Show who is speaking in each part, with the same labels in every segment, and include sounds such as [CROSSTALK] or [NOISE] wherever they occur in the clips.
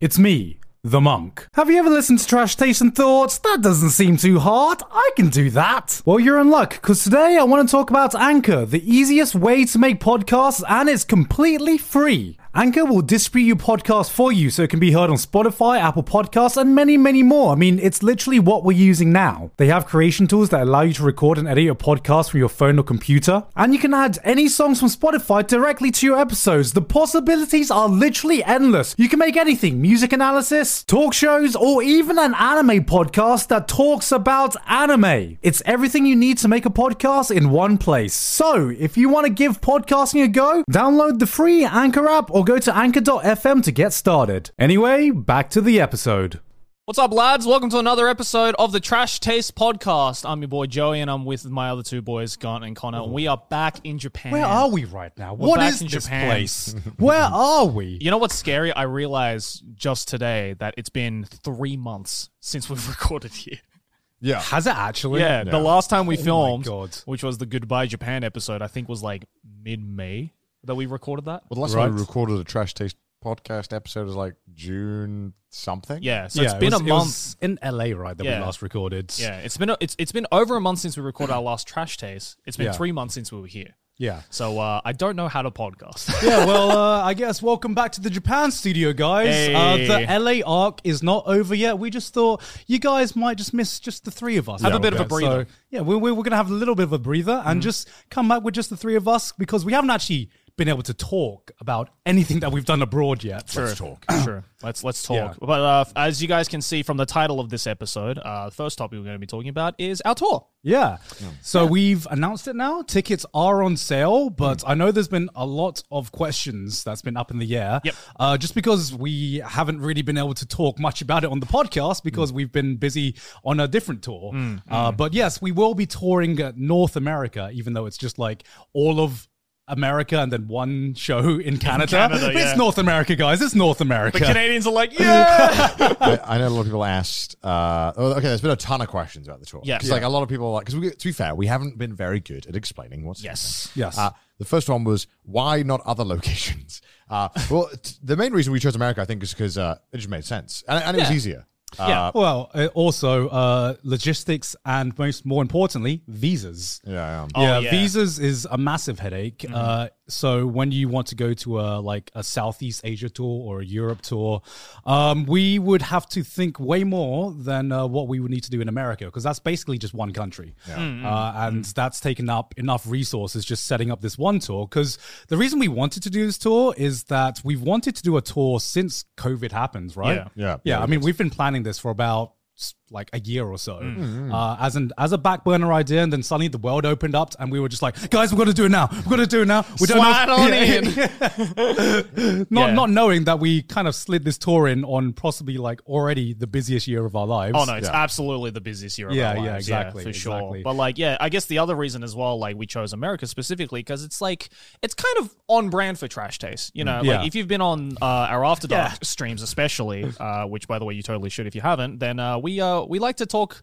Speaker 1: It's me, the monk. Have you ever listened to Trash Taste and thought, that doesn't seem too hard? I can do that. Well, you're in luck, because today I want to talk about Anchor, the easiest way to make podcasts, and it's completely free. Anchor will distribute your podcast for you so it can be heard on Spotify, Apple Podcasts, and many, many more. I mean, it's literally what we're using now. They have creation tools that allow you to record and edit your podcast from your phone or computer, and you can add any songs from Spotify directly to your episodes. The possibilities are literally endless. You can make anything music analysis, talk shows, or even an anime podcast that talks about anime. It's everything you need to make a podcast in one place. So, if you want to give podcasting a go, download the free Anchor app or go to anchor.fm to get started. Anyway, back to the episode.
Speaker 2: What's up, lads? Welcome to another episode of the Trash Taste Podcast. I'm your boy Joey, and I'm with my other two boys, Gant and Connor. And we are back in Japan.
Speaker 1: Where are we right now?
Speaker 2: We're
Speaker 1: What
Speaker 2: back
Speaker 1: is
Speaker 2: in
Speaker 1: this
Speaker 2: Japan.
Speaker 1: place? Where are we?
Speaker 2: You know what's scary? I realized just today that it's been three months since we've [LAUGHS] recorded here.
Speaker 1: [LAUGHS]
Speaker 3: Yeah.
Speaker 1: Has it actually?
Speaker 2: Yeah, the last time we
Speaker 1: Oh my
Speaker 2: filmed,
Speaker 1: God.
Speaker 2: which was the Goodbye Japan episode, I think was like mid-May that we recorded that.
Speaker 3: Well, the last time
Speaker 1: Right.
Speaker 3: we recorded a Trash Taste podcast episode was like June something.
Speaker 2: Yeah, so
Speaker 1: yeah,
Speaker 2: it's
Speaker 1: it
Speaker 2: been
Speaker 1: was-
Speaker 2: a
Speaker 1: it
Speaker 2: month.
Speaker 1: was in LA, right? That
Speaker 2: Yeah.
Speaker 1: we last recorded.
Speaker 2: yeah, it's been a, it's it's been over a month since we recorded our last Trash Taste. It's been
Speaker 1: Yeah.
Speaker 2: three months since we were here.
Speaker 1: yeah.
Speaker 2: So uh, I don't know how to podcast. [LAUGHS]
Speaker 1: yeah, well, uh, [LAUGHS] I guess welcome back to the Japan studio, guys. Uh,
Speaker 2: Hey.
Speaker 1: the LA arc is not over yet. We just thought you guys might just miss just the three of us.
Speaker 2: Have a
Speaker 1: little
Speaker 2: bit of a breather. Mm.
Speaker 1: So, yeah, we, we, we're going to have a little bit of a breather and just come back with just the three of us because we haven't actually been able to talk about anything that we've done abroad yet.
Speaker 2: Let's talk. [CLEARS THROAT] sure. Let's let's talk.
Speaker 1: Yeah.
Speaker 2: But uh, as you guys can see from the title of this episode, uh, the first topic we're going to be talking about is our tour.
Speaker 1: Yeah. So we've announced it now. Tickets are on sale, but I know there's been a lot of questions that's been up in the air.
Speaker 2: Yep.
Speaker 1: Uh, just because we haven't really been able to talk much about it on the podcast because we've been busy on a different tour. Uh, but yes, we will be touring uh, North America, even though it's just like all of. America and then one show in Canada.
Speaker 2: Canada,
Speaker 1: But
Speaker 2: yeah.
Speaker 1: It's North America, guys. It's North America.
Speaker 2: Canadians are [LAUGHS] like, yeah.
Speaker 3: I, I know a lot of people asked. Uh, oh, okay, there's been a ton of questions about the tour.
Speaker 2: Yeah.
Speaker 3: 'Cause, like a lot of people are like because to be fair, we haven't been very good at explaining what's
Speaker 2: yes.
Speaker 3: happening.
Speaker 1: yes.
Speaker 3: Uh, the first one was why not other [LAUGHS] locations? Uh, well, t- the main reason we chose America, I think, is because uh, it just made sense and, and it was
Speaker 2: Yeah.
Speaker 3: easier.
Speaker 2: Yeah.
Speaker 3: Uh,
Speaker 1: well, uh, also uh, logistics and most more importantly, visas.
Speaker 3: yeah. Um,
Speaker 1: yeah,
Speaker 2: yeah.
Speaker 1: visas is a massive headache. Uh, so when you want to go to a like a Southeast Asia tour or a Europe tour, um, we would have to think way more than uh, what we would need to do in America because that's basically just one country, uh, and that's taken up enough resources just setting up this one tour. Because the reason we wanted to do this tour is that we've wanted to do a tour since COVID happened, right?
Speaker 2: Yeah.
Speaker 3: Yeah.
Speaker 1: yeah. I mean, we've been planning this for about s- like a year or so
Speaker 3: Mm.
Speaker 2: Mm.
Speaker 1: uh, as an as a back burner idea and then suddenly the world opened up and we were just like guys we've got to do it now we've got to do it now we don't
Speaker 2: Slide
Speaker 1: know [LAUGHS]
Speaker 2: on
Speaker 1: in [LAUGHS] not
Speaker 2: Yeah.
Speaker 1: not knowing that we kind of slid this tour in on possibly like already the busiest year of our lives
Speaker 2: Oh no, it's absolutely the busiest year of
Speaker 1: Yeah,
Speaker 2: our
Speaker 1: yeah,
Speaker 2: lives.
Speaker 1: exactly,
Speaker 2: for sure.
Speaker 1: exactly.
Speaker 2: But like, yeah, I guess the other reason as well, like we chose America specifically because it's like it's kind of on brand for Trash Taste. You know,
Speaker 1: Yeah.
Speaker 2: like if you've been on uh, our After Dark streams, especially, uh, which by the way you totally should if you haven't, then uh, we uh, we like to talk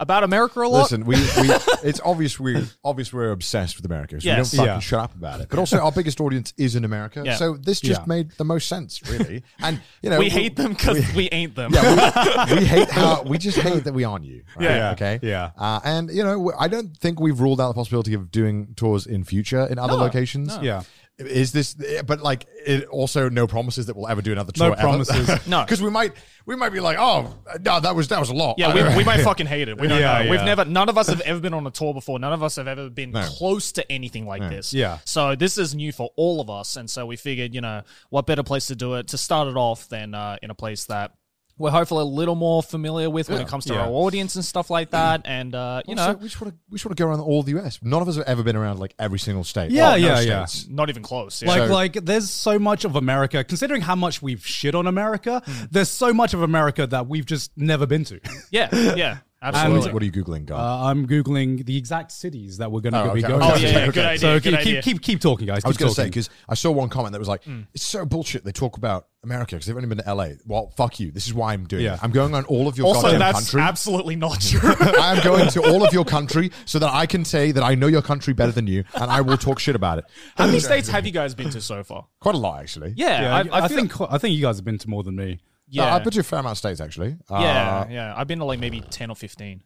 Speaker 2: about America a lot.
Speaker 3: Listen, we, we [LAUGHS] it's obvious we obvious we're obsessed with America, so we
Speaker 2: Yes.
Speaker 3: don't fucking
Speaker 1: Yeah.
Speaker 3: shut up about it. But also, our biggest audience is in America,
Speaker 2: Yeah.
Speaker 3: so this just
Speaker 1: Yeah.
Speaker 3: made the most sense, really. And you know,
Speaker 2: we hate them because we, ain't them.
Speaker 3: Yeah, we, we hate how we just hate that we aren't you. right?
Speaker 2: Yeah.
Speaker 3: Okay.
Speaker 1: Yeah.
Speaker 3: Uh, and you know, I don't think we've ruled out the possibility of doing tours in future in other locations.
Speaker 1: Yeah.
Speaker 3: is this but like it also no promises that we'll ever do another tour
Speaker 1: No promises.
Speaker 3: [LAUGHS]
Speaker 2: No.
Speaker 3: because we might we might be like oh no that was that was a lot
Speaker 2: Yeah, we, we might fucking hate it. We don't
Speaker 1: Yeah,
Speaker 2: know. We've
Speaker 1: yeah.
Speaker 2: never, none of us have ever been on a tour before. None of us have ever been close to anything like this.
Speaker 1: Yeah.
Speaker 2: So this is new for all of us. And so we figured, you know, what better place to do it to start it off than uh, in a place that we're hopefully a little more familiar with when it comes to
Speaker 1: Yeah.
Speaker 2: our audience and stuff like that. And, uh, you
Speaker 3: Also,
Speaker 2: know,
Speaker 3: we just want to we just want to go around all the US none of us have ever been around like every single state
Speaker 1: Yeah,
Speaker 3: Well, no
Speaker 1: yeah, yeah.
Speaker 3: states.
Speaker 2: not even close. Yeah.
Speaker 1: Like,
Speaker 3: So-
Speaker 1: like, there's so much of America. Considering how much we've shit on America,
Speaker 2: Mm.
Speaker 1: there's so much of America that we've just never been to. [LAUGHS]
Speaker 2: yeah, yeah, absolutely.
Speaker 3: what are you googling guys
Speaker 1: Uh, I'm googling the exact cities that we're going to
Speaker 3: Oh,
Speaker 1: be
Speaker 3: okay.
Speaker 1: going.
Speaker 3: Oh,
Speaker 1: to.
Speaker 3: yeah, yeah,
Speaker 2: good idea,
Speaker 1: So
Speaker 2: good
Speaker 1: keep,
Speaker 2: idea.
Speaker 1: keep keep keep talking, guys.
Speaker 3: I was
Speaker 1: keep
Speaker 3: going to say
Speaker 1: talking.
Speaker 3: because I saw one comment that was like,
Speaker 2: Mm.
Speaker 3: "It's so bullshit." They talk about America because they've only been to LA. Well, fuck you. This is why I'm doing.
Speaker 1: Yeah.
Speaker 3: it. I'm going on all of your
Speaker 2: Also,
Speaker 3: goddamn
Speaker 2: that's
Speaker 3: country.
Speaker 2: absolutely
Speaker 1: [LAUGHS]
Speaker 2: not true.
Speaker 3: [LAUGHS] I am going to all of your country so that I can say that I know your country better than you, and I will talk shit about it.
Speaker 2: How many states have you guys been to so far?
Speaker 3: Quite a lot, actually.
Speaker 2: Yeah,
Speaker 1: yeah,
Speaker 2: I, I, feel,
Speaker 1: think I think you guys have been to more than me.
Speaker 2: Yeah,
Speaker 3: Uh, I've been to a fair amount of states actually. Uh,
Speaker 2: yeah, yeah. I've been to like maybe ten or fifteen.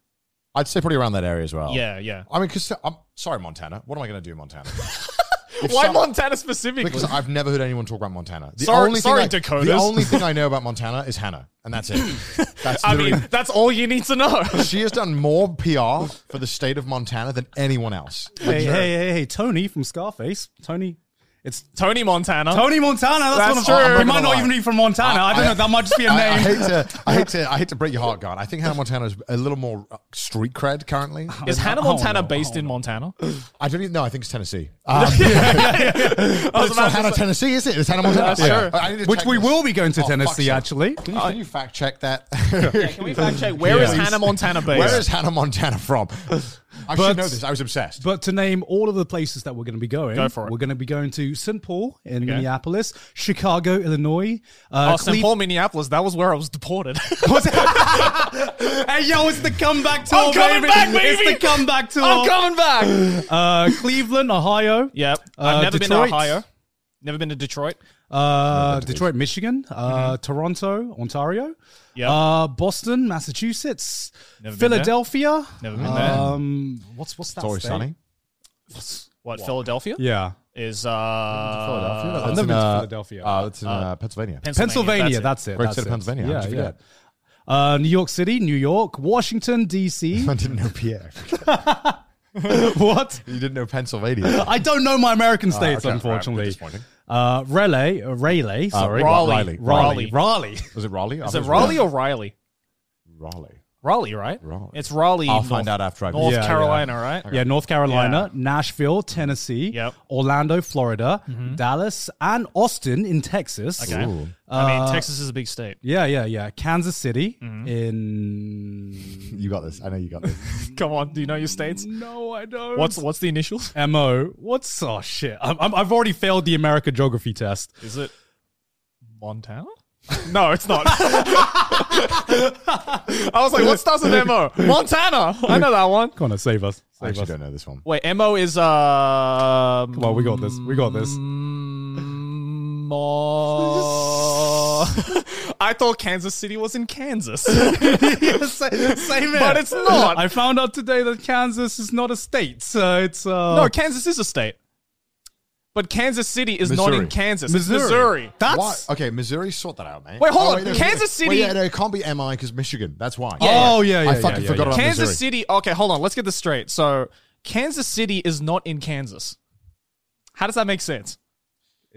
Speaker 3: I'd say probably around that area as
Speaker 1: Oh.
Speaker 3: well.
Speaker 2: Yeah, yeah.
Speaker 3: I mean, because I'm sorry, Montana. What am I going to do, in
Speaker 2: [LAUGHS]
Speaker 3: Montana?
Speaker 2: Why
Speaker 3: some-
Speaker 2: Montana specifically?
Speaker 3: Because I've never heard anyone talk about Montana. The
Speaker 2: Sorry- sorry,
Speaker 3: thing I,
Speaker 2: Dakotas.
Speaker 3: The only thing I know about Montana is Hannah, and that's it.
Speaker 1: [LAUGHS]
Speaker 3: That's
Speaker 2: I
Speaker 3: literally.
Speaker 2: mean, that's all you need to know.
Speaker 3: she has done more PR for the state of Montana than anyone else.
Speaker 1: Hey, hey, hey, hey, Tony from Scarface. Tony, it's
Speaker 2: [LAUGHS] Tony Montana.
Speaker 1: Tony Montana. That's,
Speaker 2: That's
Speaker 1: one of
Speaker 2: true.
Speaker 1: He
Speaker 2: I'm
Speaker 3: not
Speaker 1: might
Speaker 3: gonna
Speaker 1: not
Speaker 3: lie.
Speaker 1: even be from Montana. I, don't know. That might just be a name.
Speaker 3: I, I hate to, I hate to, I hate to break your heart, God. I think Hannah Montana is a little more uh, street cred currently.
Speaker 2: Is Hannah
Speaker 1: I don't
Speaker 2: Montana
Speaker 1: know, I
Speaker 2: based
Speaker 1: don't
Speaker 2: in Montana?
Speaker 3: I don't even know. I think it's Tennessee.
Speaker 1: [LAUGHS]
Speaker 3: Um,
Speaker 2: Oh,
Speaker 3: but it's not Hannah, Tennessee, is it? It's Hannah, Montana.
Speaker 2: Yeah, sure.
Speaker 3: I- I need to
Speaker 1: Which
Speaker 3: check
Speaker 1: we
Speaker 3: this.
Speaker 1: will be going to
Speaker 3: Oh,
Speaker 1: Tennessee,
Speaker 3: fuck's
Speaker 1: actually.
Speaker 3: sake. Can you, can you fact
Speaker 1: [LAUGHS]
Speaker 3: check that?
Speaker 2: Can
Speaker 3: [LAUGHS]
Speaker 2: we fact check? Where is
Speaker 3: Please.
Speaker 2: Hannah [LAUGHS] Montana based?
Speaker 3: Where is Hannah Montana from? I
Speaker 1: But-
Speaker 3: should know this. I was obsessed.
Speaker 1: But to name all of the places that we're going to be going,
Speaker 2: Go for it.
Speaker 1: we're going to be going to St. Paul in Minneapolis, Chicago, Illinois. Uh,
Speaker 2: Oh, St.
Speaker 1: Cleve-
Speaker 2: Paul, Minneapolis. That was where I was [LAUGHS] deported.
Speaker 1: Was it- hey, yo, it's the comeback tour,
Speaker 2: I'm coming
Speaker 1: baby.
Speaker 2: back, baby.
Speaker 1: It's the comeback tour.
Speaker 2: I'm coming back.
Speaker 1: uh, Cleveland, Ohio.
Speaker 2: [LAUGHS] Yep.
Speaker 1: Uh,
Speaker 2: I've never been
Speaker 1: Detroit.
Speaker 2: to Ohio. Never been to Detroit.
Speaker 1: Uh, Detroit, Michigan.
Speaker 2: Mm-hmm.
Speaker 1: Uh, Toronto, Ontario.
Speaker 2: Yep.
Speaker 1: Uh, Boston, Massachusetts.
Speaker 2: Never been there.
Speaker 1: Philadelphia.
Speaker 2: Never been [GASPS] there.
Speaker 1: Um, what's what's that?
Speaker 3: it's always
Speaker 1: state?
Speaker 3: sunny.
Speaker 2: What, Philadelphia?
Speaker 1: Yeah.
Speaker 2: Is uh
Speaker 3: Philadelphia.
Speaker 1: I've never been to Philadelphia.
Speaker 3: Uh, it's in uh, Pennsylvania.
Speaker 2: [LAUGHS]
Speaker 1: Pennsylvania.
Speaker 2: That's
Speaker 1: That's it.
Speaker 3: Great
Speaker 1: that's
Speaker 3: state of
Speaker 1: it.
Speaker 3: Pennsylvania. How'd you
Speaker 1: Yeah, yeah.
Speaker 3: forget?
Speaker 1: Uh, New York City, New York, Washington
Speaker 3: [LAUGHS]
Speaker 1: D.C.
Speaker 3: I didn't know Pierre.
Speaker 1: what?
Speaker 3: you didn't
Speaker 1: [LAUGHS]
Speaker 3: know Pennsylvania.
Speaker 1: I don't know my American states,
Speaker 3: Uh, okay, right,
Speaker 1: unfortunately.
Speaker 3: disappointing.
Speaker 1: Uh, Raleigh, uh, Raleigh, sorry,
Speaker 3: Raleigh.
Speaker 1: Raleigh,
Speaker 2: Raleigh.
Speaker 1: Raleigh.
Speaker 3: Was it Raleigh?
Speaker 2: Is it Raleigh or Riley?
Speaker 3: Raleigh.
Speaker 2: Raleigh, right?
Speaker 3: Raleigh.
Speaker 2: It's Raleigh.
Speaker 3: I'll
Speaker 2: North,
Speaker 3: find out after I visit.
Speaker 2: North
Speaker 1: Yeah, yeah.
Speaker 2: Carolina, right?
Speaker 1: Yeah, North Carolina, Nashville, Tennessee,
Speaker 2: Yep.
Speaker 1: Orlando, Florida, Dallas, and Austin in Texas.
Speaker 2: Okay. I mean, Texas is a big state.
Speaker 1: Yeah, yeah, yeah. Kansas City in
Speaker 3: You got this. I know you got this.
Speaker 2: [LAUGHS] Come on, do you know your states?
Speaker 1: no, I don't.
Speaker 2: What's what's the initials?
Speaker 1: mo? What's oh shit? I'm, I'm, I've already failed the America geography test.
Speaker 2: Is it
Speaker 1: [LAUGHS]
Speaker 2: Montana? No, it's [LAUGHS] not. I was like, what starts with MO? Montana. I know that one.
Speaker 1: Come on, save us,
Speaker 3: I
Speaker 1: save
Speaker 3: actually
Speaker 1: us.
Speaker 3: don't know this one.
Speaker 2: Wait, MO is uh
Speaker 1: Come on, we got this. We got
Speaker 2: Mm.
Speaker 1: this.
Speaker 2: Mo- [LAUGHS] I thought Kansas City was
Speaker 1: [LAUGHS]
Speaker 2: in Kansas. [LAUGHS]
Speaker 1: same, same
Speaker 2: But it's not.
Speaker 1: I found out today that Kansas is not a state. So it's uh,
Speaker 2: no, Kansas is a state. But Kansas City is not in
Speaker 3: Missouri.
Speaker 2: Kansas.
Speaker 1: Missouri.
Speaker 2: Missouri.
Speaker 1: That's
Speaker 3: Why? Okay, Missouri, sort that out, Oh, man.
Speaker 2: Wait, hold on. Kansas City-
Speaker 3: yeah, no, it can't be MI because Michigan. That's why.
Speaker 1: oh yeah, yeah.
Speaker 3: I
Speaker 1: yeah,
Speaker 3: fucking
Speaker 1: yeah,
Speaker 3: forgot
Speaker 1: yeah.
Speaker 3: about
Speaker 2: Kansas
Speaker 3: Missouri.
Speaker 2: City. Okay, hold on. Let's get this straight. So, Kansas City is not in Kansas. How does that make sense?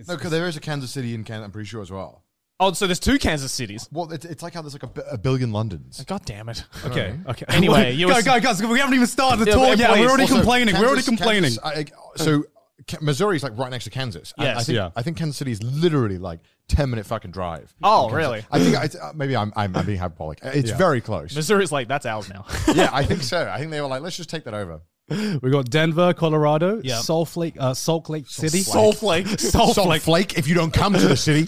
Speaker 3: No, because there is a Kansas City in Canada. I'm pretty sure as well.
Speaker 2: Oh, so there's two Kansas cities.
Speaker 3: Well, it's, it's like how there's like a, bi- a billion Londons.
Speaker 2: God damn it.
Speaker 1: Okay,
Speaker 3: [LAUGHS]
Speaker 1: okay.
Speaker 2: Anyway, you
Speaker 1: go,
Speaker 2: were-
Speaker 1: go, guys. We haven't even started the
Speaker 2: Yeah,
Speaker 1: tour
Speaker 2: but
Speaker 1: yet.
Speaker 2: please,
Speaker 1: We're already
Speaker 2: also,
Speaker 1: complaining. We're already
Speaker 3: Kansas-
Speaker 1: complaining.
Speaker 3: Kansas- I- I- so K- Missouri's like right next to Kansas. And
Speaker 2: Yes.
Speaker 3: I think,
Speaker 1: Yeah.
Speaker 3: I think Kansas City is literally like ten minute fucking drive.
Speaker 2: Oh,
Speaker 3: from Kansas.
Speaker 2: really?
Speaker 3: I think I, it's- uh, maybe I'm, I'm I'm being hyperbolic. It's very close.
Speaker 2: Missouri's like, that's ours
Speaker 3: [LAUGHS]
Speaker 2: now.
Speaker 3: yeah, I think so. I think they were like, let's just take
Speaker 2: [LAUGHS]
Speaker 3: that over.
Speaker 1: we got Denver, Colorado,
Speaker 2: Yeah.
Speaker 1: Salt Lake, uh, Salt Lake City,
Speaker 2: Salt Lake. Salt
Speaker 3: Salt
Speaker 2: Lake. [LAUGHS]
Speaker 3: flake if you don't come to the city.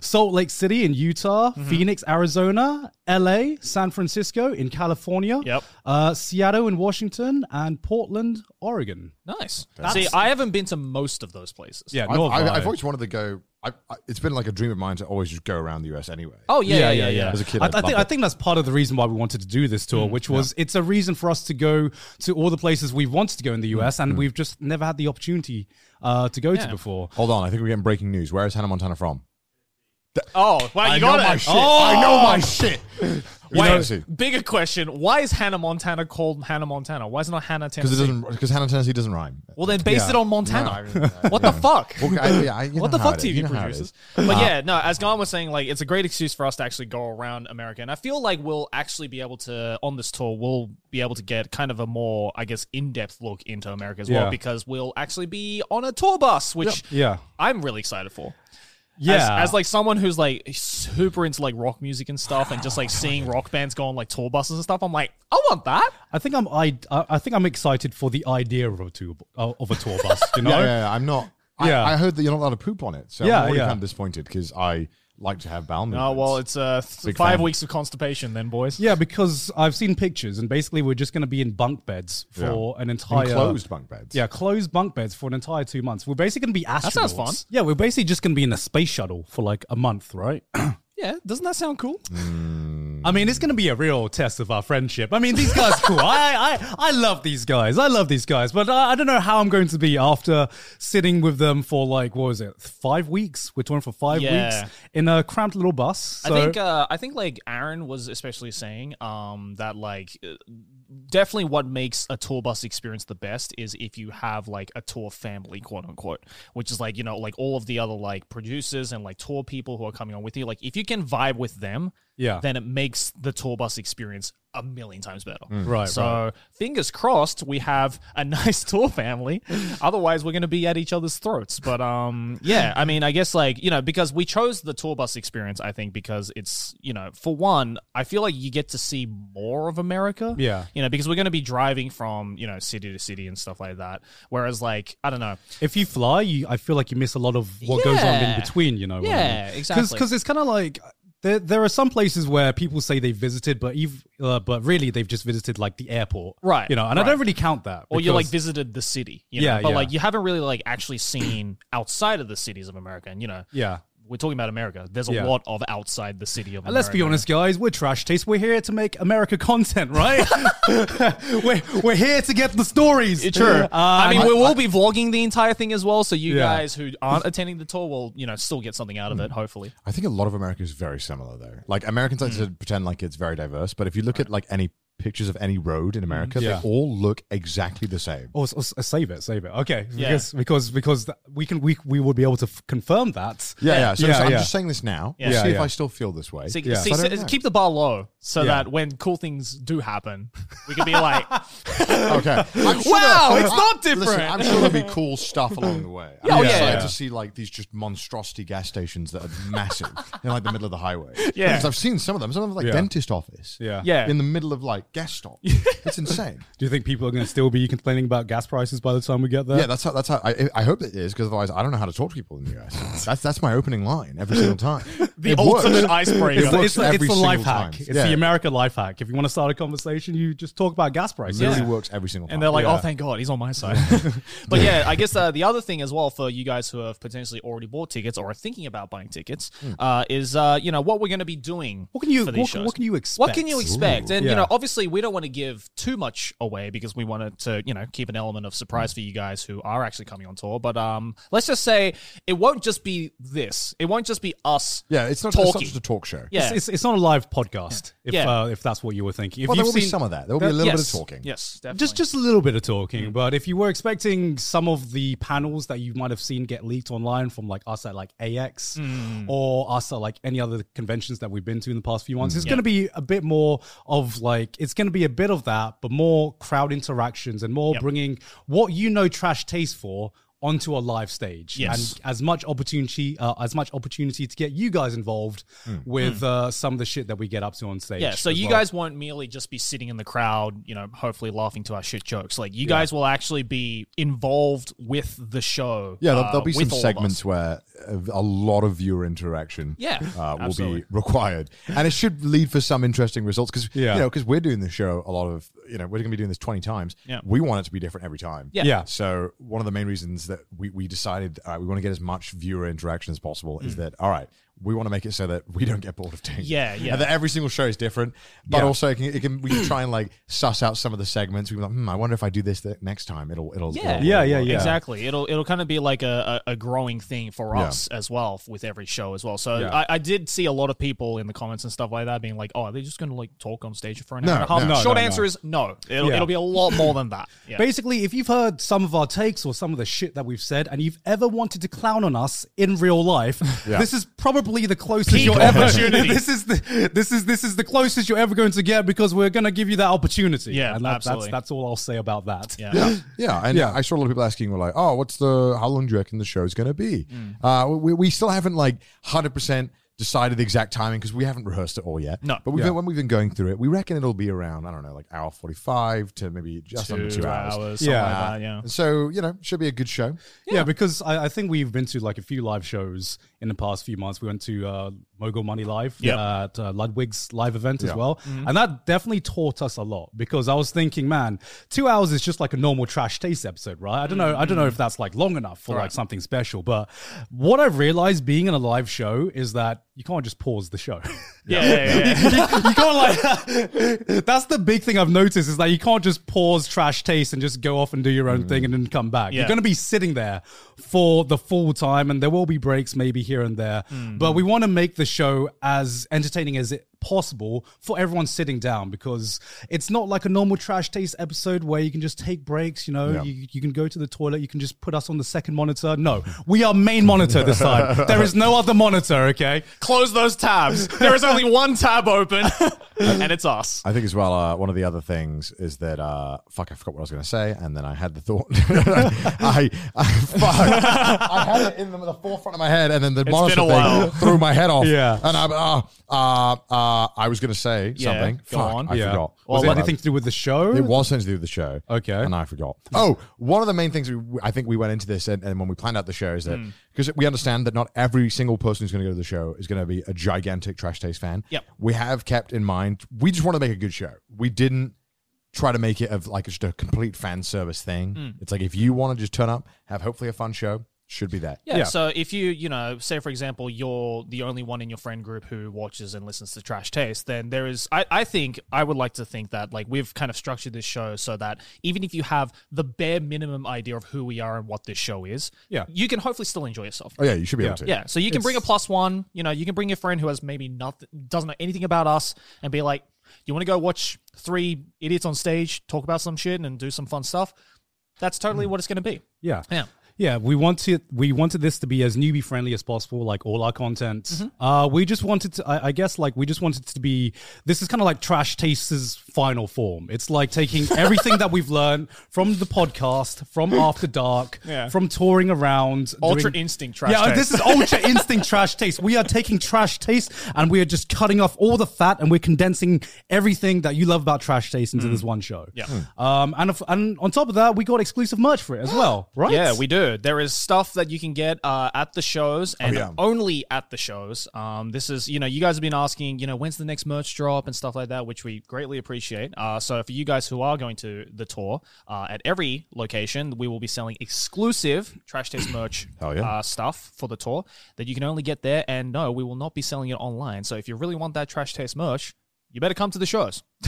Speaker 1: Salt Lake City in Utah, Phoenix, Arizona, LA, San Francisco in California,
Speaker 2: Yep.
Speaker 1: uh, Seattle in Washington, and Portland, Oregon.
Speaker 2: Nice. See, I haven't been to most of those places.
Speaker 1: Yeah,
Speaker 3: I've,
Speaker 1: nor have
Speaker 3: I've,
Speaker 1: I.
Speaker 3: I've always wanted to go. I, I, it's been like a dream of mine to always just go around the US anyway.
Speaker 2: Oh yeah, yeah, yeah. yeah,
Speaker 3: As a kid,
Speaker 1: I,
Speaker 3: I'd
Speaker 1: I think
Speaker 3: love
Speaker 1: I
Speaker 3: it. Mm,
Speaker 1: think that's part of the reason why we wanted to do this tour, which was it's a reason for us to go to all the places we've wanted to go in the
Speaker 3: Mm,
Speaker 1: US, and we've just never had the opportunity uh, to go to before.
Speaker 3: Hold on, I think we're getting breaking news. Where is Hannah Montana from?
Speaker 2: Oh, wow, you
Speaker 3: I
Speaker 2: got
Speaker 3: know
Speaker 2: it.
Speaker 3: my shit.
Speaker 2: Oh,
Speaker 3: I know
Speaker 2: [LAUGHS]
Speaker 3: my shit. You know,
Speaker 2: Wait, bigger question: Why is Hannah Montana called Hannah Montana? Why is it not Hannah
Speaker 3: because it
Speaker 2: Tennessee?
Speaker 3: doesn't because Hannah Tennessee doesn't rhyme.
Speaker 2: well, then base it on Montana.
Speaker 3: No, I mean, uh,
Speaker 2: what
Speaker 3: [LAUGHS] yeah.
Speaker 2: the fuck?
Speaker 3: Well, I- yeah, I- you
Speaker 2: what
Speaker 3: know
Speaker 2: the
Speaker 3: how
Speaker 2: fuck,
Speaker 3: it is.
Speaker 2: TV
Speaker 3: You know how it
Speaker 2: producers?
Speaker 3: is. Uh,
Speaker 2: But yeah, no. As Gon was saying, like it's a great excuse for us to actually go around America, and I feel like we'll actually be able to on this tour, we'll be able to get kind of a more, I guess, in-depth look into America as
Speaker 1: Yeah.
Speaker 2: well, because we'll actually be on a tour bus, which
Speaker 1: Yeah.
Speaker 2: I'm really excited for.
Speaker 1: Yeah.
Speaker 2: As, as like someone who's like super into like rock music and stuff, and just
Speaker 3: [SIGHS]
Speaker 2: like seeing rock bands go on like tour buses and stuff, I'm like, I want that.
Speaker 1: I think I'm I, I think I'm excited for the idea of a tour uh, of a tour bus.
Speaker 3: [LAUGHS]
Speaker 1: You know,
Speaker 3: Yeah, yeah, yeah, I'm not. I,
Speaker 1: Yeah.
Speaker 3: I heard that you're not allowed to poop on it, so
Speaker 1: Yeah,
Speaker 3: I'm already
Speaker 1: yeah.
Speaker 3: kind of disappointed because I like to have bowel
Speaker 2: Oh
Speaker 3: movements.
Speaker 2: well, it's uh th-
Speaker 3: Big
Speaker 2: five
Speaker 3: fan.
Speaker 2: weeks of constipation then, boys.
Speaker 1: Yeah, because I've seen pictures, and basically we're just going to be in bunk beds for an entire
Speaker 3: enclosed bunk beds.
Speaker 1: uh, Yeah, closed bunk beds for an entire two months. We're basically going to be astronauts.
Speaker 2: sounds fun.
Speaker 1: Yeah, we're basically just going to be in a space shuttle for like a month, right?
Speaker 2: Yeah, doesn't that sound cool?
Speaker 1: I mean, it's going to be a real test of our friendship. I mean, these guys are
Speaker 2: [LAUGHS]
Speaker 1: cool. I, I, I love these guys. I love these guys. But I, I don't know how I'm going to be after sitting with them for like, what was it, five weeks? We're touring for five
Speaker 2: Yeah.
Speaker 1: weeks in a cramped little bus. So,
Speaker 2: I think uh, I think like Aaron was especially saying um, that like uh, definitely what makes a tour bus experience the best is if you have like a tour family quote unquote which is like you know like all of the other like producers and like tour people who are coming on with you like if you can vibe with them
Speaker 1: Yeah.
Speaker 2: then it makes the tour bus experience a million times better
Speaker 1: Right,
Speaker 2: so fingers crossed we have a [LAUGHS] nice tour family otherwise we're going to be at each other's throats but um yeah i mean i guess like you know because we chose the tour bus experience i think because it's you know for one i feel like you get to see more of america
Speaker 1: Yeah.
Speaker 2: you know because we're going to be driving from you know city to city and stuff like that whereas like i don't know
Speaker 1: if you fly, you, I feel like you miss a lot of what goes on in
Speaker 2: Yeah.
Speaker 1: between, you know?
Speaker 2: Yeah, exactly.
Speaker 1: Because it's kind of like. There, there are some places where people say they visited, but you've, uh, but really they've just visited like the airport,
Speaker 2: Right,
Speaker 1: You know, and I
Speaker 2: right.
Speaker 1: don't really count that.
Speaker 2: or you like
Speaker 1: because-
Speaker 2: visited the city you know?
Speaker 1: Yeah,
Speaker 2: but
Speaker 1: yeah.
Speaker 2: like you haven't really like actually seen outside of the cities of america and you know
Speaker 1: yeah.
Speaker 2: we're talking about america there's a
Speaker 1: Yeah.
Speaker 2: lot of outside the city of
Speaker 1: And let's be
Speaker 2: America.
Speaker 1: honest, guys, we're trash taste. We're here to make America content, right?
Speaker 3: [LAUGHS]
Speaker 1: [LAUGHS] we're, we're here to get the stories.
Speaker 2: It's true.
Speaker 3: Uh,
Speaker 1: Um,
Speaker 2: I mean, we will be vlogging the entire thing as well, so you
Speaker 1: Yeah.
Speaker 2: guys who aren't attending the tour will, you know, still get something out of it. Hopefully,
Speaker 3: I think a lot of America is very similar though. Like Americans like
Speaker 1: Mm.
Speaker 3: to pretend like it's very diverse, but if you look at like any pictures of any road in America,
Speaker 1: Mm-hmm. Yeah.
Speaker 3: they all look exactly the same.
Speaker 1: [LAUGHS] Oh, s- s- save it, save it. Okay,
Speaker 2: Yeah.
Speaker 1: because because because th- we can we we will be able to f- confirm that.
Speaker 3: Yeah, yeah. So
Speaker 1: Yeah,
Speaker 3: so I'm
Speaker 1: yeah.
Speaker 3: just saying this now.
Speaker 2: Yeah.
Speaker 3: Yeah, see
Speaker 1: Yeah,
Speaker 3: if
Speaker 1: yeah.
Speaker 3: I still feel this way.
Speaker 2: so, you-
Speaker 3: Yeah.
Speaker 2: see,
Speaker 3: So I
Speaker 2: so-
Speaker 3: don't know.
Speaker 2: keep the bar low so
Speaker 1: Yeah.
Speaker 2: that when cool things do happen, we can be like,
Speaker 3: okay. I'm sure
Speaker 2: Wow,
Speaker 3: there-
Speaker 2: it's
Speaker 3: I-
Speaker 2: not
Speaker 3: Listen,
Speaker 2: different.
Speaker 3: I'm sure there'll be cool stuff along the way. I'm
Speaker 2: Yeah, oh, yeah,
Speaker 3: excited
Speaker 2: yeah.
Speaker 3: to see like these just monstrosity gas stations that are massive in like the middle of the highway.
Speaker 2: [LAUGHS] Yeah.
Speaker 3: because I've seen some of them. Some of them like
Speaker 1: Yeah.
Speaker 3: dentist office.
Speaker 1: Yeah.
Speaker 2: Yeah.
Speaker 3: in the middle of like gas stop.
Speaker 2: [LAUGHS]
Speaker 3: it's insane.
Speaker 1: Do you think people are going to still be complaining about gas prices by the time we get there?
Speaker 2: Uh.
Speaker 3: Yeah, that's how. That's how. I, I hope it is because otherwise I don't know how to talk to people in the US. That's that's my opening line every single time.
Speaker 2: [LAUGHS] the
Speaker 3: It works.
Speaker 2: ultimate icebreaker.
Speaker 3: It
Speaker 1: It's, the-
Speaker 3: works
Speaker 1: it's, the- it's
Speaker 3: every
Speaker 1: the life
Speaker 3: single
Speaker 1: hack.
Speaker 3: time.
Speaker 1: It's
Speaker 3: Yeah.
Speaker 1: the America life hack. If you want to start a conversation, you just talk about gas
Speaker 2: [LAUGHS]
Speaker 1: prices.
Speaker 3: It really works every single time.
Speaker 2: And they're like,
Speaker 3: Yeah.
Speaker 2: oh, thank God, he's on
Speaker 1: [LAUGHS]
Speaker 2: my side. [LAUGHS] but yeah, I guess uh, the other thing as well for you guys who have potentially already bought tickets or are thinking about buying tickets uh, is, uh, you know, what we're going to be doing
Speaker 1: Hmm. What can you-
Speaker 2: for these
Speaker 1: what-
Speaker 2: shows.
Speaker 1: what can you
Speaker 2: What can you
Speaker 1: expect?
Speaker 2: expect? and,
Speaker 1: Yeah.
Speaker 2: you know, obviously we don't want to give too much away because we wanted to, you know, keep an element of
Speaker 1: Hmm.
Speaker 2: surprise for you guys who are actually coming on tour. But um, let's just say it won't just be this. It won't just be us.
Speaker 3: yeah, it's not, it's not
Speaker 2: talking.
Speaker 3: just a talk show.
Speaker 2: yeah.
Speaker 1: It's, it's, it's not a live podcast. If
Speaker 2: Yeah.
Speaker 1: uh, if that's what you were thinking. If
Speaker 3: well, there
Speaker 1: you've
Speaker 3: will be
Speaker 1: seen-
Speaker 3: some of that. There will be a
Speaker 1: That-
Speaker 3: little bit
Speaker 2: yes.
Speaker 3: of talking.
Speaker 2: Yes, definitely. Mm.
Speaker 1: Just just a little bit of talking, but if you were expecting some of the panels that you might have seen get leaked online from like us at like AX
Speaker 2: Mm.
Speaker 1: or us at like any other conventions that we've been to in the past few
Speaker 2: Mm,
Speaker 1: months, it's going to be a bit more of like it's going to be a bit of that, but more crowd interactions and more bringing what you know trash taste for onto a live stage
Speaker 2: Yes.
Speaker 1: and as much opportunity uh, as much opportunity to get you guys involved with Uh, some of the shit that we get up to on stage
Speaker 2: Mm. Yeah, so
Speaker 1: as
Speaker 2: you
Speaker 1: well.
Speaker 2: guys won't merely just be sitting in the crowd, you know, hopefully laughing to our shit jokes. Like you guys will actually be involved with the show.
Speaker 3: Yeah, there'll,
Speaker 2: uh,
Speaker 3: there'll be
Speaker 2: with
Speaker 3: some
Speaker 2: all of us.
Speaker 3: segments where a, a lot of viewer interaction
Speaker 2: Yeah,
Speaker 3: uh, will
Speaker 2: absolutely.
Speaker 3: be required, and it should lead for some interesting results because
Speaker 1: Yeah.
Speaker 3: you know because we're doing this show a lot of you know we're going to be doing this twenty times.
Speaker 2: Yeah.
Speaker 3: we want it to be different every time.
Speaker 2: Yeah.
Speaker 1: Yeah.
Speaker 3: So one of the main reasons that we, we decided uh, we want to get as much viewer interaction as possible is that all right, we want to make it so that we don't get bored of doing. it.
Speaker 2: Mm. Yeah, yeah.
Speaker 3: And that every single show is different, but
Speaker 1: Yeah.
Speaker 3: also it can, it can we can try and like suss out some of the segments. We can be like, hmm, I wonder if I do this th- next time, it'll it'll
Speaker 2: Yeah.
Speaker 3: it'll-
Speaker 1: Yeah,
Speaker 3: it'll
Speaker 1: yeah,
Speaker 3: work.
Speaker 1: yeah.
Speaker 2: Exactly. It'll it'll kind of be like a, a, a growing thing for
Speaker 3: Yeah.
Speaker 2: us as well f- with every show as well. So
Speaker 1: Yeah.
Speaker 2: I, I did see a lot of people in the comments and stuff like that being like, "Oh, are they just going to like talk on stage for an
Speaker 3: No,
Speaker 2: hour and a half?"
Speaker 3: no,
Speaker 2: Short
Speaker 1: no, no.
Speaker 2: answer is no. It'll,
Speaker 1: Yeah.
Speaker 2: it'll be a lot more than that. Yeah.
Speaker 1: Basically, if you've heard some of our takes or some of the shit that we've said, and you've ever wanted to clown on us in real life, this is probably the closest
Speaker 2: Peak
Speaker 1: you're ever. [LAUGHS]
Speaker 2: opportunity.
Speaker 1: This is the this is this is the closest you're ever going to get because we're going to give you that opportunity.
Speaker 2: Yeah,
Speaker 1: and that,
Speaker 2: absolutely.
Speaker 1: That's that's all I'll say about that. [LAUGHS]
Speaker 2: yeah.
Speaker 3: Yeah, [GASPS] yeah, and
Speaker 1: Yeah.
Speaker 3: I saw a lot of people asking, "Well, like, oh, what's the how long do you reckon the show's going to be?" Uh, we we still haven't like hundred percent decided the exact timing because we haven't rehearsed it all yet.
Speaker 2: No.
Speaker 3: but we've
Speaker 1: Yeah.
Speaker 3: been, when we've been going through it, we reckon it'll be around I don't know, like hour forty five to maybe just under two hours.
Speaker 2: something
Speaker 1: Yeah.
Speaker 2: like that, yeah.
Speaker 3: And So you know, should be a good show.
Speaker 1: Yeah, because I, I think we've been to like a few live shows in the past few months. We went to uh, Mogul Money Live
Speaker 2: Yep.
Speaker 1: uh, at uh, Ludwig's live event
Speaker 3: Yeah.
Speaker 1: as well. And that definitely taught us a lot because I was thinking, man, two hours is just like a normal trash taste episode, right? I don't know. I don't know if that's like long enough for like something special. But what I've realized being in a live show is that you can't just pause the show. [LAUGHS]
Speaker 2: Yeah, yeah, yeah,
Speaker 1: you, [LAUGHS]
Speaker 2: yeah. [LAUGHS]
Speaker 1: you can't like [LAUGHS] that's the big thing I've noticed is that you can't just pause trash taste and just go off and do your own
Speaker 3: Mm-hmm.
Speaker 1: thing and then come back.
Speaker 2: Yeah.
Speaker 1: You're gonna be sitting there for the full time and there will be breaks maybe here and there.
Speaker 3: Mm-hmm.
Speaker 1: But we want to make the show as entertaining as it possible for everyone sitting down because it's not like a normal trash taste episode where you can just take breaks, you know,
Speaker 3: Yeah.
Speaker 1: you, you can go to the toilet, you can just put us on the second monitor. No, we are main monitor this
Speaker 3: [LAUGHS]
Speaker 1: time. there is no other monitor, okay?
Speaker 2: Close those tabs. There is only one tab open, and it's us.
Speaker 3: I think as well, uh, one of the other things is that uh, fuck, I forgot what I was going to say, and then I had the thought. [LAUGHS] I, I, fuck, I had it in the, the forefront of my head, and then the monitor
Speaker 2: been a
Speaker 3: thing
Speaker 2: while.
Speaker 3: threw
Speaker 2: [LAUGHS]
Speaker 3: my head off.
Speaker 1: Yeah.
Speaker 3: and I'm uh, uh, uh, I was going to say
Speaker 2: Yeah,
Speaker 3: something.
Speaker 2: go
Speaker 3: Fuck,
Speaker 2: on.
Speaker 3: I
Speaker 1: Yeah.
Speaker 3: forgot.
Speaker 1: Was
Speaker 3: Was
Speaker 1: it
Speaker 3: it-
Speaker 1: anything to do with the show?
Speaker 3: It was something to do with the show.
Speaker 1: Okay.
Speaker 3: And I forgot. Oh, one of the main things we, I think we went into this and, and when we planned out the show is that because we understand that not every single person who's going to go to the show is going to be a gigantic Trash Taste fan.
Speaker 2: Yep.
Speaker 3: We have kept in mind, we just want to make a good show. We didn't try to make it of like just a complete fan service thing. It's like if you want to just turn up, have hopefully a fun show, should be that.
Speaker 2: Yeah,
Speaker 1: Yeah.
Speaker 2: So if you, you know, say for example, you're the only one in your friend group who watches and listens to Trash Taste, then there is, I, I think, I would like to think that like we've kind of structured this show so that even if you have the bare minimum idea of who we are and what this show is,
Speaker 1: Yeah.
Speaker 2: you can hopefully still enjoy yourself.
Speaker 3: Oh, yeah, you should be able to.
Speaker 2: Yeah, so you can bring a plus one. You know, you can bring your friend who has maybe nothing, doesn't know anything about us, and be like, "You want to go watch three idiots on stage talk about some shit and do some fun stuff?" That's totally
Speaker 1: Hmm.
Speaker 2: what it's going to be.
Speaker 1: Yeah.
Speaker 2: Yeah.
Speaker 1: Yeah, we wanted we wanted this to be as newbie friendly as possible, like all our content.
Speaker 2: Mm-hmm.
Speaker 1: Uh, we just wanted to, I, I guess, like we just wanted to be. This is kind of like Trash Taste's final form. It's like
Speaker 2: [LAUGHS]
Speaker 1: taking everything that we've learned from the podcast, from After Dark,
Speaker 2: Yeah.
Speaker 1: from touring around,
Speaker 2: Ultra
Speaker 1: doing-
Speaker 2: instinct trash.
Speaker 1: yeah,
Speaker 2: taste.
Speaker 1: this is ultra
Speaker 2: [LAUGHS]
Speaker 1: instinct trash taste. We are taking trash taste and we are just cutting off all the fat and we're condensing everything that you love about trash taste into this one show.
Speaker 2: Mm. Yeah.
Speaker 1: Um, and if, and on top of that, we got exclusive merch for it
Speaker 2: [GASPS]
Speaker 1: as well, right?
Speaker 2: Yeah, we do. There is stuff that you can get uh, at the shows and
Speaker 3: Oh, yeah.
Speaker 2: only at the shows. Um, this is, you know, you guys have been asking, you know, when's the next merch drop and stuff like that, which we greatly appreciate. Uh, so for you guys who are going to the tour uh, at every location, we will be selling exclusive trash taste merch
Speaker 3: [COUGHS] Hell yeah.
Speaker 2: uh, stuff for the tour that you can only get there. And no, we will not be selling it online. So if you really want that trash taste merch, you better come to the shows. [LAUGHS]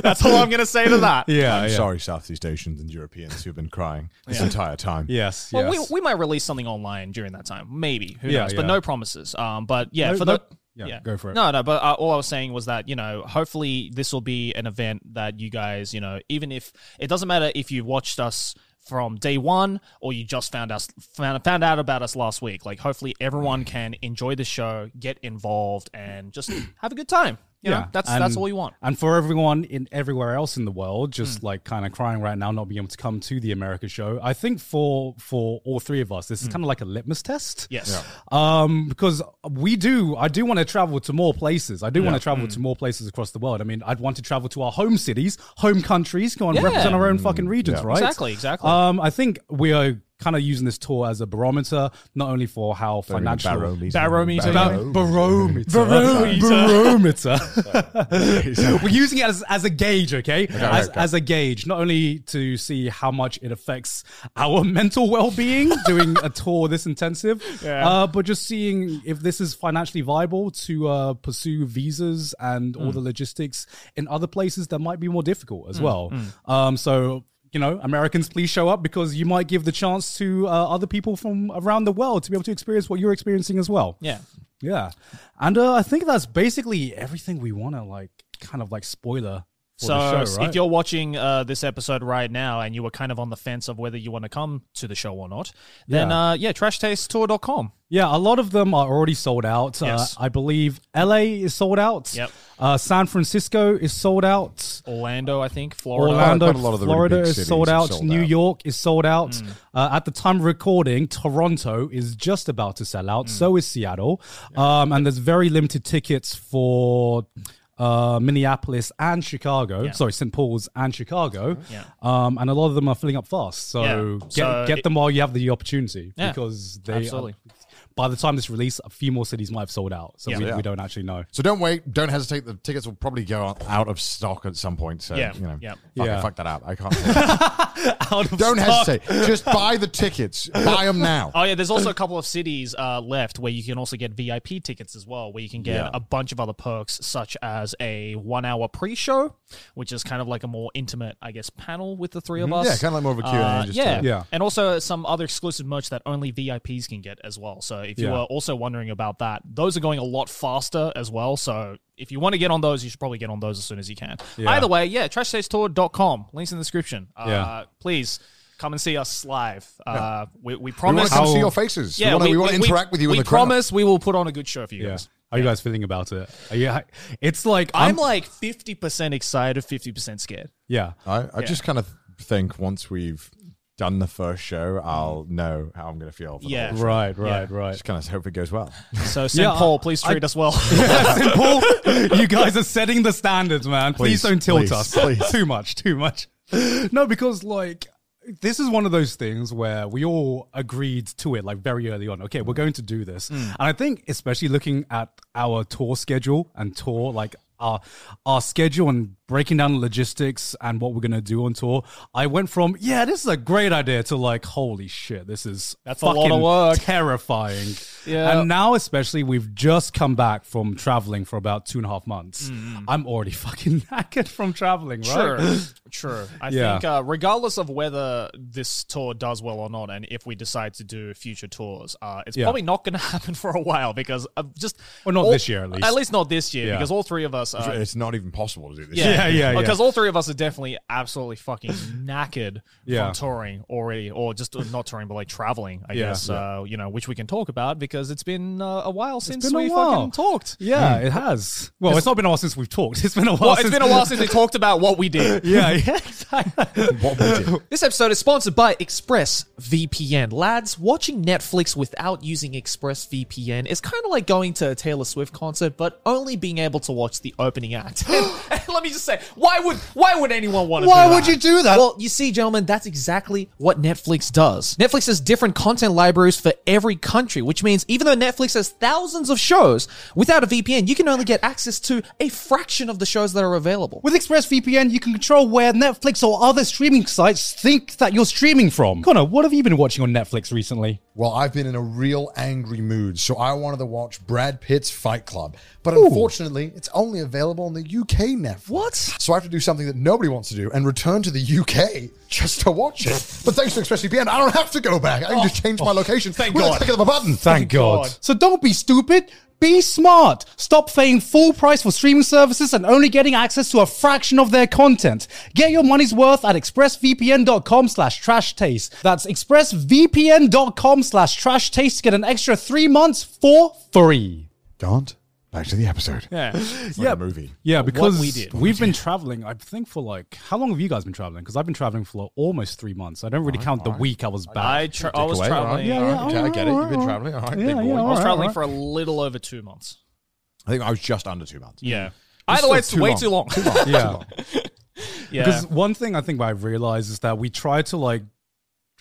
Speaker 2: That's all I'm going to say to
Speaker 3: [LAUGHS]
Speaker 2: that.
Speaker 1: Yeah,
Speaker 3: I'm
Speaker 1: yeah.
Speaker 3: sorry, Southeast Asians and Europeans who've been crying this entire time.
Speaker 1: Yes.
Speaker 2: Well,
Speaker 1: yes.
Speaker 2: we, we might release something online during that time, maybe. Who
Speaker 1: Yeah,
Speaker 2: knows? But
Speaker 1: yeah.
Speaker 2: no promises. Um, but yeah,
Speaker 1: No-
Speaker 2: for
Speaker 1: no-
Speaker 2: the
Speaker 1: yeah, go for it.
Speaker 2: No, no. But uh, all I was saying was that you know, hopefully this will be an event that you guys, you know, even if it doesn't matter if you watched us from day one or you just found us found, found out about us last week. Like, hopefully everyone can enjoy the show, get involved, and just have a good time. You know, that's that's
Speaker 1: and-
Speaker 2: all you want. Hmm.
Speaker 1: And for everyone in everywhere else in the world, just like kind of crying right now, not being able to come to the America show. I think for for all three of us, this is kind of like a litmus test.
Speaker 2: Hmm. Yes. Yeah.
Speaker 1: Um, because we do, I do want to travel to more places. I do want to travel to more places across the world. I mean, I'd want to travel to our home cities, home countries, go and represent our own fucking regions, right?
Speaker 2: Exactly, exactly.
Speaker 1: Um, I think we are kind of using this tour as a barometer, not only for how financial
Speaker 3: barometer.
Speaker 2: Barometer.
Speaker 1: Bar- barometer.
Speaker 2: Barometer.
Speaker 1: Barometer. We're using it as, as a gauge, okay? as,
Speaker 3: okay.
Speaker 1: as a gauge, not only to see how much it affects our [LAUGHS] mental well being doing a tour this intensive, uh, but just seeing if this is financially viable to uh, pursue visas and all the logistics in other places that might be more difficult as well. Um, so, you know, Americans, please show up because you might give the chance to uh, other people from around the world to be able to experience what you're experiencing as well.
Speaker 2: Yeah.
Speaker 1: Yeah, and uh, I think that's basically everything we want to like, kind of like spoiler. For
Speaker 2: So
Speaker 1: the
Speaker 2: s-
Speaker 1: show, right?
Speaker 2: if you're watching uh, this episode right now and you were kind of on the fence of whether you want to come to the show or not, then yeah, uh, yeah trashtastetour.com.
Speaker 1: yeah, a lot of them are already sold out.
Speaker 2: Yes.
Speaker 1: Uh, I believe LA is sold out.
Speaker 2: Yep.
Speaker 1: Uh, San Francisco is sold out.
Speaker 2: Orlando, I think, Florida.
Speaker 1: Orlando,
Speaker 2: [LAUGHS]
Speaker 3: Quite a lot of the really
Speaker 1: Florida
Speaker 3: big
Speaker 1: is
Speaker 3: cities
Speaker 1: sold
Speaker 3: have
Speaker 1: out.
Speaker 3: sold
Speaker 1: New
Speaker 3: out.
Speaker 1: York is sold out.
Speaker 2: Mm.
Speaker 1: Uh, at the time of recording, Toronto is just about to sell
Speaker 2: Mm.
Speaker 1: out. So is Seattle. Um, and there's very limited tickets for uh, Minneapolis and Chicago. Sorry, St. Paul's and Chicago.
Speaker 2: Yeah.
Speaker 1: Um, and a lot of them are filling up fast. So
Speaker 2: Yeah.
Speaker 1: get,
Speaker 2: So
Speaker 1: get
Speaker 2: it-
Speaker 1: them while you have the opportunity
Speaker 2: Yeah.
Speaker 1: because they. are-
Speaker 2: Absolutely.
Speaker 1: by the time this release, a few more cities might have sold out. So
Speaker 2: Yeah.
Speaker 1: we,
Speaker 3: Yeah.
Speaker 1: we don't actually know.
Speaker 3: So don't wait. Don't hesitate. The tickets will probably go out of stock at some point. So
Speaker 2: Yeah,
Speaker 3: you know,
Speaker 2: yeah.
Speaker 3: fuck,
Speaker 1: Yeah.
Speaker 3: I fucked that up.
Speaker 2: [LAUGHS]
Speaker 3: I can't.
Speaker 1: Out of
Speaker 3: don't
Speaker 1: stock.
Speaker 3: hesitate. Just buy the tickets. Buy them now.
Speaker 2: Oh yeah, there's also a couple of cities uh, left where you can also get VIP tickets as well, where you can get
Speaker 3: Yeah.
Speaker 2: a bunch of other perks, such as a one-hour pre-show, which is kind of like a more intimate, I guess, panel with the three of us.
Speaker 3: Mm-hmm. Yeah, kinda like more of a Q&A,
Speaker 2: Uh,
Speaker 3: just
Speaker 2: yeah,
Speaker 3: to-
Speaker 1: Yeah.
Speaker 2: and also some other exclusive merch that only VIPs can get as well. So if you
Speaker 1: Yeah.
Speaker 2: are also wondering about that, those are going a lot faster as well. So if you want to get on those, you should probably get on those as soon as you can. Either way, yeah, trashtastetour.com. Links in the description. Uh,
Speaker 1: Yeah.
Speaker 2: Please. Come and see us live. Uh, we, we
Speaker 3: We want
Speaker 2: promise
Speaker 3: to come see your faces. we want to, interact with you
Speaker 2: We
Speaker 3: in the crowd.
Speaker 2: promise we will put on a good show for you
Speaker 1: Yeah.
Speaker 2: guys.
Speaker 1: How you guys feeling about it? Are you, it's like
Speaker 2: I'm, like 50% excited, 50% scared.
Speaker 1: yeah.
Speaker 3: I, I just kind of think once we've done the first show, I'll know how I'm going to feel. For
Speaker 2: Yeah.
Speaker 3: the whole show.
Speaker 1: Right, right, right.
Speaker 3: Just kind of hope it goes well.
Speaker 2: So, St.
Speaker 1: Yeah,
Speaker 2: Paul,
Speaker 1: I-
Speaker 2: please treat
Speaker 1: [LAUGHS]
Speaker 2: us well.
Speaker 1: Simple. [LAUGHS] you guys are setting the standards, man. Please,
Speaker 3: Please,
Speaker 1: don't tilt
Speaker 3: please,
Speaker 1: us.
Speaker 3: please.
Speaker 1: too much, too much. No, because like this is one of those things where we all agreed to it like very early on. Okay, we're going to do
Speaker 2: Mm.
Speaker 1: this. And I think especially looking at our tour schedule and tour like our our schedule and breaking down the logistics and what we're going to do on tour, I went from yeah, this is a great idea to like holy shit, this is
Speaker 2: That's a lot of work.
Speaker 1: terrifying.
Speaker 2: Yeah.
Speaker 1: And now, especially, we've just come back from traveling for about two and a half months. I'm already [LAUGHS] fucking knackered from traveling, right?
Speaker 2: True, true. I
Speaker 1: Yeah.
Speaker 2: think uh, regardless of whether this tour does well or not, and if we decide to do future tours, uh, it's
Speaker 1: Yeah.
Speaker 2: probably not going to [LAUGHS] happen for a while because of just
Speaker 1: Well, not
Speaker 2: all-
Speaker 1: this year, at least.
Speaker 2: At least not this year
Speaker 1: Yeah.
Speaker 2: because all three of us. Uh,
Speaker 3: it's not even possible to do this.
Speaker 1: Yeah, yeah, yeah.
Speaker 2: Because all three of us are definitely absolutely fucking knackered
Speaker 1: Yeah.
Speaker 2: from touring already, or just uh, not touring, but like traveling. I
Speaker 1: Yeah.
Speaker 2: guess uh, you know, which we can talk about because it's been uh, a while since
Speaker 1: been a
Speaker 2: we
Speaker 1: while.
Speaker 2: fucking talked.
Speaker 1: Yeah, it has. Well, Mm. it's not been a while since we've talked. [LAUGHS] It's been a while.
Speaker 2: Well, it's
Speaker 1: since-
Speaker 2: been a
Speaker 1: [LAUGHS]
Speaker 2: while since we talked about what we did.
Speaker 1: yeah, yeah, exactly.
Speaker 3: What we did.
Speaker 2: This episode is sponsored by ExpressVPN. Lads, watching Netflix without using ExpressVPN is kind of like going to a Taylor Swift concert, but only being able to watch the opening act.
Speaker 3: [GASPS]
Speaker 2: And- and let me just say, why would why would anyone want to?
Speaker 3: Why
Speaker 2: do
Speaker 3: would you do that?
Speaker 2: Well, you see, gentlemen, that's exactly what Netflix does. Netflix has different content libraries for every country, which means even though Netflix has thousands of shows, without a VPN, you can only get access to a fraction of the shows that are available.
Speaker 1: With ExpressVPN, you can control where Netflix or other streaming sites think that you're streaming from. Connor, what have you been watching on Netflix recently?
Speaker 3: Well, I've been in a real angry mood, so I wanted to watch Brad Pitt's Fight Club. But unfortunately, it's only available on the UK Netflix.
Speaker 2: What?
Speaker 3: So I have to do something that nobody wants to do and return to the UK just to watch it. But thanks to ExpressVPN, I don't have to go back. I can just change my location
Speaker 2: thank
Speaker 3: with
Speaker 2: God.
Speaker 3: a click of a button.
Speaker 1: Thank God.
Speaker 2: God.
Speaker 1: So don't be stupid. Be smart. Stop paying full price for streaming services and only getting access to a fraction of their content. Get your money's worth at expressvpn.com slash trash taste. That's expressvpn.com slash trash taste to get an extra three months for free.
Speaker 3: God, back to the episode.
Speaker 2: [LAUGHS] Yeah.
Speaker 3: It's like a movie.
Speaker 1: Yeah, because
Speaker 2: we did.
Speaker 1: we've been traveling, I think, for like, how long have you guys been traveling? Because I've been traveling for like almost three months. I don't really count the week I was back.
Speaker 2: I, tra- I was
Speaker 3: Away, all right,
Speaker 2: traveling.
Speaker 3: all right,
Speaker 1: yeah,
Speaker 3: okay,
Speaker 1: all
Speaker 3: I
Speaker 1: right,
Speaker 3: get it.
Speaker 1: all
Speaker 3: You've been
Speaker 1: right.
Speaker 3: traveling. All right,
Speaker 1: Yeah,
Speaker 3: big boy.
Speaker 1: yeah, all
Speaker 2: I was
Speaker 1: right.
Speaker 2: traveling for a little over two months.
Speaker 3: I think I was just under two [LAUGHS] months.
Speaker 2: Yeah. Either way, it's
Speaker 3: still
Speaker 2: way too long.
Speaker 3: Too long. too
Speaker 1: Yeah.
Speaker 3: long.
Speaker 2: [LAUGHS] yeah.
Speaker 1: Because one thing I think I've realized is that we try to like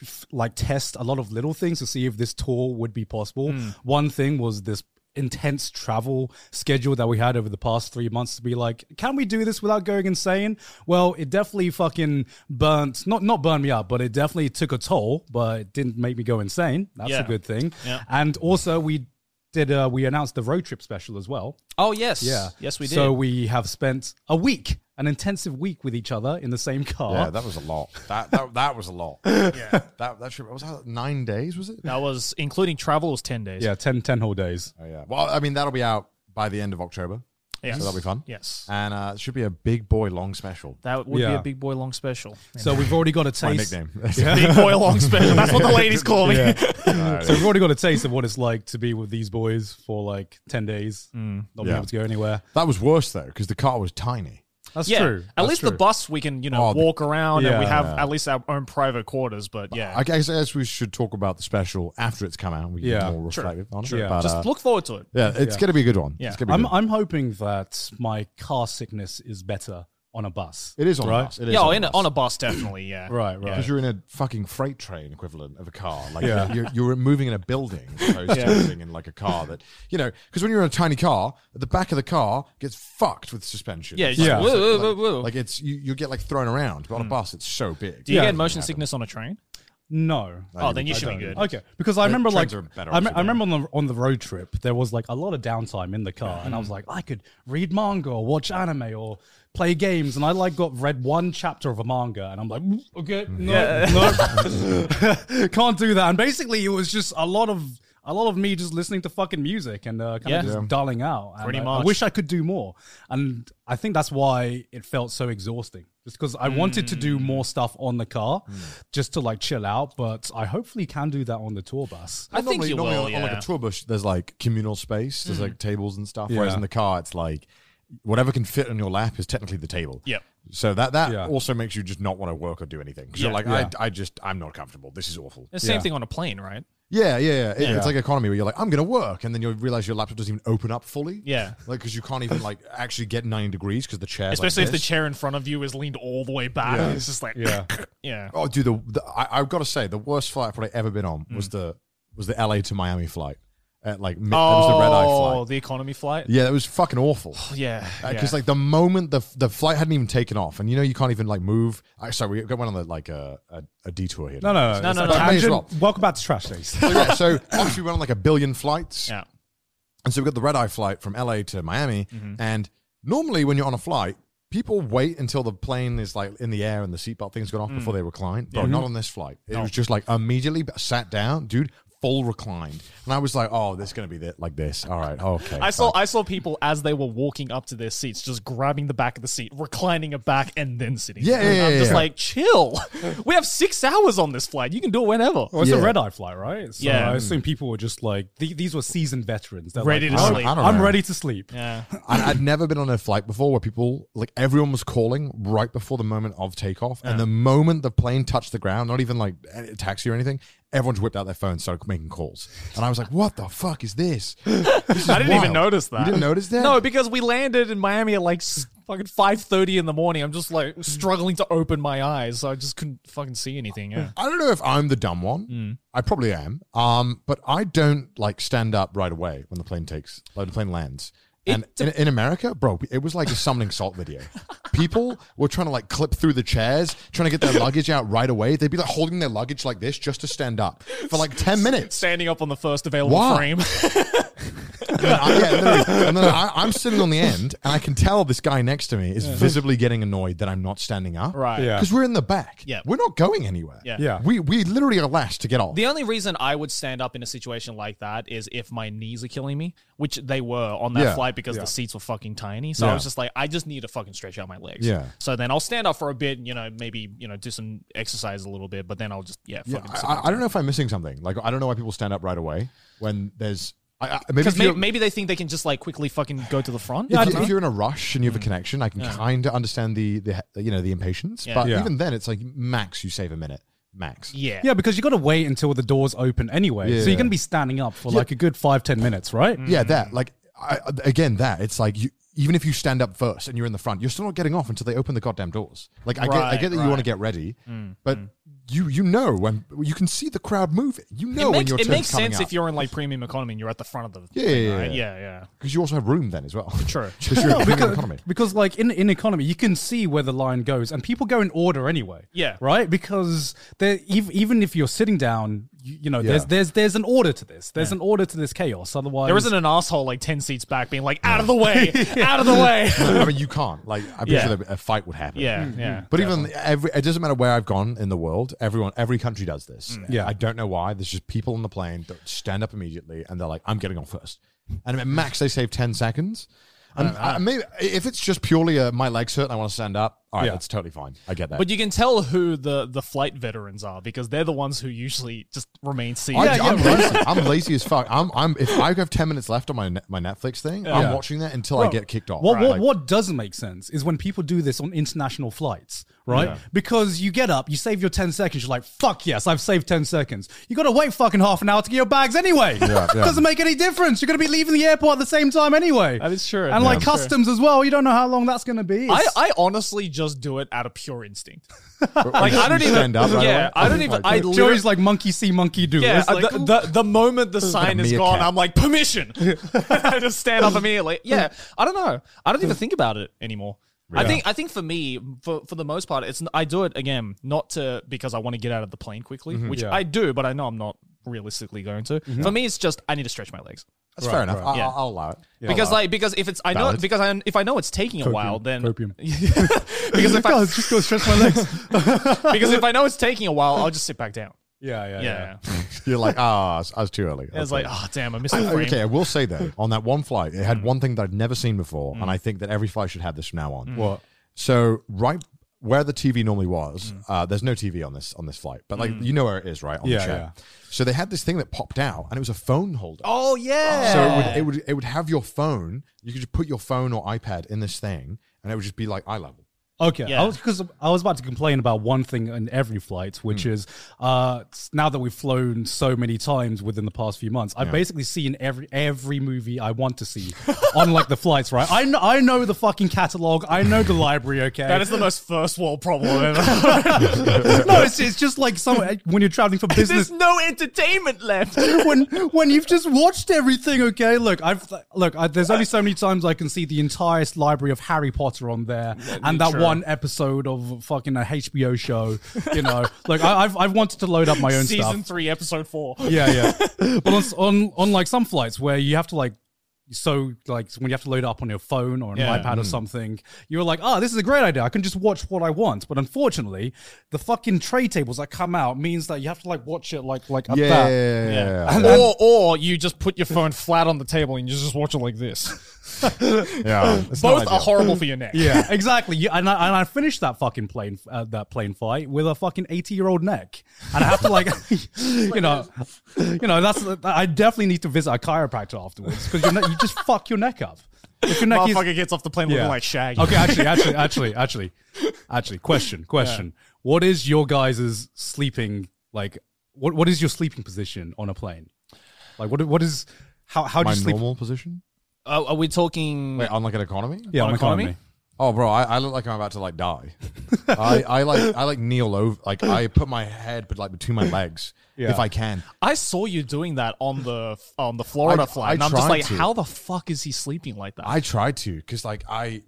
Speaker 1: f- like test a lot of little things to see if this tour would be possible.
Speaker 2: Hmm.
Speaker 1: One thing was this intense travel schedule that we had over the past three months to be like, can we do this without going insane? Well, it definitely fucking burnt not not burned me up, but it definitely took a toll, but it didn't make me go insane. That's
Speaker 2: Yeah.
Speaker 1: a good thing.
Speaker 2: Yeah.
Speaker 1: And also we did uh, we announced the road trip special as well.
Speaker 2: Oh yes,
Speaker 1: Yeah.
Speaker 2: yes we did.
Speaker 1: So we have spent a week, an intensive week with each other in the same car.
Speaker 3: Yeah, that was a lot. That [LAUGHS] that, that was a lot. yeah, that that trip was that nine days, was it?
Speaker 2: that was including travel was ten days.
Speaker 1: yeah 10, 10 whole days.
Speaker 3: Oh, yeah. Well, I mean, that'll be out by the end of October,
Speaker 2: Yes.
Speaker 3: so that'll be fun.
Speaker 2: Yes.
Speaker 3: and uh, it should be a big boy long special.
Speaker 2: That would be
Speaker 1: Yeah.
Speaker 2: a big boy long special.
Speaker 1: So we've already got a
Speaker 3: My
Speaker 1: taste.
Speaker 3: nickname.
Speaker 2: [LAUGHS] big boy long special. That's what the ladies call me. [LAUGHS]
Speaker 1: So we've already got a taste of what it's like to be with these boys for like ten days, not being
Speaker 3: Yeah.
Speaker 1: able to go anywhere.
Speaker 3: [LAUGHS] that was worse though because the car was tiny.
Speaker 1: That's
Speaker 2: yeah.
Speaker 1: true.
Speaker 2: At
Speaker 1: That's
Speaker 2: least the
Speaker 1: true.
Speaker 2: bus we can you know
Speaker 3: Oh, the-
Speaker 2: walk around and we
Speaker 1: Yeah.
Speaker 2: have at least our own private quarters. But yeah,
Speaker 3: I guess, I guess we should talk about the special after it's come out. We can
Speaker 1: Yeah.
Speaker 3: be more reflective on it.
Speaker 1: Sure.
Speaker 3: But,
Speaker 2: just
Speaker 3: uh,
Speaker 2: look forward to it.
Speaker 3: yeah, it's
Speaker 1: Yeah.
Speaker 3: gonna be a good one.
Speaker 2: Yeah.
Speaker 3: It's gonna be
Speaker 1: I'm
Speaker 3: good.
Speaker 1: I'm hoping that my car sickness is better on a bus.
Speaker 3: It is on
Speaker 1: Right.
Speaker 3: a bus. It is
Speaker 2: Yeah,
Speaker 3: on
Speaker 2: oh,
Speaker 3: a
Speaker 2: in a,
Speaker 3: bus.
Speaker 2: on a bus definitely. Yeah.
Speaker 1: Right, right.
Speaker 3: Because you're in a fucking freight train equivalent of a car. Like
Speaker 1: Yeah.
Speaker 3: you're, you're moving in a building
Speaker 2: [LAUGHS]
Speaker 3: as opposed to moving in like a car that, you know, because when you're in a tiny car, the back of the car gets fucked with suspension.
Speaker 2: Yeah.
Speaker 3: It's
Speaker 2: yeah.
Speaker 3: Like,
Speaker 2: Whoa, whoa,
Speaker 3: like-
Speaker 2: whoa, whoa. Hmm.
Speaker 3: like it's, you, you get like thrown around, but on a bus, it's so big.
Speaker 2: Do you
Speaker 1: Yeah.
Speaker 2: get motion sickness on a train?
Speaker 1: No.
Speaker 2: Oh, then you should be good.
Speaker 1: Okay, because I
Speaker 3: The
Speaker 1: remember like
Speaker 3: trains are better,
Speaker 1: I, me-
Speaker 3: obviously,
Speaker 1: I remember on the on the road trip there was like a lot of downtime in the car, and I
Speaker 3: Mm.
Speaker 1: was like, I could read manga or watch anime or play games, and I like got read one chapter of a manga, and I'm like, "Mm, okay,
Speaker 3: Mm-hmm.
Speaker 1: no,
Speaker 2: [LAUGHS]
Speaker 1: no, [LAUGHS] can't do that. And basically, it was just a lot of a lot of me just listening to fucking music and uh, kind
Speaker 2: Yeah.
Speaker 1: of just dulling out. And
Speaker 2: Pretty
Speaker 1: I- I
Speaker 2: much.
Speaker 1: wish I could do more, and I think that's why it felt so exhausting. Just because I wanted to do
Speaker 2: Mm.
Speaker 1: more stuff on the car,
Speaker 3: Mm.
Speaker 1: just to like chill out, but I hopefully can do that on the tour bus.
Speaker 2: I think
Speaker 3: normally,
Speaker 2: you
Speaker 3: normally
Speaker 2: will.
Speaker 3: on,
Speaker 2: yeah. Mm.
Speaker 3: on like a tour bus, there's like communal space, there's like tables and stuff. Whereas
Speaker 1: Yeah.
Speaker 3: in the car, it's like whatever can fit on your lap is technically the table.
Speaker 2: Yep.
Speaker 3: So that that
Speaker 1: Yeah.
Speaker 3: also makes you just not want to work or do anything 'Cause
Speaker 2: Yeah.
Speaker 3: you're like,
Speaker 1: Yeah.
Speaker 3: I, I just I'm not comfortable. This is awful.
Speaker 2: The same
Speaker 1: Yeah.
Speaker 2: thing on a plane, right?
Speaker 3: Yeah, yeah, yeah. It-
Speaker 1: Yeah.
Speaker 3: It's like economy where you're like, I'm gonna work, and then you realize your laptop doesn't even open up fully.
Speaker 2: Yeah.
Speaker 3: like because you can't even like actually get 90 degrees because the chair.
Speaker 2: Especially if the chair in front of you is leaned all the way back. [LAUGHS] It's just like yeah. yeah.
Speaker 3: Oh, dude, the, the I, I've got to say the worst flight I've probably ever been on
Speaker 2: Mm.
Speaker 3: was the was the LA to Miami flight at like mid, that was the red eye
Speaker 2: Oh,
Speaker 3: flight.
Speaker 2: the economy flight.
Speaker 3: Yeah, that was fucking
Speaker 2: [SIGHS]
Speaker 3: awful.
Speaker 2: Yeah.
Speaker 3: because
Speaker 2: yeah.
Speaker 3: like the moment the the flight hadn't even taken off, and you know you can't even like move. I, sorry, we got one on the like uh, a a detour here.
Speaker 1: No, no,
Speaker 2: No, no,
Speaker 1: it's
Speaker 2: no.
Speaker 1: a
Speaker 3: May as
Speaker 1: tangent.
Speaker 3: well.
Speaker 1: Welcome back to Trash Days.
Speaker 3: [LAUGHS] So, yeah, so obviously we went on like a billion flights,
Speaker 2: yeah.
Speaker 3: and so we got the red eye flight from LA to Miami.
Speaker 2: Mm-hmm.
Speaker 3: And normally when you're on a flight, people wait until the plane is like in the air and the seatbelt thing's gone off
Speaker 2: Mm.
Speaker 3: before they recline. Bro,
Speaker 2: Mm-hmm.
Speaker 3: not on this flight. It was just like immediately sat down, dude. Full reclined, and I was like, "Oh, this is gonna be th- like this." All right, okay.
Speaker 2: I saw
Speaker 3: fine.
Speaker 2: I saw people as they were walking up to their seats, just grabbing the back of the seat, reclining it back, and then sitting.
Speaker 3: Yeah,
Speaker 2: down.
Speaker 3: yeah,
Speaker 2: I'm
Speaker 3: yeah,
Speaker 2: just
Speaker 3: yeah.
Speaker 2: like, chill. [LAUGHS] We have six hours on this flight. You can do it whenever.
Speaker 1: Well, it's a
Speaker 3: Yeah.
Speaker 1: red eye flight, right? So
Speaker 2: Yeah.
Speaker 1: I assume people were just like th- these were seasoned veterans. They're
Speaker 2: Ready
Speaker 1: like,
Speaker 2: to
Speaker 1: "I'm-
Speaker 2: sleep.
Speaker 3: I don't
Speaker 1: I'm
Speaker 3: know.
Speaker 1: ready to sleep.
Speaker 2: Yeah.
Speaker 3: I, I'd never been on a flight before where people, like everyone was calling right before the moment of takeoff. And the moment the plane touched the ground, not even like a taxi or anything, everyone's whipped out their phone and started making calls. And I was like, what the fuck is this? This
Speaker 2: [LAUGHS]
Speaker 3: is
Speaker 2: I didn't even
Speaker 3: wild.
Speaker 2: notice that.
Speaker 3: You didn't notice that?
Speaker 2: No, because we landed in Miami at like s- fucking five thirty in the morning. I'm just like struggling to open my eyes, so I just couldn't fucking see anything. Yeah.
Speaker 3: I don't know if I'm the dumb one.
Speaker 2: Hmm.
Speaker 3: I probably am. Um, but I don't like stand up right away when the plane takes, like the plane lands. And in, in America, bro, it was like a summoning salt video. People were trying to like clip through the chairs, trying to get their luggage out right away. They'd be like holding their luggage like this just to stand up for
Speaker 2: [LAUGHS]
Speaker 3: like 10 minutes.
Speaker 2: Standing up on the first available
Speaker 3: Why? [LAUGHS]
Speaker 2: frame.
Speaker 3: And then, I, yeah, literally. and then I, I'm sitting on the end and I can tell this guy next to me is visibly getting annoyed that I'm not standing up.
Speaker 2: right.
Speaker 1: Yeah.
Speaker 3: Because we're in the back.
Speaker 2: Yeah.
Speaker 3: We're not going anywhere.
Speaker 2: Yeah.
Speaker 1: Yeah.
Speaker 3: We, we literally are last to get off.
Speaker 2: The only reason I would stand up in a situation like that is if my knees are killing me, which they were on that
Speaker 3: Yeah,
Speaker 2: flight because
Speaker 1: yeah.
Speaker 2: the seats were fucking tiny. So I
Speaker 3: Yeah.
Speaker 2: was just like, I just need to fucking stretch out my legs.
Speaker 3: Yeah.
Speaker 2: So then I'll stand up for a bit, and, you know, maybe you know do some exercise a little bit, but then I'll just yeah,
Speaker 3: Yeah,
Speaker 2: fucking. sit
Speaker 3: I, I- I don't know if I'm missing something. Like, I don't know why people stand up right away when there's. I, I, maybe
Speaker 2: Because
Speaker 3: if you're,
Speaker 2: maybe, they think they can just like quickly fucking go to the front.
Speaker 3: if, you, if you're in a rush and you have
Speaker 4: Mm.
Speaker 3: a connection, I can kind of understand the, the you know the impatience.
Speaker 2: Yeah.
Speaker 3: But
Speaker 1: Yeah.
Speaker 3: even then, it's like max you save a minute, max.
Speaker 2: yeah.
Speaker 1: Yeah, because you got to wait until the doors open anyway. So
Speaker 3: Yeah.
Speaker 1: you're going to be standing up for like a good five, ten minutes, right?
Speaker 4: Mm.
Speaker 3: Yeah, that like I, again that it's like you. Even if you stand up first and you're in the front, you're still not getting off until they open the goddamn doors. Like I get, I
Speaker 2: Right,
Speaker 3: get that you want
Speaker 4: Mm,
Speaker 2: right.
Speaker 3: to get ready, but you you know when you can see the crowd moving. You know
Speaker 4: it
Speaker 3: when
Speaker 4: makes,
Speaker 3: your
Speaker 4: it
Speaker 3: turn's
Speaker 4: makes
Speaker 3: coming
Speaker 4: sense
Speaker 3: up.
Speaker 4: if you're in like premium economy and you're at the front of the
Speaker 3: Yeah,
Speaker 4: thing,
Speaker 3: yeah,
Speaker 4: right?
Speaker 3: yeah.
Speaker 4: yeah yeah
Speaker 3: because you also have room then as well. [LAUGHS]
Speaker 4: True.
Speaker 3: 'Cause
Speaker 4: [LAUGHS]
Speaker 3: you're in premium
Speaker 1: because,
Speaker 3: economy.
Speaker 1: because, like in, in economy, you can see where the line goes, and people go in order anyway.
Speaker 4: Yeah.
Speaker 1: right. Because they even even if you're sitting down, you, you know, there's
Speaker 3: Yeah.
Speaker 1: there's there's an order to this. There's an order to this chaos. Otherwise,
Speaker 4: there isn't an asshole like 10 seats back being like out of
Speaker 3: [LAUGHS]
Speaker 4: the way out of the way
Speaker 3: I mean, you can't. Like, I'm pretty
Speaker 4: Yeah.
Speaker 3: sure that a fight would happen.
Speaker 4: yeah yeah
Speaker 3: But even every, it doesn't matter where I've gone in the world. Everyone, every country does this.
Speaker 4: Mm.
Speaker 1: Yeah.
Speaker 3: I don't know why. There's just people on the plane that stand up immediately and they're like, "I'm getting on first. And at max, they save ten seconds.
Speaker 4: Uh,
Speaker 3: And I maybe if it's just purely a, my legs hurt and I want to stand up, all right,
Speaker 1: Yeah.
Speaker 3: that's totally fine. I get that.
Speaker 4: But you can tell who the, the flight veterans are because they're the ones who usually just remain seated.
Speaker 3: I,
Speaker 1: Yeah,
Speaker 3: am
Speaker 1: yeah,
Speaker 3: lazy. I'm lazy as fuck. I'm, I'm. If I have ten minutes left on my ne- my Netflix thing, I'm
Speaker 1: Yeah.
Speaker 3: watching that until I
Speaker 1: Well,
Speaker 3: get kicked off.
Speaker 1: What what,
Speaker 3: Oh, Like,
Speaker 1: what doesn't make sense is when people do this on international flights, right? Because you get up, you save your ten seconds, you're like, "Fuck yes, I've saved ten seconds." You got to wait fucking half an hour to get your bags anyway.
Speaker 3: Yeah,
Speaker 1: [LAUGHS]
Speaker 3: yeah.
Speaker 1: Doesn't make any difference. You're gonna be leaving the airport at the same time anyway.
Speaker 4: That is true.
Speaker 1: And
Speaker 4: Yeah,
Speaker 1: like
Speaker 4: that's true.
Speaker 1: customs as well, you don't know how long that's gonna be.
Speaker 4: I,
Speaker 1: It's-
Speaker 4: I honestly just do it out of pure instinct.
Speaker 3: but
Speaker 4: Like
Speaker 3: you
Speaker 4: I don't even.
Speaker 3: stand up. right
Speaker 4: yeah,
Speaker 3: away?
Speaker 4: I don't even. I
Speaker 3: Like,
Speaker 1: Joey's
Speaker 4: literally.
Speaker 1: like monkey see, monkey do.
Speaker 4: Yeah,
Speaker 1: It's like, Hmm.
Speaker 4: the, the the moment the sign is
Speaker 3: meerkat.
Speaker 4: gone, I'm like permission.
Speaker 3: [LAUGHS]
Speaker 4: I [LAUGHS] just stand up [LAUGHS] immediately. Yeah, I don't know. I don't even think about it anymore. I think I think for me, for for the most part, it's I do it again not to because I want to get out of the plane quickly,
Speaker 3: Mm-hmm.
Speaker 4: which
Speaker 1: Yeah.
Speaker 4: I do, but I know I'm not realistically going to. For me, it's just I need to stretch my legs.
Speaker 3: that's fair enough. I,
Speaker 4: Yeah.
Speaker 3: I'll, I'll allow it.
Speaker 4: because like because if it's I know
Speaker 3: Valid.
Speaker 4: because I if I know it's taking a while then
Speaker 1: copium.
Speaker 4: [LAUGHS] because if I
Speaker 1: God, just go stretch my legs.
Speaker 4: [LAUGHS] because if I know it's taking a while I'll just sit back down.
Speaker 1: yeah, yeah,
Speaker 4: Yeah,
Speaker 3: [LAUGHS] You're like, ah, I was- I was too early.
Speaker 4: it's
Speaker 3: Okay.
Speaker 4: like oh damn I missed the frame.
Speaker 3: Okay, I will say though, on that one flight, it
Speaker 4: Mm.
Speaker 3: had one thing that I'd never seen before, and I think that every flight should have this from now
Speaker 4: Mm.
Speaker 3: on. What? So right where the TV normally was,
Speaker 4: Mm.
Speaker 3: uh, there's no TV on this on this flight, but like you know where it is, right? On
Speaker 1: Yeah,
Speaker 3: the chair.
Speaker 1: yeah.
Speaker 3: So they had this thing that popped out, and it was a phone holder.
Speaker 4: Oh yeah.
Speaker 3: So it would, it would it would have your phone. You could just put your phone or iPad in this thing, and it would just be like eye level.
Speaker 1: Okay,
Speaker 4: Yeah.
Speaker 1: I was because I was about to complain about one thing in every flight, which
Speaker 4: Hmm.
Speaker 1: is uh, s- now that we've flown so many times within the past few months, I've basically seen every every movie I want to see [LAUGHS] on like the flights. Right, I know I know the fucking catalog, I know the library. Okay,
Speaker 4: that is the most first world problem ever.
Speaker 1: [LAUGHS] no, it's, it's just like some when you're
Speaker 4: [LAUGHS]
Speaker 1: traveling for business.
Speaker 4: There's no entertainment
Speaker 1: [LAUGHS]
Speaker 4: left.
Speaker 1: when when you've just watched everything, okay? Look, I've look. I, there's only so many times I can see the entire library of Harry Potter on there, and that
Speaker 4: true.
Speaker 1: one episode of fucking a HBO show. You know, [LAUGHS] like I, I've I've wanted to load up my own
Speaker 4: Season
Speaker 1: stuff.
Speaker 4: three, episode four.
Speaker 1: [LAUGHS] Yeah, yeah. but on, on on like some flights where you have to like. So like when you have to load it up on your phone or an
Speaker 4: Yeah. Hmm.
Speaker 1: iPad or something, you're like, oh, this is a great idea. I can just watch what I want. But unfortunately, the fucking tray tables that come out means that you have to like watch it like like at that.
Speaker 3: yeah,
Speaker 4: [LAUGHS] or or you just put your phone flat on the table and you just watch it like this.
Speaker 3: yeah. It's not
Speaker 4: Both are
Speaker 3: ideal.
Speaker 4: horrible for your neck.
Speaker 1: Yeah, [LAUGHS] exactly. You, and, I, and I finished that fucking plane, uh, that plane fight with a fucking eighty-year-old neck, and I have to like, [LAUGHS] you know, you know, that's. I definitely need to visit a chiropractor afterwards because you just fuck your neck up. If your neck is
Speaker 4: Motherfucker gets off the plane looking like shag.
Speaker 1: okay, actually, actually, actually, actually, actually, question, question. What is your guys' sleeping like? What what is your sleeping position on a plane? Like, what what is how how do
Speaker 3: My
Speaker 1: you sleep?
Speaker 3: normal position.
Speaker 4: Uh, are we talking?
Speaker 3: Wait, on like an economy.
Speaker 1: yeah,
Speaker 4: on
Speaker 1: my
Speaker 4: economy?
Speaker 3: Oh, bro, I, I look like I'm about to like die. I, I like I like kneel over, like I put my head, but like between my legs,
Speaker 1: Yeah.
Speaker 3: if I can.
Speaker 4: I saw you doing that on the [LAUGHS] on the Florida
Speaker 3: I-
Speaker 4: flight,
Speaker 3: I
Speaker 4: and I'm just
Speaker 3: tried
Speaker 4: like,
Speaker 3: to.
Speaker 4: how the fuck is he sleeping like that? I,
Speaker 3: I try to, because like I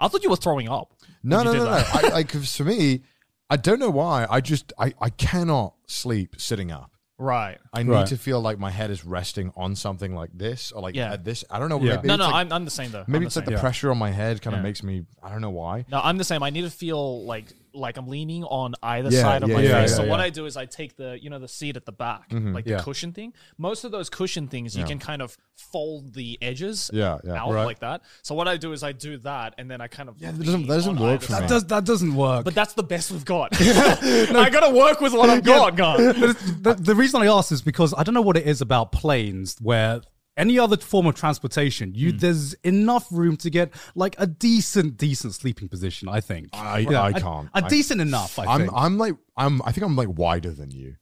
Speaker 4: thought you were throwing up.
Speaker 3: no
Speaker 4: when
Speaker 3: no
Speaker 4: you
Speaker 3: no
Speaker 4: did
Speaker 3: no.
Speaker 4: that.
Speaker 3: I, like 'cause for me, I don't know why. I just I I cannot sleep sitting up.
Speaker 4: Right.
Speaker 3: I need
Speaker 1: Right.
Speaker 3: to feel like my head is resting on something like this or like
Speaker 4: Yeah.
Speaker 3: at this. I don't know.
Speaker 1: Yeah.
Speaker 3: Maybe
Speaker 4: No,
Speaker 3: it's
Speaker 4: no,
Speaker 3: like,
Speaker 4: I'm, I'm the same though.
Speaker 3: maybe
Speaker 4: I'm
Speaker 3: it's
Speaker 4: the
Speaker 3: like
Speaker 4: same.
Speaker 3: the
Speaker 1: Yeah.
Speaker 3: pressure on my head kind of
Speaker 4: Yeah.
Speaker 3: makes me. I don't know why.
Speaker 4: No, I'm the same. I need to feel like like I'm leaning on either
Speaker 3: Yeah,
Speaker 4: side of
Speaker 3: yeah,
Speaker 4: my
Speaker 3: yeah,
Speaker 4: face.
Speaker 3: yeah, Mm-hmm.
Speaker 4: so what
Speaker 1: yeah.
Speaker 4: I do is I take the you know the seat at the back, like the
Speaker 1: yeah.
Speaker 4: cushion thing. Most of those cushion things you can kind of fold the edges
Speaker 3: Yeah, yeah.
Speaker 4: out
Speaker 3: Right.
Speaker 4: like that. So what I do is I do that, and then I kind of
Speaker 3: Yeah, that doesn't-
Speaker 4: lean
Speaker 3: that doesn't
Speaker 4: on
Speaker 3: work
Speaker 4: either
Speaker 3: for
Speaker 4: side.
Speaker 3: me.
Speaker 1: Does that doesn't work?
Speaker 4: But that's the best
Speaker 3: [LAUGHS]
Speaker 4: we've got. I gotta work with what I've got, God.
Speaker 1: But it's- the, the reason I asked is because I don't know what it is about planes where any other form of transportation, you
Speaker 3: Hmm.
Speaker 1: there's enough room to get like a decent, decent sleeping position. I think
Speaker 3: I-
Speaker 1: You know,
Speaker 3: I
Speaker 1: a-
Speaker 3: can't.
Speaker 1: A
Speaker 3: I-
Speaker 1: decent enough. I
Speaker 3: I'm
Speaker 1: think.
Speaker 4: [LAUGHS]
Speaker 3: I'm like I'm I think I'm like wider than you.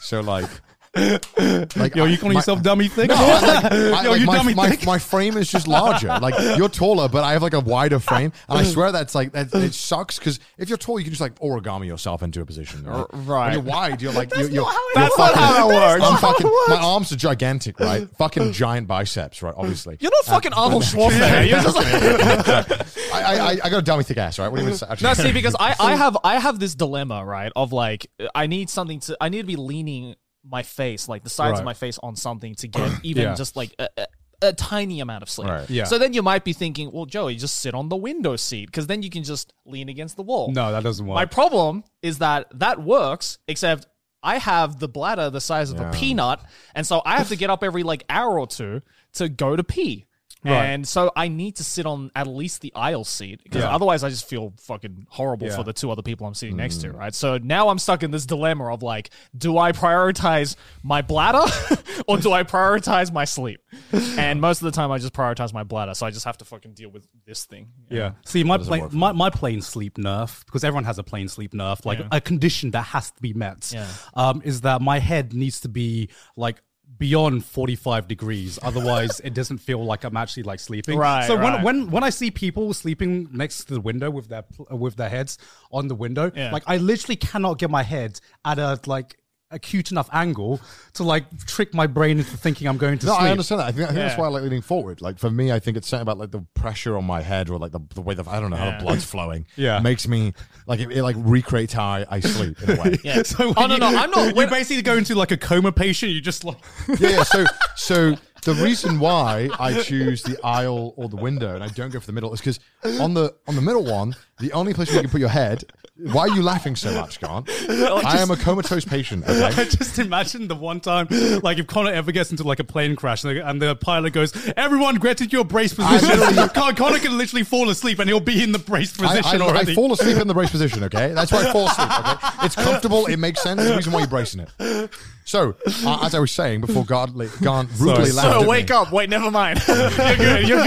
Speaker 3: So like Like,
Speaker 1: Yo,
Speaker 3: I-
Speaker 1: you calling
Speaker 3: my-
Speaker 1: yourself dummy thick?
Speaker 3: No, I-
Speaker 4: [LAUGHS]
Speaker 3: like, I-
Speaker 1: Yo,
Speaker 3: like,
Speaker 1: you
Speaker 3: my,
Speaker 1: dummy
Speaker 3: my,
Speaker 1: thick.
Speaker 3: my frame is just larger. Like you're taller, but I have like a wider frame, and I swear that's like that. It sucks because if you're tall, you can just like origami yourself into a position. Right?
Speaker 4: right.
Speaker 3: When you're wide, you're like you're, you're,
Speaker 4: not how it
Speaker 3: you're
Speaker 4: works.
Speaker 3: fucking-
Speaker 4: That's not how it works.
Speaker 3: I'm
Speaker 4: That's not
Speaker 3: fucking.
Speaker 4: how it
Speaker 3: My
Speaker 4: works.
Speaker 3: arms are gigantic, right? Fucking giant biceps, right? Obviously.
Speaker 4: You're not fucking [LAUGHS] Arnold Schwarzenegger. Uh, You're just like [LAUGHS]
Speaker 3: I, I, I- I got a dummy thick ass, right? What do you mean? Actually,
Speaker 4: no. See, because I, [LAUGHS] I have I have this dilemma, right? Of like, I need something to. I need to be leaning my face, like the sides
Speaker 3: Right.
Speaker 4: of my face, on something to
Speaker 1: [CLEARS THROAT]
Speaker 4: get even
Speaker 1: Yeah.
Speaker 4: just like a, a, a tiny amount of sleep.
Speaker 3: Right.
Speaker 1: Yeah.
Speaker 4: So then you might be thinking, well, Joey, just sit on the window seat because then you can just lean against the wall.
Speaker 1: [LAUGHS] No, that doesn't work.
Speaker 4: My problem is that that works, except I have the bladder the size of a peanut, and so I have to get up every like hour or two to go to pee. And so I need to sit on at least the aisle seat because
Speaker 1: Yeah.
Speaker 4: otherwise I just feel fucking horrible
Speaker 1: Yeah. Mm.
Speaker 4: for the two other people I'm sitting next to, right? So now I'm stuck in this dilemma of like, do I prioritize my bladder [LAUGHS] or do I prioritize my sleep?
Speaker 1: [LAUGHS]
Speaker 4: And most of the time I just prioritize my bladder, so I just have to fucking deal with this thing.
Speaker 1: Yeah. See, my plane, my, my plane sleep nerf, because everyone has a plane sleep nerf, like a condition that has to be met,
Speaker 4: Yeah.
Speaker 1: um, is that my head needs to be like beyond 45 degrees.
Speaker 4: [LAUGHS]
Speaker 1: Otherwise, it doesn't feel like I'm actually like sleeping.
Speaker 4: Right,
Speaker 1: So
Speaker 4: right.
Speaker 1: When, when, when I see people sleeping next to the window with their, pl- uh, with their heads on the window,
Speaker 4: Yeah.
Speaker 1: like I literally cannot get my head at a like, acute enough angle to like trick my brain into thinking I'm going to
Speaker 3: No,
Speaker 1: sleep.
Speaker 3: I understand that. I think, I think that's
Speaker 4: Yeah.
Speaker 3: why I like leaning forward. Like for me, I think it's something about like the pressure on my head or like the, the way the I don't know how the blood's flowing.
Speaker 1: Yeah.
Speaker 3: makes me like it, it like recreates how I, I sleep in a way. yeah.
Speaker 1: [LAUGHS] So
Speaker 4: Oh,
Speaker 1: when
Speaker 4: no, no, I'm
Speaker 1: [LAUGHS]
Speaker 4: not-
Speaker 1: You
Speaker 4: when-
Speaker 1: basically go into like a coma patient. You just like
Speaker 3: yeah, So so the reason why I choose the aisle or the window and I don't go for the middle is because on the on the middle one, the only place where you can put your head. Why are you laughing so much, Grant? I am a comatose patient.
Speaker 1: [LAUGHS]
Speaker 3: Okay.
Speaker 1: I just imagine the one time, like if Connor ever gets into like a plane crash and the, and the pilot goes, "Everyone, get into your brace position." [LAUGHS] Con- Connor can literally fall asleep and he'll be in the brace
Speaker 3: I,
Speaker 1: position
Speaker 3: I- I
Speaker 1: already.
Speaker 3: fall asleep in the brace position, okay? That's why I fall asleep, okay? It's comfortable, it makes sense. There's a reason why you're bracing it. So, uh, as I was saying before, Garnt, Garnt rudely laughed.
Speaker 4: So
Speaker 3: at
Speaker 4: wake
Speaker 3: me.
Speaker 4: up. Wait,
Speaker 1: [LAUGHS]
Speaker 4: never mind. you're good. You're
Speaker 3: [LAUGHS]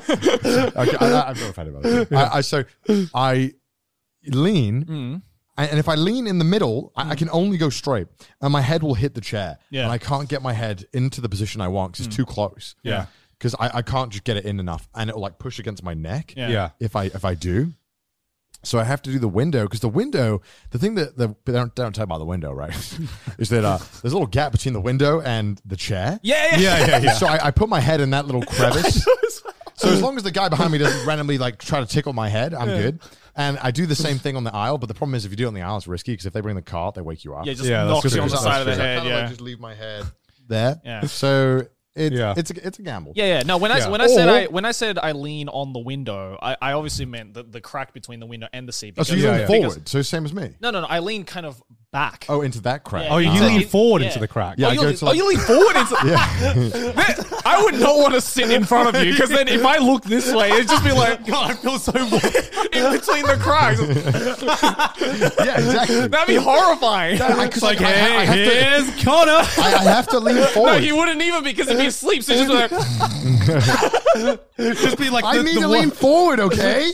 Speaker 4: good.
Speaker 3: Okay, I, am not offended by that. I, I, so, I lean,
Speaker 4: Mm.
Speaker 3: and and if I lean in the middle, I, I can only go straight, and my head will hit the chair.
Speaker 4: Yeah. Mm.
Speaker 3: And I can't get my head into the position I want because it's too close.
Speaker 1: Yeah.
Speaker 3: Because I, I can't just get it in enough, and it'll like push against my neck.
Speaker 4: Yeah.
Speaker 1: yeah,
Speaker 3: if I if I do. So I have to do the window because the window, the thing that the they don't, they don't talk about the window, right? [LAUGHS] is that uh, there's a little gap between the window and the chair.
Speaker 4: [LAUGHS] Yeah, yeah.
Speaker 1: yeah, yeah.
Speaker 3: So I, I put my head in that little crevice. so as long as the guy behind me doesn't randomly like try to tickle my head, I'm good. And I do the same thing on the aisle, but the problem is if you do it on the aisle, it's risky because if they bring the cart, they wake you up.
Speaker 4: Yeah, just
Speaker 1: Yeah, that's
Speaker 4: knocks
Speaker 1: true.
Speaker 4: you on the
Speaker 1: That's
Speaker 4: side of the
Speaker 3: So I
Speaker 4: head.
Speaker 3: kinda, like,
Speaker 4: Yeah.
Speaker 3: just leave my head there.
Speaker 4: Yeah.
Speaker 3: So it,
Speaker 1: Yeah.
Speaker 3: it's a, it's a gamble.
Speaker 4: Yeah, yeah. No, when I
Speaker 1: Yeah.
Speaker 4: when I said
Speaker 3: Or-
Speaker 4: I when I said I lean on the window, I, I obviously meant the, the crack between the window and the seat.
Speaker 3: Oh, so you
Speaker 1: Yeah,
Speaker 3: lean
Speaker 1: yeah.
Speaker 3: forward.
Speaker 4: because-
Speaker 3: so same as me.
Speaker 4: no, no, no. I lean kind of back.
Speaker 3: Oh, into that crack.
Speaker 4: Yeah.
Speaker 1: Oh, you
Speaker 4: So
Speaker 1: lean
Speaker 4: you-
Speaker 1: forward
Speaker 4: yeah.
Speaker 1: into the crack.
Speaker 3: Yeah,
Speaker 4: oh,
Speaker 3: I
Speaker 4: you,
Speaker 3: go
Speaker 4: lean-
Speaker 3: to like-
Speaker 4: oh, you lean
Speaker 3: [LAUGHS]
Speaker 4: forward into. [LAUGHS] That- I would not want to sit in front of you because then if I look this way, it'd just be like, God, I feel so weird in between the cracks.
Speaker 3: yeah exactly.
Speaker 4: [LAUGHS] That'd be horrifying.
Speaker 3: I- 'cause,
Speaker 4: it's
Speaker 3: like,
Speaker 4: like,
Speaker 3: I-
Speaker 4: hey,
Speaker 3: I have to-
Speaker 4: here's [LAUGHS] Connor.
Speaker 3: I, I have to lean
Speaker 4: No,
Speaker 3: forward.
Speaker 4: he wouldn't even because if he sleeps, he's just like.
Speaker 1: just be like
Speaker 3: I
Speaker 1: the,
Speaker 3: need
Speaker 1: the
Speaker 3: to
Speaker 1: one-
Speaker 3: lean forward, okay?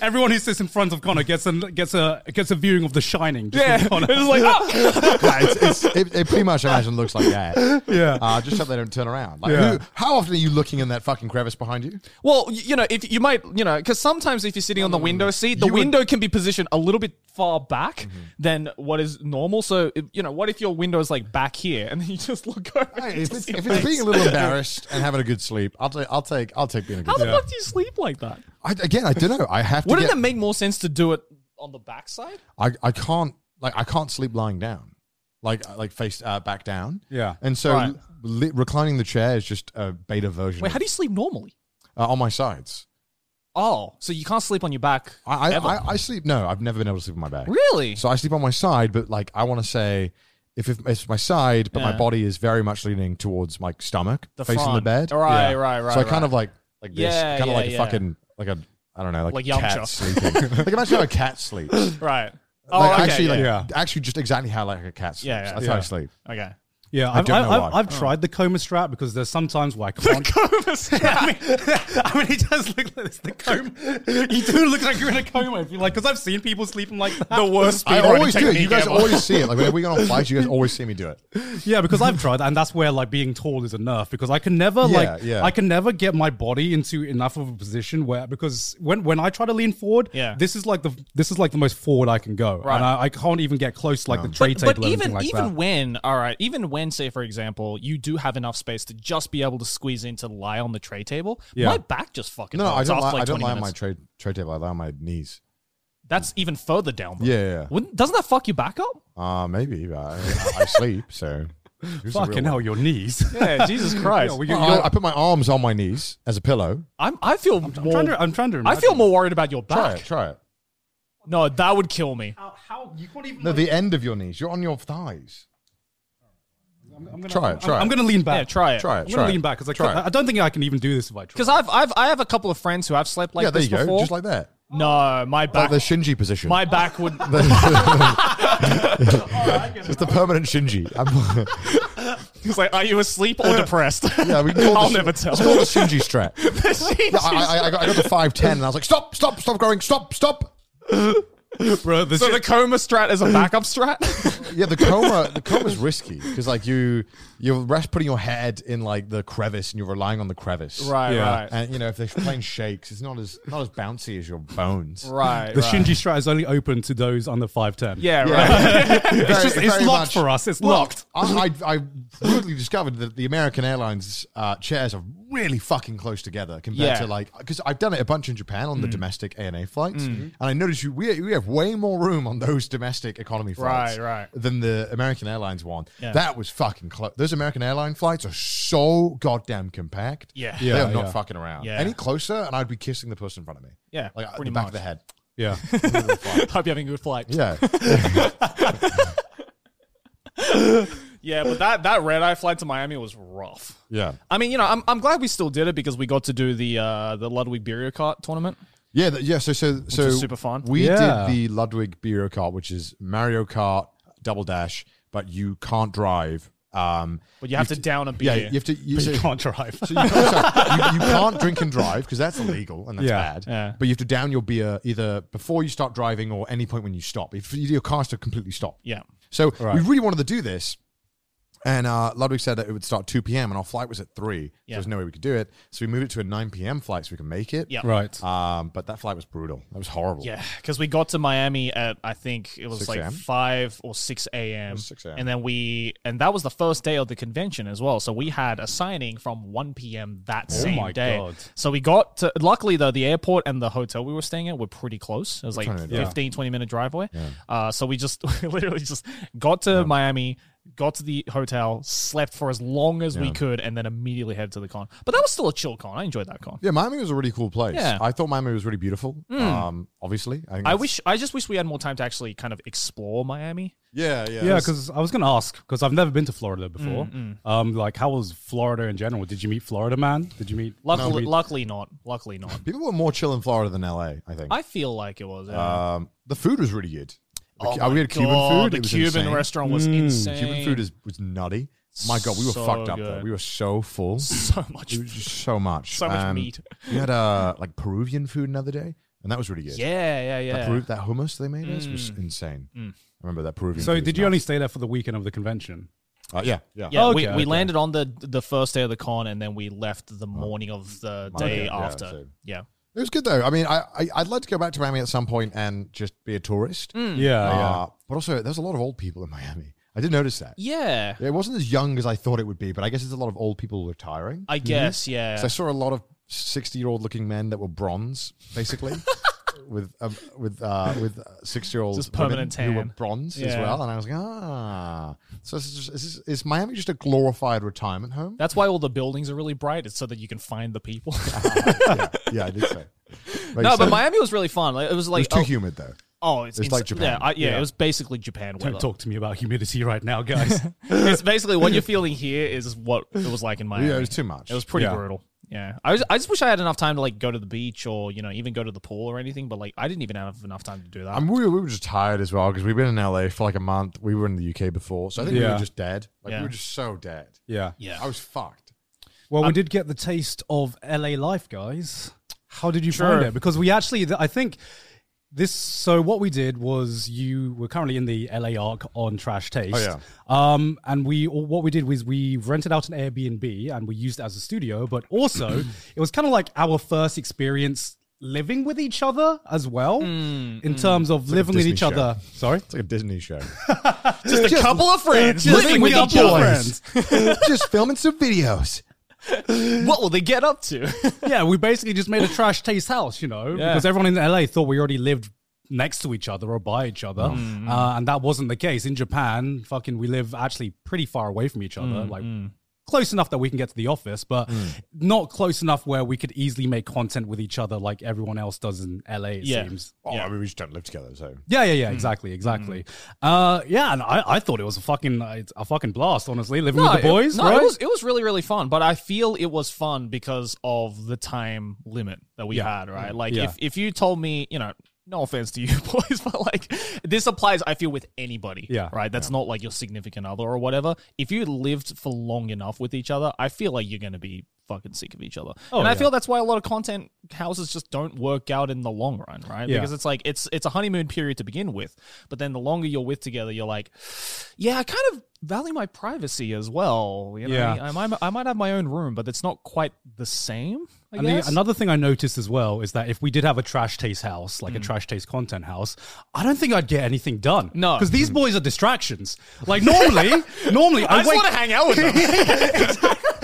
Speaker 1: everyone who sits in front of Connor gets a gets a gets a viewing of The Shining. Just with Connor. [LAUGHS]
Speaker 4: [LAUGHS] It's like, oh.
Speaker 3: yeah, it's, it's, it, it pretty much I imagine looks like that.
Speaker 1: [LAUGHS] Yeah.
Speaker 3: Uh, just hope they don't turn around. Like,
Speaker 1: Yeah.
Speaker 3: who, how often are you looking in that fucking crevice behind you?
Speaker 4: Well, y- you know, if you might, you know, because sometimes if you're sitting on the window seat,
Speaker 3: Mm-hmm. You
Speaker 4: the
Speaker 3: would- Mm-hmm.
Speaker 4: window can be positioned a little bit far back than what is normal. So, if, you know, what if your window is like back here and [LAUGHS] then you just look over? and
Speaker 3: Hey,
Speaker 4: you
Speaker 3: if
Speaker 4: just
Speaker 3: it's,
Speaker 4: see
Speaker 3: if
Speaker 4: your
Speaker 3: it's being
Speaker 4: face?
Speaker 3: a little embarrassed and having a good sleep, I'll take I'll take I'll take being a good
Speaker 4: How the
Speaker 3: sleep.
Speaker 4: fuck do you sleep like that?
Speaker 3: I, again, I don't know. I have to.
Speaker 4: Wouldn't
Speaker 3: get,
Speaker 4: it make more sense to do it on the backside?
Speaker 3: I, I can't like I can't sleep lying down, like like face uh, back down.
Speaker 1: Yeah.
Speaker 3: And so
Speaker 4: Right.
Speaker 3: li- reclining the chair is just a beta version.
Speaker 4: Wait,
Speaker 3: of-
Speaker 4: how do you sleep normally?
Speaker 3: uh, on my sides?
Speaker 4: Oh, so you can't sleep on your back
Speaker 3: I I,
Speaker 4: ever?
Speaker 3: I I sleep. No, I've never been able to sleep on my back.
Speaker 4: really?
Speaker 3: So I sleep on my side, but like I want to say, if, if it's my side, but my
Speaker 4: Yeah.
Speaker 3: body is very much leaning towards my stomach,
Speaker 4: The
Speaker 3: facing the
Speaker 4: front.
Speaker 3: bed.
Speaker 4: Right, right, right,
Speaker 3: So I kind
Speaker 4: right.
Speaker 3: of like like this,
Speaker 4: Yeah,
Speaker 3: kind of
Speaker 4: yeah,
Speaker 3: like a
Speaker 4: yeah.
Speaker 3: fucking like a I don't know, like,
Speaker 4: Like
Speaker 3: a cat
Speaker 4: Yamcha.
Speaker 3: sleeping. [LAUGHS] like imagine how a cat
Speaker 4: [LAUGHS]
Speaker 3: sleeps. Like
Speaker 4: right. Oh, okay.
Speaker 3: actually,
Speaker 4: yeah.
Speaker 3: like
Speaker 1: yeah.
Speaker 3: actually, just exactly how like a cat sleeps.
Speaker 4: Yeah, yeah.
Speaker 3: That's how I
Speaker 1: Yeah.
Speaker 3: sleep.
Speaker 4: Okay.
Speaker 1: Yeah,
Speaker 3: I
Speaker 1: I've,
Speaker 3: don't
Speaker 1: I
Speaker 3: know
Speaker 1: have
Speaker 3: why.
Speaker 1: I've
Speaker 4: Oh.
Speaker 1: tried the coma strap because there's sometimes where [LAUGHS] I can't. coma strap. I, mean, [LAUGHS] I mean, he does look like this. The coma. You do look like you're in a coma if you like, because I've seen people sleeping like that.
Speaker 4: The worst
Speaker 3: I
Speaker 4: speedrunning
Speaker 3: always do it. You
Speaker 4: technique
Speaker 3: guys
Speaker 4: ever.
Speaker 3: always see it. Like whenever we
Speaker 4: [LAUGHS]
Speaker 3: go on flights, you guys always see me do it.
Speaker 1: [LAUGHS] Yeah, because I've tried, that, and that's where like being tall is enough. Because I can never
Speaker 3: Yeah,
Speaker 1: like,
Speaker 3: yeah.
Speaker 1: I can never get my body into enough of a position where because when when I try to lean forward,
Speaker 4: Yeah.
Speaker 1: this is like the this is like the most forward I can go,
Speaker 4: Right.
Speaker 1: and I, I can't even get close to like the tray
Speaker 4: But,
Speaker 1: table.
Speaker 4: but
Speaker 1: or
Speaker 4: even
Speaker 1: anything like
Speaker 4: even
Speaker 1: that.
Speaker 4: when all right, even when say for example you do have enough space to just be able to squeeze in to lie on the tray table,
Speaker 1: Yeah.
Speaker 4: my back just fucking
Speaker 3: No, no, I
Speaker 4: hurts
Speaker 3: don't.
Speaker 4: after
Speaker 3: Lie,
Speaker 4: like
Speaker 3: I don't
Speaker 4: 20
Speaker 3: lie on
Speaker 4: minutes.
Speaker 3: my trade trade table. I lie on my knees.
Speaker 4: That's even further down. bro.
Speaker 3: Yeah, yeah, yeah.
Speaker 4: Wouldn't, doesn't that fuck your back up?
Speaker 3: Uh, maybe. but I, I sleep,
Speaker 4: [LAUGHS]
Speaker 3: so. Who's the real
Speaker 1: fucking
Speaker 3: one?
Speaker 1: hell, your knees. [LAUGHS]
Speaker 4: Yeah, Jesus Christ.
Speaker 3: Well, I, I put my arms on my knees as a pillow.
Speaker 4: I'm, I feel
Speaker 1: I'm
Speaker 4: more.
Speaker 1: trying to. I'm trying to.
Speaker 4: I feel
Speaker 1: imagine.
Speaker 4: more worried about your back.
Speaker 3: Try it. Try it.
Speaker 4: No, that would kill me.
Speaker 1: How, how you can't even.
Speaker 3: No, the end of your knees. You're on your thighs. try it. Try
Speaker 1: I'm
Speaker 3: it.
Speaker 1: gonna lean back.
Speaker 4: Yeah, try it.
Speaker 3: Try
Speaker 1: I'm
Speaker 3: it.
Speaker 1: gonna
Speaker 3: Try
Speaker 1: lean
Speaker 3: it.
Speaker 1: back because I,
Speaker 3: Try
Speaker 1: can't- I
Speaker 3: it.
Speaker 1: don't think I can even do this if I try.
Speaker 4: Because I've, I've, I have a couple of friends who have slept like
Speaker 3: Yeah, there
Speaker 4: this
Speaker 3: you go.
Speaker 4: before.
Speaker 3: Just like that.
Speaker 4: no, my
Speaker 3: Like
Speaker 4: back,
Speaker 3: the Shinji position.
Speaker 4: my back would.
Speaker 3: [LAUGHS] Just the permanent Shinji. I'm- [LAUGHS]
Speaker 4: He's like, are you asleep or depressed?
Speaker 3: yeah, we can call
Speaker 4: I'll
Speaker 3: the,
Speaker 4: never tell.
Speaker 3: It's called the Shinji
Speaker 4: [LAUGHS]
Speaker 3: strap.
Speaker 4: Jesus.
Speaker 3: I, I, I, got, I got the five ten, and I was like, stop, stop, stop growing, stop, stop.
Speaker 4: [LAUGHS]
Speaker 1: bro, this
Speaker 4: so the coma strat is a backup
Speaker 3: [LAUGHS]
Speaker 4: strat.
Speaker 3: Yeah, the coma, the coma's risky because like you, you're rest putting your head in like the crevice, and you're relying on the crevice.
Speaker 4: right,
Speaker 1: Yeah.
Speaker 4: right,
Speaker 3: And you know if they're playing shakes, it's not as not as bouncy as your bones.
Speaker 4: right,
Speaker 1: the
Speaker 4: right.
Speaker 1: Shinji strat is only open to those under five ten.
Speaker 3: [LAUGHS]
Speaker 4: Yeah, right.
Speaker 3: Very-
Speaker 1: it's just it's
Speaker 3: very
Speaker 1: locked
Speaker 3: much-
Speaker 1: for us. It's locked.
Speaker 3: I, I, I quickly discovered that the American Airlines uh, chairs are really fucking close together compared
Speaker 4: Yeah.
Speaker 3: to like because I've done it a bunch in Japan on the domestic ANA flights, and I noticed you we, we have way more room on those domestic economy flights
Speaker 4: Right, right.
Speaker 3: than the American Airlines one.
Speaker 4: Yeah.
Speaker 3: That was fucking close. Those American Airline flights are so goddamn compact.
Speaker 4: Yeah.
Speaker 3: they
Speaker 1: Yeah,
Speaker 3: are not
Speaker 1: yeah.
Speaker 3: fucking around.
Speaker 4: Yeah.
Speaker 3: Any closer, and I'd be kissing the person in front of me.
Speaker 4: Yeah,
Speaker 3: like at
Speaker 4: pretty
Speaker 3: the back
Speaker 4: much.
Speaker 3: of the head.
Speaker 1: Yeah.
Speaker 4: Hope you're having a good flight.
Speaker 3: [LAUGHS] Yeah,
Speaker 4: Yeah, but that that red eye flight to Miami was rough.
Speaker 3: yeah,
Speaker 4: I mean, you know, I'm, I'm glad we still did it because we got to do the uh, the Ludwig Bieriacart tournament.
Speaker 3: Yeah, th- yeah. So, so, so
Speaker 4: is super fun.
Speaker 3: We
Speaker 1: Yeah.
Speaker 3: did the Ludwig Beer Kart, which is Mario Kart Double Dash, but you can't drive. Um,
Speaker 4: But you have to down a
Speaker 3: yeah,
Speaker 4: beer.
Speaker 3: you have to. You, so,
Speaker 1: You can't drive.
Speaker 3: so you, can't, sorry, you, you can't drink and drive because that's illegal and that's
Speaker 1: Yeah,
Speaker 3: bad.
Speaker 4: yeah.
Speaker 3: But you have to down your beer either before you start driving or any point when you stop. If your cars to completely stop.
Speaker 4: yeah.
Speaker 3: So we really wanted to do this. And uh, Ludwig said that it would start 2 p.m. and our flight was at 3. So
Speaker 4: Yeah.
Speaker 3: there's no way we could do it. So we moved it to a 9 p.m. flight so we can make it.
Speaker 4: Yeah.
Speaker 1: right.
Speaker 3: Um, but that flight was brutal. That was horrible.
Speaker 4: Yeah, because we got to Miami at I think it was
Speaker 3: 6
Speaker 4: like
Speaker 3: a.m.?
Speaker 4: five or six a.m.
Speaker 3: 6 a.m..
Speaker 4: And then we and that was the first day of the convention as well. So we had a signing from one p.m. that same
Speaker 1: my
Speaker 4: day.
Speaker 1: God.
Speaker 4: So we got to luckily though the airport and the hotel we were staying at were pretty close. It was like
Speaker 3: trying to-
Speaker 4: 15, 20 minute drive away. Uh, so we just [LAUGHS] we literally just got to Miami. Got to the hotel, slept for as long as we could, and then immediately headed to the con. But that was still a chill con. I enjoyed that con.
Speaker 3: Yeah, Miami was a really cool place.
Speaker 4: Yeah. Hmm.
Speaker 3: I thought Miami was really beautiful. Um, obviously, I, think
Speaker 4: I
Speaker 3: that's-
Speaker 4: wish, I just wish we had more time to actually kind of explore Miami.
Speaker 3: Yeah, yeah,
Speaker 1: [LAUGHS] yeah, because I was gonna ask because I've never been to Florida before. Um, like, how was Florida in general? Did you meet Florida man? Did you meet?
Speaker 4: Luckily, luckily not. Luckily not.
Speaker 3: people were more chill in Florida than LA. I think.
Speaker 4: I feel like it was. Yeah.
Speaker 3: um, the food was really good. The
Speaker 4: Oh
Speaker 3: Cu-
Speaker 4: my
Speaker 3: we had Cuban
Speaker 4: God,
Speaker 3: food.
Speaker 4: The
Speaker 3: it was
Speaker 4: Cuban
Speaker 3: insane. Mm,
Speaker 4: restaurant was insane.
Speaker 3: Cuban food is was nutty. My God, we were
Speaker 4: So
Speaker 3: fucked up. though.
Speaker 4: good.
Speaker 3: We were so full.
Speaker 4: [LAUGHS] so much.
Speaker 3: It was just so much. Um,
Speaker 4: So much meat.
Speaker 3: We had uh, like Peruvian food another day, and that was really good.
Speaker 4: Yeah, yeah,
Speaker 3: That,
Speaker 4: yeah. Mm.
Speaker 3: Peru- that hummus they made us was insane. I remember that Peruvian.
Speaker 1: So,
Speaker 3: food
Speaker 1: did
Speaker 3: was
Speaker 1: you only
Speaker 3: nuts.
Speaker 1: stay there for the weekend of the convention?
Speaker 3: Uh, yeah, yeah.
Speaker 4: Yeah, we,
Speaker 1: Okay,
Speaker 4: we
Speaker 1: okay.
Speaker 4: landed on the the first day of the con, and then we left the morning of
Speaker 3: Oh.
Speaker 4: the
Speaker 3: Monday,
Speaker 4: day
Speaker 3: yeah,
Speaker 4: after.
Speaker 3: so-
Speaker 4: yeah.
Speaker 3: It was good though. I mean, I, I I'd like to go back to Miami at some point and just be a tourist.
Speaker 4: Mm.
Speaker 1: Yeah,
Speaker 4: Oh,
Speaker 3: Uh,
Speaker 1: yeah.
Speaker 3: But also, there's a lot of old people in Miami. I did notice that.
Speaker 4: yeah,
Speaker 3: It wasn't as young as I thought it would be, but I guess there's a lot of old people retiring.
Speaker 4: I guess. Yeah,
Speaker 3: So I saw a lot of 60 year old looking men that were bronze,
Speaker 4: [LAUGHS]
Speaker 3: basically. With um, with uh, with six year olds
Speaker 4: Just permanent
Speaker 3: who were
Speaker 4: tan.
Speaker 3: bronze as
Speaker 4: Yeah.
Speaker 3: well, and I was like, ah, so this is, just, is, this, is Miami just a glorified retirement home?
Speaker 4: that's why all the buildings are really bright. It's so that you can find
Speaker 3: [LAUGHS]
Speaker 4: the people.
Speaker 3: yeah, yeah, I did
Speaker 4: [LAUGHS]
Speaker 3: say.
Speaker 4: no, but Miami was really fun. Like, it was
Speaker 3: it was
Speaker 4: like
Speaker 3: too
Speaker 4: oh,
Speaker 3: humid though.
Speaker 4: oh, it's,
Speaker 3: It's
Speaker 4: ins-
Speaker 3: like Japan.
Speaker 4: Yeah, I, yeah,
Speaker 1: Yeah.
Speaker 4: it was basically Japan weather.
Speaker 1: Don't talk to me about humidity right now, guys.
Speaker 4: it's basically what you're feeling here is what it was like in Miami.
Speaker 3: Yeah, it was too much.
Speaker 4: It was pretty
Speaker 1: Yeah.
Speaker 4: brutal. Yeah, I was, I just wish I had enough time to like go to the beach or you know even go to the pool or anything. But like I didn't even have enough time to do that.
Speaker 3: And we, we were just tired as well because we've been in LA for like a month. We were in the UK before, so I think we
Speaker 1: Yeah.
Speaker 3: were just dead. Like
Speaker 4: Yeah.
Speaker 3: we were just so dead.
Speaker 1: Yeah.
Speaker 4: yeah,
Speaker 3: I was fucked.
Speaker 1: Well, we did get the taste of LA life, guys. How did you
Speaker 4: Sure.
Speaker 1: find it? Because we actually, I think this. So what we did was, you were currently in the LA arc on Trash Taste.
Speaker 3: Oh,
Speaker 1: Um, and we all- what we did was we rented out an Airbnb and we used it as a studio, but
Speaker 3: [CLEARS THROAT]
Speaker 1: also it was kind of like our first experience living with each other as well, in terms of
Speaker 3: Mm, like a
Speaker 1: living with
Speaker 3: Disney
Speaker 1: each
Speaker 3: show. [LAUGHS]
Speaker 1: other. Sorry.
Speaker 3: It's like a Disney
Speaker 4: [LAUGHS]
Speaker 3: show.
Speaker 4: just a couple of friends
Speaker 1: living with each other. Friends.
Speaker 3: just filming some videos.
Speaker 4: What will they get up to? [LAUGHS]
Speaker 1: yeah, we basically just made a trash taste house, you know, because everyone in LA thought we already lived next to each other or by each other,
Speaker 4: Mm-hmm.
Speaker 1: uh, and that wasn't the case. In Japan, fucking, we live actually pretty far away from each other, like.
Speaker 4: Mm-hmm.
Speaker 1: Close enough that we can get to the office, but
Speaker 4: Mm.
Speaker 1: not close enough where we could easily make content with each other like everyone else does in LA, it
Speaker 4: Yeah. Mm.
Speaker 1: seems.
Speaker 3: Oh,
Speaker 4: Yeah.
Speaker 3: I mean, we just don't live together, so
Speaker 1: Yeah, yeah, yeah, exactly, exactly. Uh, yeah, and I, I thought it was a fucking uh, it's a fucking blast, honestly, living with the boys,
Speaker 4: it, no,
Speaker 1: right?
Speaker 4: it was it was really really fun. But I feel it was fun because of the time limit that we had, right? Like
Speaker 1: Yeah.
Speaker 4: if if you told me, you know. No offense to you [LAUGHS] boys, but like this applies, I feel, with anybody.
Speaker 1: Yeah.
Speaker 4: Right? That's not like your significant other or whatever. If you lived for long enough with each other, I feel like you're going to be fucking sick of each other.
Speaker 1: Oh,
Speaker 4: and I feel that's why a lot of content houses just don't work out in the long run, right?
Speaker 1: Yeah.
Speaker 4: Because it's like it's it's a honeymoon period to begin with, but then the longer you're with together, you're like, yeah, I kind of value my privacy as well. You know,
Speaker 1: Yeah.
Speaker 4: what I, mean? I, might, I might have my own room, but it's not quite the same. I
Speaker 1: And
Speaker 4: guess.
Speaker 1: the, another thing I noticed as well is that if we did have a trash taste house, like a
Speaker 4: Mm.
Speaker 1: trash taste content house, I don't think I'd get anything done.
Speaker 4: No. Mm.
Speaker 1: because these boys are distractions. Like normally,
Speaker 4: [LAUGHS]
Speaker 1: normally I,
Speaker 4: I just
Speaker 1: wake-
Speaker 4: want to
Speaker 1: [LAUGHS]
Speaker 4: hang out with them.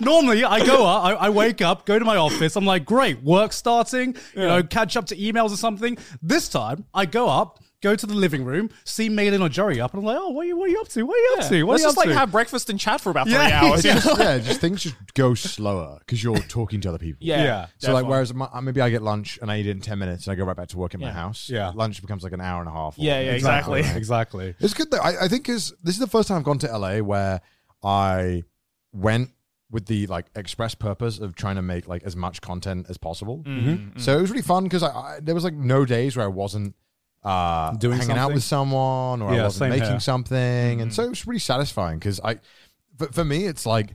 Speaker 1: normally I go up, I, I wake up, go to my office. I'm like, great, work starting. You know, catch up to emails or something. This time I go up. Go to the living room, see Malin or Jerry up, and I'm like, oh, what are you, what are you up to? What are you up to? What are
Speaker 4: Let's
Speaker 1: you
Speaker 4: just
Speaker 1: up
Speaker 4: like
Speaker 1: to?
Speaker 4: have breakfast and chat for about
Speaker 1: Yeah. [LAUGHS]
Speaker 4: three hours.
Speaker 3: yeah,
Speaker 4: [LAUGHS]
Speaker 3: just, yeah, just things just go slower because you're talking to other people.
Speaker 4: Yeah.
Speaker 1: Yeah.
Speaker 3: So like, whereas my, uh, maybe I get lunch and I eat it in ten minutes and I go right back to work in my
Speaker 4: Yeah.
Speaker 3: house.
Speaker 1: Yeah.
Speaker 3: lunch becomes like an hour and a half. or-
Speaker 4: Yeah,
Speaker 3: [LAUGHS]
Speaker 4: yeah, exactly.
Speaker 1: [LAUGHS] exactly.
Speaker 3: It's good though. I, I think is this is the first time I've gone to LA where I went with the like express purpose of trying to make like as much content as possible.
Speaker 1: Mm-hmm.
Speaker 3: So it was really fun because I, I there was like no days where I wasn't uh,
Speaker 1: Doing
Speaker 3: hanging out
Speaker 1: something.
Speaker 3: with someone or
Speaker 1: Yeah,
Speaker 3: I
Speaker 1: same
Speaker 3: wasn't making
Speaker 1: here. Mm-hmm.
Speaker 3: something, and so it was really satisfying because I, for, for me, it's like.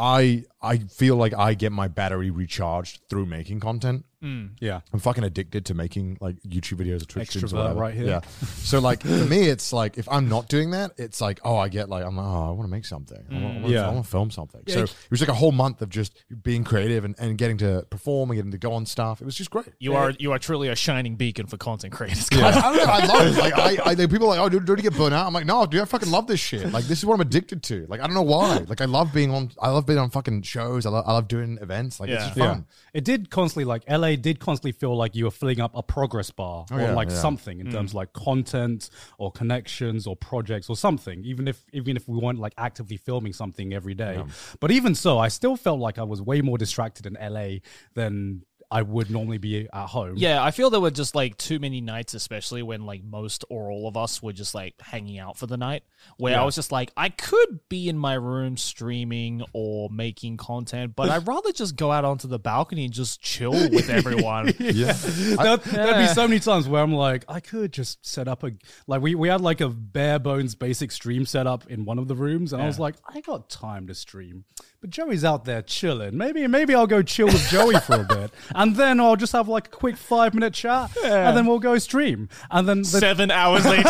Speaker 3: I I feel like I get my battery recharged through making content.
Speaker 1: Yeah.
Speaker 3: I'm fucking addicted to making like YouTube videos or Twitch streams or
Speaker 1: Extrovert
Speaker 3: whatever.
Speaker 1: right here.
Speaker 3: Yeah. So like for me, it's like if I'm not doing that, it's like oh, I get like I'm like oh, I want to make something. I want, to
Speaker 1: Mm, Yeah.
Speaker 3: I want to film something. So it was like a whole month of just being creative and, and getting to perform and getting to go on stuff. It was just great.
Speaker 4: You are you are truly a shining beacon for content creators.
Speaker 3: I, I don't know. I love it. Like I, I like, people are like oh, dude, don't you get burnt out? I'm like no, dude, I fucking love this shit. Like this is what I'm addicted to. Like I don't know why. Like I love being on. I love being on fucking shows. I love, I love doing events. Like it's
Speaker 4: Yeah.
Speaker 3: just fun.
Speaker 1: It did constantly like LA did constantly feel like you were filling up a progress bar or
Speaker 3: Oh, yeah,
Speaker 1: like
Speaker 3: yeah.
Speaker 1: something in terms of
Speaker 4: Hmm.
Speaker 1: like content or connections or projects or something. Even if even if we weren't like actively filming something every day, but even so, I still felt like I was way more distracted in LA than I would normally be at home.
Speaker 4: Yeah, I feel there were just like too many nights, especially when like most or all of us were just like hanging out for the night, where I was just like, I could be in my room streaming or making content, but [LAUGHS] I'd rather just go out onto the balcony and just chill with [LAUGHS] everyone.
Speaker 1: [LAUGHS]
Speaker 3: Yeah.
Speaker 1: There, would be so many times where I'm like, I could just set up a like we, we had like a bare bones basic stream set up in one of the rooms, and I was like, I got time to stream, but Joey's out there chilling. Maybe maybe I'll go chill
Speaker 4: [LAUGHS]
Speaker 1: with Joey for a bit, and then I'll just have like a quick five minute chat, and then we'll go stream, and then the,
Speaker 4: Seven hours later.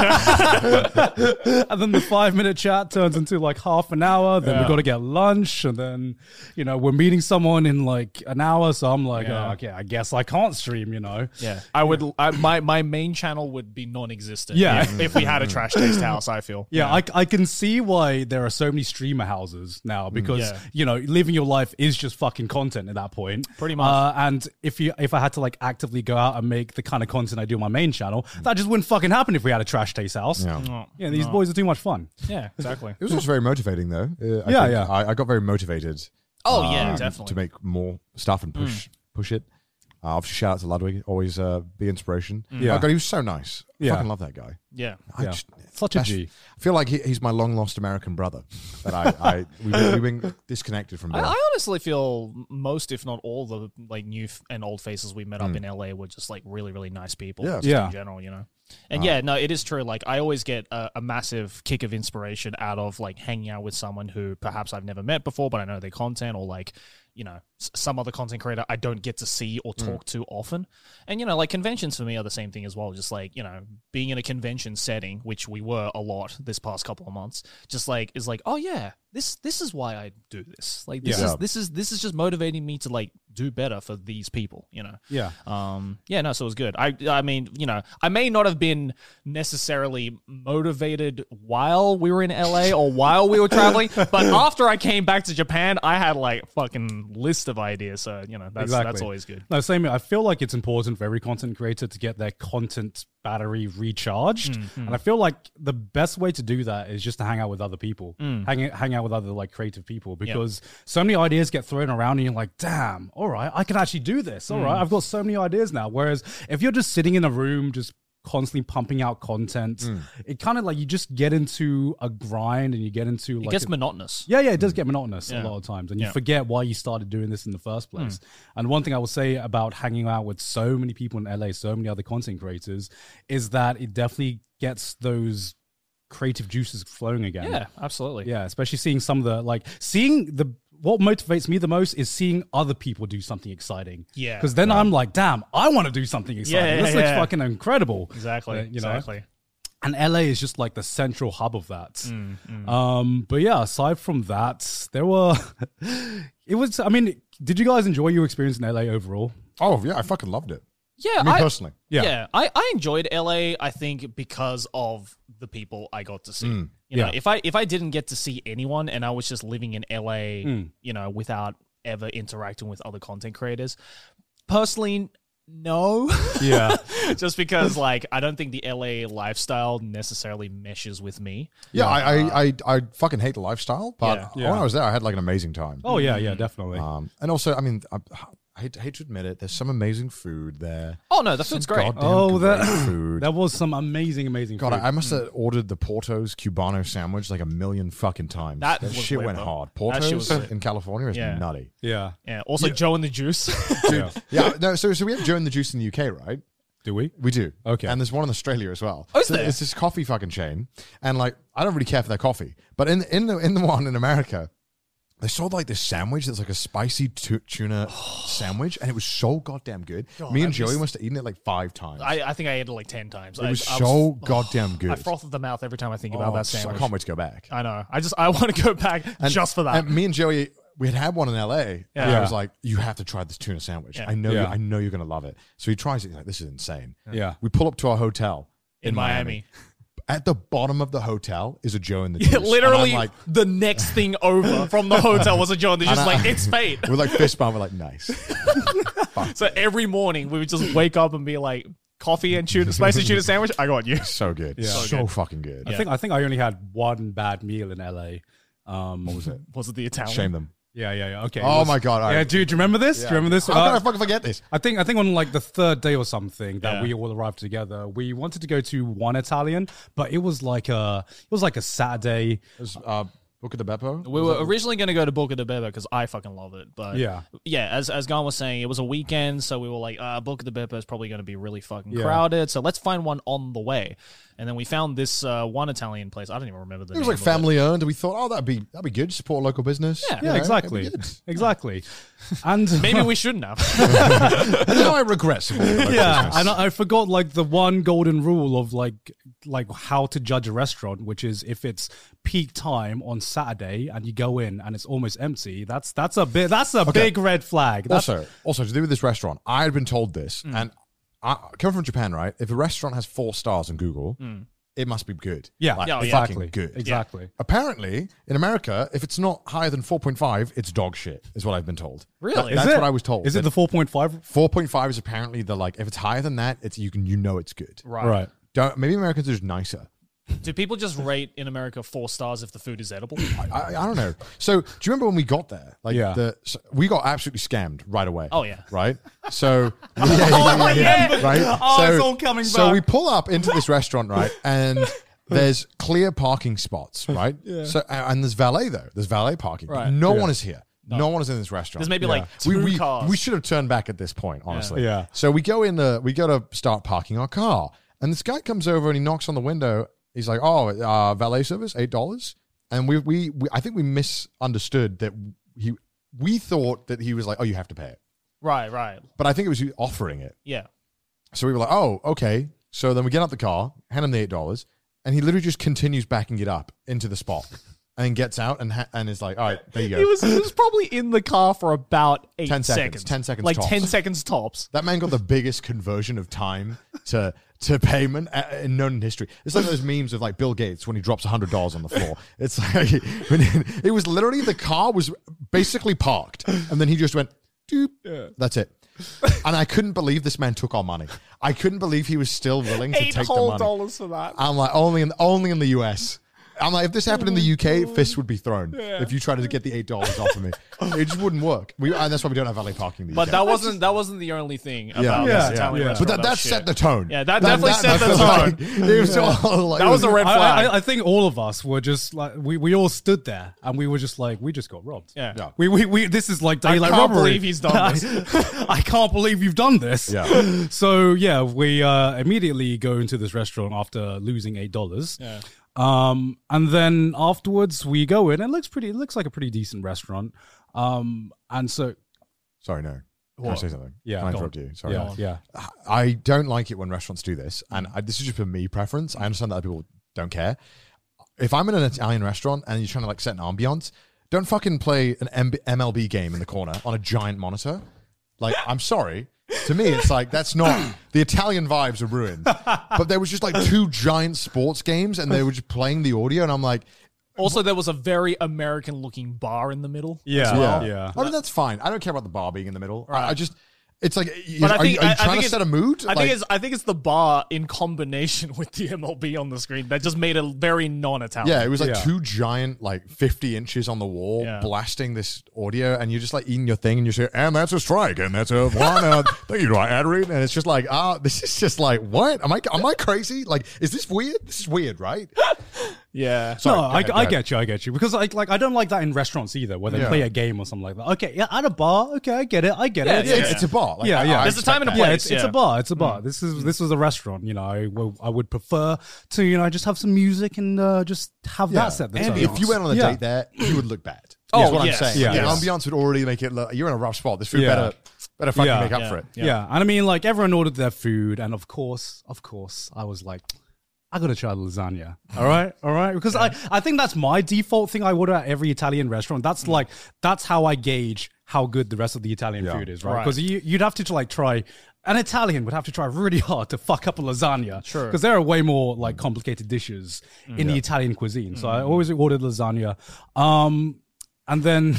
Speaker 1: and then the five minute chat turns into like half an hour. Then we got to get lunch, and then you know we're meeting someone in like an hour, so I'm like,
Speaker 4: Yeah.
Speaker 1: oh, okay, I guess I can't stream, you know.
Speaker 4: [LAUGHS] yeah, I would. I, my my main channel would be non-existent.
Speaker 1: Yeah.
Speaker 4: if, if we had a trash taste house, I feel.
Speaker 1: Yeah, I, I can see why there are so many streamer houses now because
Speaker 4: Mm, Yeah.
Speaker 1: you know living your life is just fucking content at that point.
Speaker 4: Pretty much.
Speaker 1: Uh, and if you if I had to like actively go out and make the kind of content I do on my main channel,
Speaker 4: Mm.
Speaker 1: that just wouldn't fucking happen if we had a trash taste house. Yeah, these boys are too much fun.
Speaker 4: yeah, exactly.
Speaker 3: It was also very motivating, though. Uh, I
Speaker 1: Yeah,
Speaker 3: think
Speaker 1: yeah.
Speaker 3: I, I got very motivated.
Speaker 4: Oh, yeah,
Speaker 3: um,
Speaker 4: definitely. Mm.
Speaker 3: To make more stuff and push push it. Uh, obviously, shout out to Ludwig, always uh, be inspiration.
Speaker 4: Mm.
Speaker 2: Yeah.
Speaker 3: Oh, God, he was so nice.
Speaker 2: Yeah.
Speaker 3: Fucking love that guy.
Speaker 4: Yeah.
Speaker 3: I
Speaker 2: Yeah.
Speaker 3: just,
Speaker 2: Such a
Speaker 3: that's-
Speaker 2: G.
Speaker 3: I feel like he, he's my long lost American brother. That I, I we've, been, we've been disconnected from.
Speaker 4: I,
Speaker 3: birth.
Speaker 4: I honestly feel most, if not all, the like new f- and old faces we
Speaker 1: Hmm.
Speaker 4: met up in LA were just like really, really nice people.
Speaker 3: Yeah.
Speaker 4: just
Speaker 2: Yeah.
Speaker 4: in general, you know.
Speaker 1: Uh-huh.
Speaker 4: And yeah, no, it is true. Like I always get a, a massive kick of inspiration out of like hanging out with someone who perhaps I've never met before, but I know their content or like you know s- some other content creator I don't get to see or talk to often. And you know, like conventions for me are the same thing as well. Just like you know, being in a convention setting, which we were a lot this past couple of months, just like is like, oh yeah, this this is why I do this. Like this
Speaker 3: Yeah.
Speaker 4: is
Speaker 3: Yeah.
Speaker 4: this is this is just motivating me to like do better for these people. You know.
Speaker 2: Yeah.
Speaker 4: Um, yeah, no, so it was good. I, I mean, you know, I may not have been necessarily motivated while we were in LA or while we were traveling, but after I came back to Japan, I had like a fucking list of ideas. So you know, that's that's
Speaker 1: Exactly.
Speaker 4: always good.
Speaker 1: No, same. here. I feel like it's important for every content creator to get their content battery recharged,
Speaker 4: Mm,
Speaker 1: and I feel like the best way to do that is just to hang out with other people,
Speaker 4: Mm.
Speaker 1: hang hang out with other like creative people, because so many ideas get thrown around, and you're like, damn, all right, I can actually do this. All
Speaker 4: Mm.
Speaker 1: right, I've got so many ideas now. Whereas if you're just sitting in a room, just constantly pumping out content,
Speaker 4: Mm.
Speaker 1: it kind of like you just get into a grind, and you get into like
Speaker 4: it
Speaker 1: a-
Speaker 4: gets monotonous.
Speaker 1: yeah, yeah, it does get monotonous
Speaker 4: Mm. Yeah.
Speaker 1: a lot of times, and you
Speaker 4: Yeah. Mm.
Speaker 1: forget why you started doing this in the first place. And one thing I will say about hanging out with so many people in LA, so many other content creators, is that it definitely gets those creative juices flowing again.
Speaker 4: Yeah, absolutely.
Speaker 1: yeah, especially seeing some of the like seeing the what motivates me the most is seeing other people do something exciting.
Speaker 4: Yeah.
Speaker 1: because then I'm like, damn, I want to do something exciting.
Speaker 4: yeah,
Speaker 1: this looks
Speaker 4: yeah.
Speaker 1: fucking incredible.
Speaker 4: Exactly.
Speaker 1: Uh, you know?
Speaker 4: exactly.
Speaker 1: and LA is just like the central hub of that. Um, but yeah, aside from that, there were. [LAUGHS] it was. I mean, did you guys enjoy your experience in LA overall?
Speaker 3: oh yeah, I fucking loved it.
Speaker 4: Yeah,
Speaker 3: Me
Speaker 4: I-
Speaker 3: personally,
Speaker 4: Yeah, I, I enjoyed LA. I think because of the people I got to see.
Speaker 3: Mm.
Speaker 4: You know,
Speaker 1: yeah.
Speaker 4: if I if I didn't get to see anyone and I was just living in LA,
Speaker 3: Mm.
Speaker 4: you know, without ever interacting with other content creators, personally, no. [LAUGHS]
Speaker 1: Yeah,
Speaker 4: just because like I don't think the LA lifestyle necessarily meshes with me.
Speaker 3: yeah, I, I, I, I fucking hate the lifestyle, but
Speaker 4: Uh, Yeah.
Speaker 3: when I was there, I had like an amazing time.
Speaker 1: [LAUGHS] Oh yeah, yeah, definitely.
Speaker 3: Um, and also, I mean, I, I hate, hate to admit it, there's some amazing food there.
Speaker 4: Oh no, the food's great.
Speaker 3: Goddamn
Speaker 1: Oh,
Speaker 3: great
Speaker 1: that-
Speaker 3: [COUGHS] food.
Speaker 1: there was some amazing, amazing.
Speaker 3: God,
Speaker 1: food.
Speaker 3: I, I must have ordered the Porto's Cubano sandwich like a million fucking times.
Speaker 4: That
Speaker 3: That,
Speaker 4: was
Speaker 3: shit
Speaker 4: lit,
Speaker 3: went
Speaker 4: though.
Speaker 3: hard.
Speaker 4: That shit
Speaker 3: Porto's
Speaker 4: was lit.
Speaker 3: in California is
Speaker 4: Yeah.
Speaker 3: nutty.
Speaker 1: yeah.
Speaker 4: Yeah. Also Joe and the Juice.
Speaker 3: [LAUGHS] Dude, yeah. No, so so we have Joe and the Juice in the UK, right?
Speaker 1: Do we?
Speaker 3: We do.
Speaker 1: Okay.
Speaker 3: And there's one in Australia as well.
Speaker 4: Oh, is
Speaker 3: So
Speaker 4: there?
Speaker 3: It's this coffee fucking chain, and like I don't really care for their coffee, but in in the in the one in America. They sold like this sandwich that's like a spicy tu-
Speaker 4: [SIGHS]
Speaker 3: tuna sandwich, and it was so goddamn good. Me and Joey must have eaten it like five times.
Speaker 4: I, I think I ate it like ten times.
Speaker 3: it was
Speaker 4: I, I
Speaker 3: so goddamn good.
Speaker 4: I froth at the mouth every time I think
Speaker 3: Oh,
Speaker 4: about that
Speaker 3: so
Speaker 4: sandwich.
Speaker 3: I can't wait to go back.
Speaker 4: I know. I just I [LAUGHS] want to go back
Speaker 3: And-
Speaker 4: just for that.
Speaker 3: And me and Joey, we had had one in LA. And
Speaker 4: Yeah.
Speaker 3: I was like, "You have to try this tuna sandwich.
Speaker 4: Yeah.
Speaker 3: I know, you,
Speaker 1: Yeah.
Speaker 3: I know you're gonna love it." So he tries it. He's like, "This is insane."
Speaker 1: Yeah.
Speaker 3: We pull up to our hotel
Speaker 4: in [LAUGHS] Miami.
Speaker 3: At the bottom of the hotel is a Joe in the
Speaker 4: Yeah,
Speaker 3: Juice.
Speaker 4: literally,
Speaker 3: And I'm like,
Speaker 4: the next thing over from the hotel was a John. They're just
Speaker 3: And I-
Speaker 4: like, it's
Speaker 3: [LAUGHS]
Speaker 4: fate.
Speaker 3: we're like fist bump. We're like,
Speaker 4: [LAUGHS]
Speaker 3: nice.
Speaker 4: So every morning we would just wake up and be like, coffee and tuna, spicy tuna sandwich. I got you. [LAUGHS]
Speaker 3: So good. So, fucking good.
Speaker 1: I think I think I only had one bad meal in LA. Um, what was it?
Speaker 4: Was it the Italian?
Speaker 3: Shame them.
Speaker 1: Yeah, yeah, yeah. Okay. it
Speaker 3: Oh
Speaker 1: was-
Speaker 3: my God, I-
Speaker 1: Yeah, dude, do you remember this? Do you remember this?
Speaker 3: How
Speaker 1: Uh,
Speaker 3: can I fucking forget this?
Speaker 1: I think I think on like the third day or something that
Speaker 4: Yeah.
Speaker 1: we all arrived together. We wanted to go to one Italian, but it was like a it was like a Saturday.
Speaker 3: It was, uh, Book of the Beppo.
Speaker 4: We were originally going to go to Boca de Beba because I fucking love it. But
Speaker 1: Yeah.
Speaker 4: yeah, as as Gan was saying, it was a weekend, so we were like, uh, Boca de Beba is probably going to be really fucking
Speaker 1: Yeah.
Speaker 4: crowded. So let's find one on the way. And then we found this uh, one Italian place. I don't even remember the.
Speaker 3: It was
Speaker 4: name
Speaker 3: like
Speaker 4: of
Speaker 3: family owned, and we thought, oh, that'd be that'd be good. Support local business.
Speaker 4: Yeah.
Speaker 3: You
Speaker 1: Yeah,
Speaker 3: know,
Speaker 1: exactly,
Speaker 3: that'd be good.
Speaker 1: [LAUGHS] exactly. And [LAUGHS]
Speaker 4: Maybe we shouldn't have.
Speaker 3: [LAUGHS] And now I regret. supporting
Speaker 4: [LAUGHS]
Speaker 3: local
Speaker 1: yeah,
Speaker 3: business.
Speaker 1: and I, I forgot like the one golden rule of like like how to judge a restaurant, which is if it's peak time on Saturday and you go in and it's almost empty. That's that's a big that's a big red flag. That's, Mm.
Speaker 3: also, also to do with this restaurant, I had been told this, and I coming from Japan, right? If a restaurant has four stars on Google, it must be good.
Speaker 1: Mm. yeah,
Speaker 3: Like,
Speaker 4: Yeah, oh,
Speaker 3: fucking
Speaker 1: exactly,
Speaker 3: good.
Speaker 1: exactly.
Speaker 3: Apparently, in America, if it's not higher than four point five, it's dog shit. Is what I've been told.
Speaker 4: Really?
Speaker 3: That- that's
Speaker 1: Is it-
Speaker 3: what I was told.
Speaker 1: Is it the four point five?
Speaker 3: four point five? Is apparently the like if it's higher than that, it's you can you know it's good.
Speaker 4: right.
Speaker 1: Right.
Speaker 3: Don't, maybe Americans are just nicer.
Speaker 4: Do people just rate in America four stars if the food is
Speaker 3: [LAUGHS]
Speaker 4: edible?
Speaker 3: I, I don't know. So, do you remember when we got there? Like,
Speaker 1: Yeah.
Speaker 3: the, so we got absolutely scammed right away.
Speaker 4: Oh, yeah.
Speaker 3: right. So, [LAUGHS] yeah, yeah, yeah, yeah, right.
Speaker 1: Oh, it's all coming
Speaker 3: So
Speaker 1: back.
Speaker 3: we pull up into this restaurant, right, and there's clear parking spots, right. yeah. So, and and there's valet though. There's valet parking.
Speaker 1: Right.
Speaker 3: No one is here. No. one is in this restaurant.
Speaker 4: There's maybe, like,
Speaker 3: we,
Speaker 4: two
Speaker 3: we,
Speaker 4: cars.
Speaker 3: We should have turned back at this point, honestly.
Speaker 1: Yeah.
Speaker 3: So we go in the we go to start parking our car, and this guy comes over and he knocks on the window. He's like, "Oh, uh, valet service, eight dollars." And we, we we I think we misunderstood that he we thought that he was like, "Oh, you have to pay it,"
Speaker 4: right, right.
Speaker 3: but I think it was you offering it.
Speaker 4: Yeah.
Speaker 3: So we were like, "Oh, okay." So then we get out the car, hand him the eight dollars, and he literally just continues backing it up into the spot, and then gets out and ha- and is like, "All right, there you go."
Speaker 4: He was, he was probably in the car for about eight
Speaker 3: 10 seconds, 10 seconds
Speaker 4: Like
Speaker 3: tops.
Speaker 4: 10 seconds tops.
Speaker 3: That man got the biggest conversion of time to to payment uh, in known history. It's like those memes of like Bill Gates when he drops hundred dollars on the
Speaker 4: [LAUGHS]
Speaker 3: floor. It's like [LAUGHS] when it, it was literally the car was basically parked, and then he just went, "Doop." That's it. And I couldn't believe this man took our money. I couldn't believe he was still willing to
Speaker 4: Eight
Speaker 3: take the
Speaker 4: whole
Speaker 3: money.
Speaker 4: dollars for that.
Speaker 3: I'm like only in only in the US. I'm like, if this happened in the UK, fists would be thrown if you tried to get the eight dollars
Speaker 1: [LAUGHS]
Speaker 3: off of me. It just wouldn't work. We, and that's why we don't have valet parking. In the
Speaker 4: But
Speaker 3: UK.
Speaker 4: that wasn't that wasn't the only thing about
Speaker 3: Yeah.
Speaker 4: this
Speaker 1: Yeah,
Speaker 4: Italian
Speaker 1: yeah, yeah.
Speaker 4: restaurant.
Speaker 3: But that, that set
Speaker 4: shit.
Speaker 3: the tone.
Speaker 4: Yeah, that definitely set the
Speaker 3: tone.
Speaker 4: [LAUGHS]
Speaker 3: it was all like,
Speaker 4: That was a red
Speaker 1: I,
Speaker 4: flag.
Speaker 1: I, I think all of us were just like we, we all stood there and we were just like we just got robbed.
Speaker 4: Yeah. Yeah.
Speaker 1: We, we, we this is like daylight
Speaker 4: can't
Speaker 1: robbery.
Speaker 4: believe
Speaker 1: [LAUGHS]
Speaker 4: he's done this.
Speaker 1: I can't believe you've done this.
Speaker 3: Yeah.
Speaker 1: [LAUGHS] So yeah, we uh, immediately go into this restaurant after losing eight dollars. Yeah. Um, and then afterwards we go in. It looks pretty. It looks like a pretty decent restaurant. Um, and so
Speaker 3: Sorry, no. Can I say something?
Speaker 1: Yeah,
Speaker 3: Can I
Speaker 1: go on.
Speaker 3: interrupt you? Sorry.
Speaker 1: yeah, yeah.
Speaker 3: I don't like it when restaurants do this, and I, this is just for me preference. I understand that other people don't care. If I'm in an Italian restaurant and you're trying to like set an ambiance, don't fucking play an M- MLB game in the corner on a giant monitor. Like, I'm sorry. To me, it's like that's not the Italian vibes are ruined. But there was just like two giant sports games, and they were just playing the audio, and I'm like,
Speaker 4: also, there was a very American looking bar in the middle.
Speaker 1: Yeah,
Speaker 3: Yeah.
Speaker 1: yeah.
Speaker 3: I mean, that's fine. I don't care about the bar being in the middle. I- I, just, it's like, you,
Speaker 4: But I
Speaker 3: are,
Speaker 4: think
Speaker 3: you, are
Speaker 4: I-
Speaker 3: you
Speaker 4: I
Speaker 3: trying
Speaker 4: think
Speaker 3: to
Speaker 4: it's-
Speaker 3: set a mood?
Speaker 4: I
Speaker 3: Like,
Speaker 4: think it's I think it's the bar in combination [LAUGHS] with the MLB on the screen that just made a very non-Italian.
Speaker 3: yeah, it was like
Speaker 1: Yeah.
Speaker 3: two giant, like 50 inches on the wall,
Speaker 4: Yeah.
Speaker 3: blasting this audio, and you're just like eating your thing, and you say, and that's a strike, and [LAUGHS] that's a one, uh, thank you, right, Adrian. And it's just like, ah, this is just like, what? Am I, am I crazy? Like, is this weird? This is weird, right?
Speaker 4: yeah.
Speaker 3: Sorry,
Speaker 1: no,
Speaker 3: go
Speaker 1: I,
Speaker 3: ahead, go
Speaker 1: I
Speaker 3: ahead.
Speaker 1: get you. I get you because like like I don't like that in restaurants either, where they
Speaker 3: Yeah.
Speaker 1: play a game or something like that. Okay, yeah, at a bar. Okay, I get it. I get it.
Speaker 3: Yeah, Mm. It's, it's a bar. Like,
Speaker 1: Yeah,
Speaker 3: I-
Speaker 1: yeah.
Speaker 3: I
Speaker 1: There's
Speaker 4: a time
Speaker 3: expect
Speaker 4: and a
Speaker 3: that.
Speaker 4: place.
Speaker 1: yeah, it's, it's a
Speaker 4: yeah.
Speaker 1: bar. It's a bar. This is this was a restaurant. You know, I, w- I would prefer to you know just have some music and uh, just have that set. the
Speaker 3: Andy,
Speaker 1: tone.
Speaker 3: if you went on a
Speaker 1: Yeah.
Speaker 3: date there, you would look bad.
Speaker 4: Oh,
Speaker 3: That's what
Speaker 4: yes.
Speaker 3: I'm saying.
Speaker 1: Yeah,
Speaker 3: the
Speaker 1: yes.
Speaker 3: ambiance would already make it look, you're in a rough spot. This food
Speaker 1: Yeah.
Speaker 3: better, better fucking
Speaker 1: Yeah.
Speaker 3: make up
Speaker 4: Yeah.
Speaker 3: for it.
Speaker 1: yeah. and I mean like everyone ordered their food, and of course, of course, I was like. I gotta try the lasagna. All right, all right, because I, I think that's my default thing. I order at every Italian restaurant. That's like that's how I gauge how good the rest of the Italian
Speaker 3: Yeah.
Speaker 1: food is, right? Because you, you'd have to like try an Italian would have to try really [LAUGHS] hard to fuck up a lasagna, sure. Mm. Because there are way more like complicated dishes in the Italian cuisine. So I always ordered lasagna, um, and then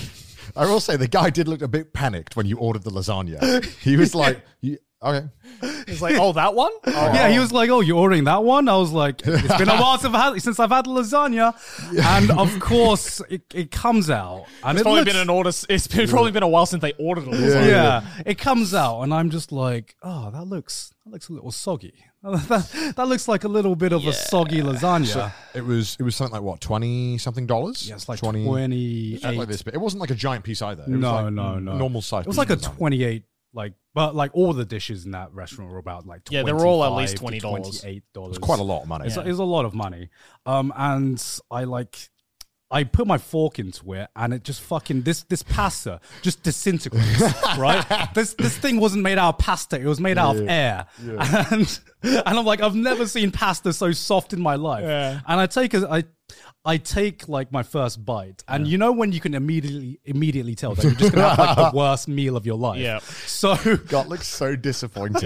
Speaker 3: I will say the guy did look a bit panicked when you ordered the lasagna. He
Speaker 4: [LAUGHS]
Speaker 3: was like, you- okay.
Speaker 4: It's like, oh,
Speaker 3: [LAUGHS]
Speaker 4: that one? Oh,
Speaker 1: Yeah, he was like, "Oh, you're ordering that one." I was like, "It's been a while since I've had, since I've had lasagna," and of course, it, it comes out, and
Speaker 4: it's
Speaker 1: it
Speaker 4: probably
Speaker 1: looks-
Speaker 4: been an order. It's been, probably been a while since they ordered it.
Speaker 1: yeah, it comes out, and I'm just like, "Oh, that looks that looks a little soggy. [LAUGHS] that, that looks like a little bit of a soggy lasagna."
Speaker 3: It was it was something like what twenty something dollars.
Speaker 1: yeah, it's like twenty
Speaker 3: something like
Speaker 1: eight.
Speaker 3: this, but it wasn't like a giant piece either. It was
Speaker 1: No,
Speaker 3: like
Speaker 1: no, no.
Speaker 3: normal size.
Speaker 1: It was like a
Speaker 3: piece of lasagna.
Speaker 1: twenty eight. Like, but like all the dishes in that restaurant were about like
Speaker 4: Yeah, they were all at
Speaker 1: 25
Speaker 4: least
Speaker 1: to
Speaker 4: $20.
Speaker 1: $28.
Speaker 3: It's quite a lot of money.
Speaker 1: It's, it's a lot of money. Um, and I like, I put my fork into it, and it just fucking this this pasta just disintegrates. right? This this thing wasn't made out of pasta; it was made out of air. And and I'm like, I've never seen pasta so soft in my life. And I take a I. I take like my first bite, and you know when you can immediately immediately tell that you're just gonna have like the worst meal of your life.
Speaker 4: Yeah.
Speaker 1: So
Speaker 3: God looks so disappointed.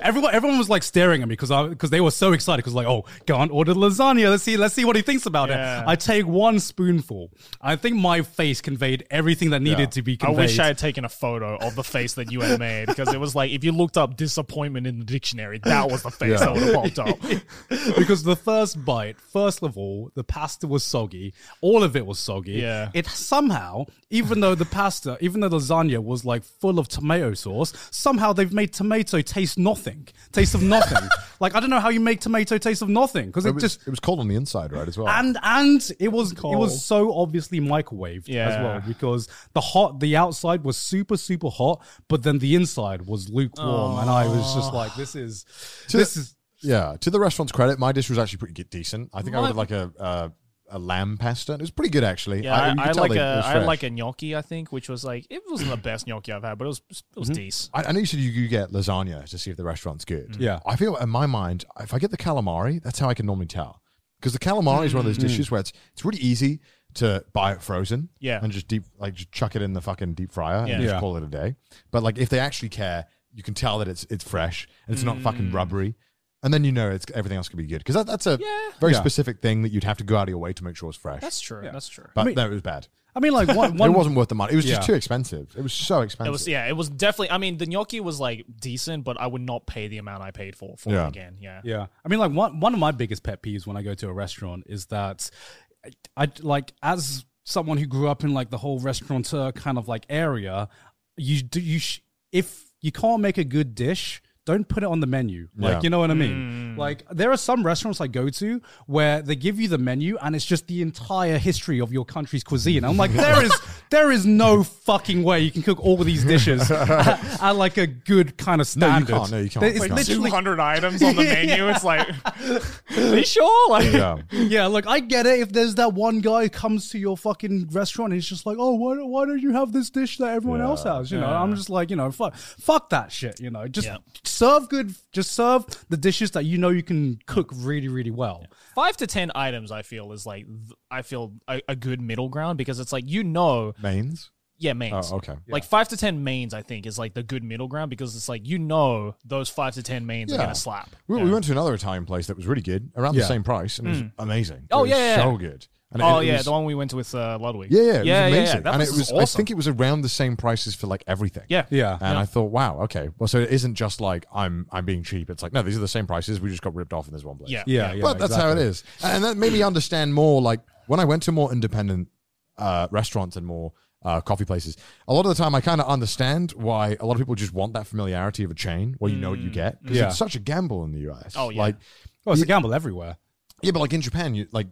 Speaker 1: Everyone, everyone was like staring at me because I because they were so excited because like oh go on order the lasagna let's see let's see what he thinks about
Speaker 4: Yeah.
Speaker 1: it. I take one spoonful. I think my face conveyed everything that needed to be
Speaker 4: I
Speaker 1: conveyed.
Speaker 4: wish I had taken a photo of the face that you had made because it was like if you looked up disappointment in the dictionary, that was was the face that would have popped up.
Speaker 1: [LAUGHS] [LAUGHS] because the first bite, first of all, the pasta was soggy. All of it was soggy.
Speaker 4: Yeah.
Speaker 1: It somehow, even though the pasta, even though lasagna was like full of tomato sauce, somehow they've made tomato taste nothing. Taste of
Speaker 4: [LAUGHS]
Speaker 1: nothing. like I don't know how you make tomato taste of nothing because
Speaker 3: It
Speaker 1: it,
Speaker 3: was,
Speaker 1: just
Speaker 3: it was cold on the inside, right? As well.
Speaker 1: and and it was it
Speaker 4: Cold.
Speaker 1: was so obviously microwaved as
Speaker 4: Yeah.
Speaker 1: well because the hot the outside was super super hot but then the inside was lukewarm and I was
Speaker 4: Ah.
Speaker 1: just like this is
Speaker 3: To
Speaker 1: this
Speaker 3: the-
Speaker 1: is
Speaker 3: yeah, to the restaurant's credit, my dish was actually pretty good, decent. I think I
Speaker 4: My-
Speaker 3: ordered like a uh, a lamb pasta. and It was pretty good actually.
Speaker 4: Yeah, I,
Speaker 3: you could
Speaker 4: I,
Speaker 3: tell
Speaker 4: like
Speaker 3: they-
Speaker 4: a
Speaker 3: it was
Speaker 4: I
Speaker 3: fresh.
Speaker 4: like a gnocchi, I think, which was like it wasn't the best gnocchi I've had, but it was it was decent.
Speaker 3: I, I know you said you, you get lasagna to see if the restaurant's good.
Speaker 1: Yeah.
Speaker 3: I feel in my mind, if I get the calamari, that's how I can normally tell. Because the calamari is one of those dishes where it's, it's really easy to buy it frozen.
Speaker 4: Yeah.
Speaker 3: And just deep, like, just chuck it in the fucking deep fryer
Speaker 4: Yeah.
Speaker 3: and just
Speaker 1: Yeah.
Speaker 3: call it a day. But, like, if they actually care, you can tell that it's it's fresh and it's not fucking rubbery. And then you know it's everything else could be good. Because that, that's a
Speaker 4: Yeah.
Speaker 3: very
Speaker 1: Yeah.
Speaker 3: specific thing that you'd have to go out of your way to make sure it's fresh.
Speaker 4: That's true. That's true.
Speaker 3: but no, it was bad.
Speaker 1: I mean like
Speaker 4: [LAUGHS]
Speaker 1: one, one
Speaker 3: it wasn't worth the money. It was
Speaker 1: Yeah.
Speaker 3: just too expensive. It was so expensive.
Speaker 4: It was yeah, it was definitely. I mean, the gnocchi was like decent, but I would not pay the amount I paid for for
Speaker 3: Yeah.
Speaker 4: it again. Yeah,
Speaker 1: Yeah, I mean, like one one of my biggest pet peeves when I go to a restaurant is that I, I- like as someone who grew up in like the whole restaurateur kind of like area, you do you sh- if you can't make a good dish. Don't put it on the menu. Like,
Speaker 3: Yeah. Mm.
Speaker 1: you know what I mean? Like, there are some restaurants I go to where they give you the menu and it's just the entire history of your country's cuisine. I'm like, there
Speaker 3: [LAUGHS]
Speaker 1: is there is no fucking way you can cook all these
Speaker 3: [LAUGHS]
Speaker 1: dishes at, at, like a good kind of
Speaker 3: No, you
Speaker 1: standard.
Speaker 3: can't. No, you can't.
Speaker 1: It's
Speaker 3: You can't.
Speaker 4: two
Speaker 1: literally-
Speaker 4: hundred items [LAUGHS] on the menu. It's like, are
Speaker 1: [LAUGHS]
Speaker 4: you sure? Like,
Speaker 3: yeah.
Speaker 1: Yeah, look, I get it. If there's that one guy who comes to your fucking restaurant and he's just like, oh, why, don't- why don't you have this dish that everyone else has? You know, I'm just like, you know, fuck, fuck that shit. You know, just
Speaker 4: Yeah.
Speaker 1: serve good, just serve the dishes that you know you can cook really, really well.
Speaker 4: five to ten items. I feel is like th- I feel a, a good middle ground because it's like you know,
Speaker 3: Mains?
Speaker 4: yeah, mains.
Speaker 3: Oh, okay.
Speaker 4: Like five to ten mains, I think, is like the good middle ground because it's like you know those five to ten mains are
Speaker 3: Yeah.
Speaker 4: gonna slap.
Speaker 3: We, we went to another Italian place that was really good, around
Speaker 1: Yeah.
Speaker 3: the same price, and it was amazing.
Speaker 4: Oh,
Speaker 3: It was
Speaker 4: yeah, yeah,
Speaker 3: so
Speaker 4: yeah.
Speaker 3: good. And it-
Speaker 4: oh
Speaker 3: it
Speaker 4: yeah,
Speaker 3: was-
Speaker 4: the one we went to with uh, Ludwig.
Speaker 3: yeah, yeah, it
Speaker 4: yeah,
Speaker 3: was
Speaker 4: yeah,
Speaker 3: amazing.
Speaker 4: That
Speaker 3: and
Speaker 4: place
Speaker 3: it was, I
Speaker 4: awesome.
Speaker 3: think it was around the same prices for like everything.
Speaker 4: yeah,
Speaker 1: Yeah.
Speaker 3: And I thought, wow, okay. Well, so it isn't just like I'm I'm being cheap. It's like no, these are the same prices. We just got ripped off in this one place.
Speaker 4: Yeah.
Speaker 1: yeah, yeah.
Speaker 3: but that's how it is, and that made me understand more. Like when I went to more independent uh, restaurants and more uh, coffee places, a lot of the time I kind of understand why a lot of people just want that familiarity of a chain where you know what you get because
Speaker 1: Yeah.
Speaker 3: it's such a gamble in the US.
Speaker 4: Oh, yeah.
Speaker 3: like
Speaker 1: Well, it's a gamble everywhere.
Speaker 3: Yeah, but like in Japan, you like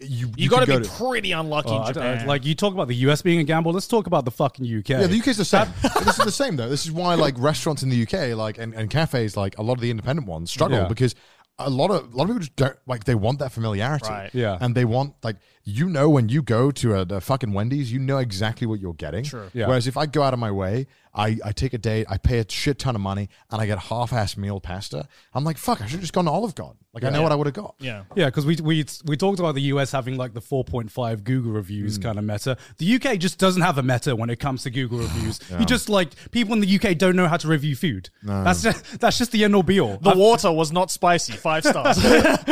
Speaker 3: you you,
Speaker 4: you, got
Speaker 3: could
Speaker 4: to
Speaker 3: go Oh,
Speaker 4: be pretty unlucky
Speaker 1: Well,
Speaker 4: in
Speaker 1: I don't know,
Speaker 4: Japan.
Speaker 1: like, you talk about the US being a gamble. Let's talk about the fucking UK.
Speaker 3: yeah, the UK's the [LAUGHS] same. this is the same though. This is why like restaurants in the UK, like and, and cafes, like a lot of the independent ones struggle
Speaker 1: Yeah.
Speaker 3: because a lot of a lot of people just don't like they want that familiarity.
Speaker 4: Right.
Speaker 1: Yeah.
Speaker 3: And they want like you know when you go to a, the fucking Wendy's, you know exactly what you're getting.
Speaker 4: Sure.
Speaker 1: Yeah.
Speaker 3: Whereas if I go out of my way, I, I take a date, I pay a shit ton of money, and I get half ass meal pasta, I'm like, fuck, I should have just gone to Olive Garden. Like I know what I would have got.
Speaker 4: yeah,
Speaker 1: Yeah, because we, we we talked about the US having like the 4.5 Google
Speaker 3: Mm.
Speaker 1: reviews kind of meta. The UK just doesn't have a meta when it comes to
Speaker 3: [SIGHS]
Speaker 1: Google reviews. You just like people in the UK don't know how to review food. That's just, that's just the end all be all.
Speaker 4: the water was not spicy.
Speaker 3: [LAUGHS]
Speaker 4: Five stars. [LAUGHS]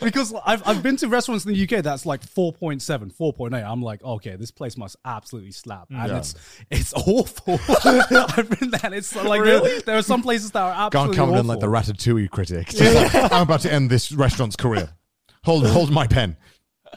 Speaker 1: because I've, I've been to restaurants in the UK that's like 4.7, 4.8. I'm like, okay, this place must absolutely slap. And it's it's [LAUGHS]
Speaker 3: [LAUGHS]
Speaker 1: awful. I've been there. and It's like there, there are some places that are
Speaker 3: Can't
Speaker 1: absolutely
Speaker 3: come
Speaker 1: awful.
Speaker 3: in like the ratatouille critic.
Speaker 4: [LAUGHS]
Speaker 3: Just like, I'm about to end this restaurant's career. Hold, hold my pen.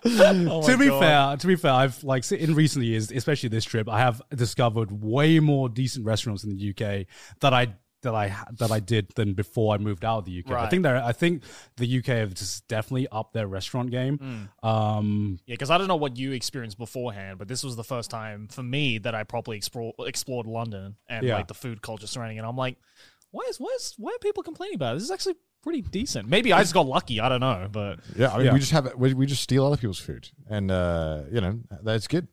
Speaker 1: to be fair, to be fair, I've like se- in recent years, especially this trip, I have discovered way more decent restaurants in the UK that I that I ha- that I did than before I moved out of the UK. I
Speaker 4: Right.
Speaker 1: think there, I think the UK have just definitely upped their restaurant game. Um,
Speaker 4: Yeah, because I don't know what you experienced beforehand, but this was the first time for me that I properly explore, explored London and
Speaker 1: Yeah.
Speaker 4: like the food culture surrounding it. I'm like, why is why is why are people complaining about it? This is actually pretty decent. Maybe I just got lucky. I don't know, but
Speaker 3: Yeah, I mean,
Speaker 1: Yeah.
Speaker 3: we just have we, we just steal other people's food, and uh, you know that's good.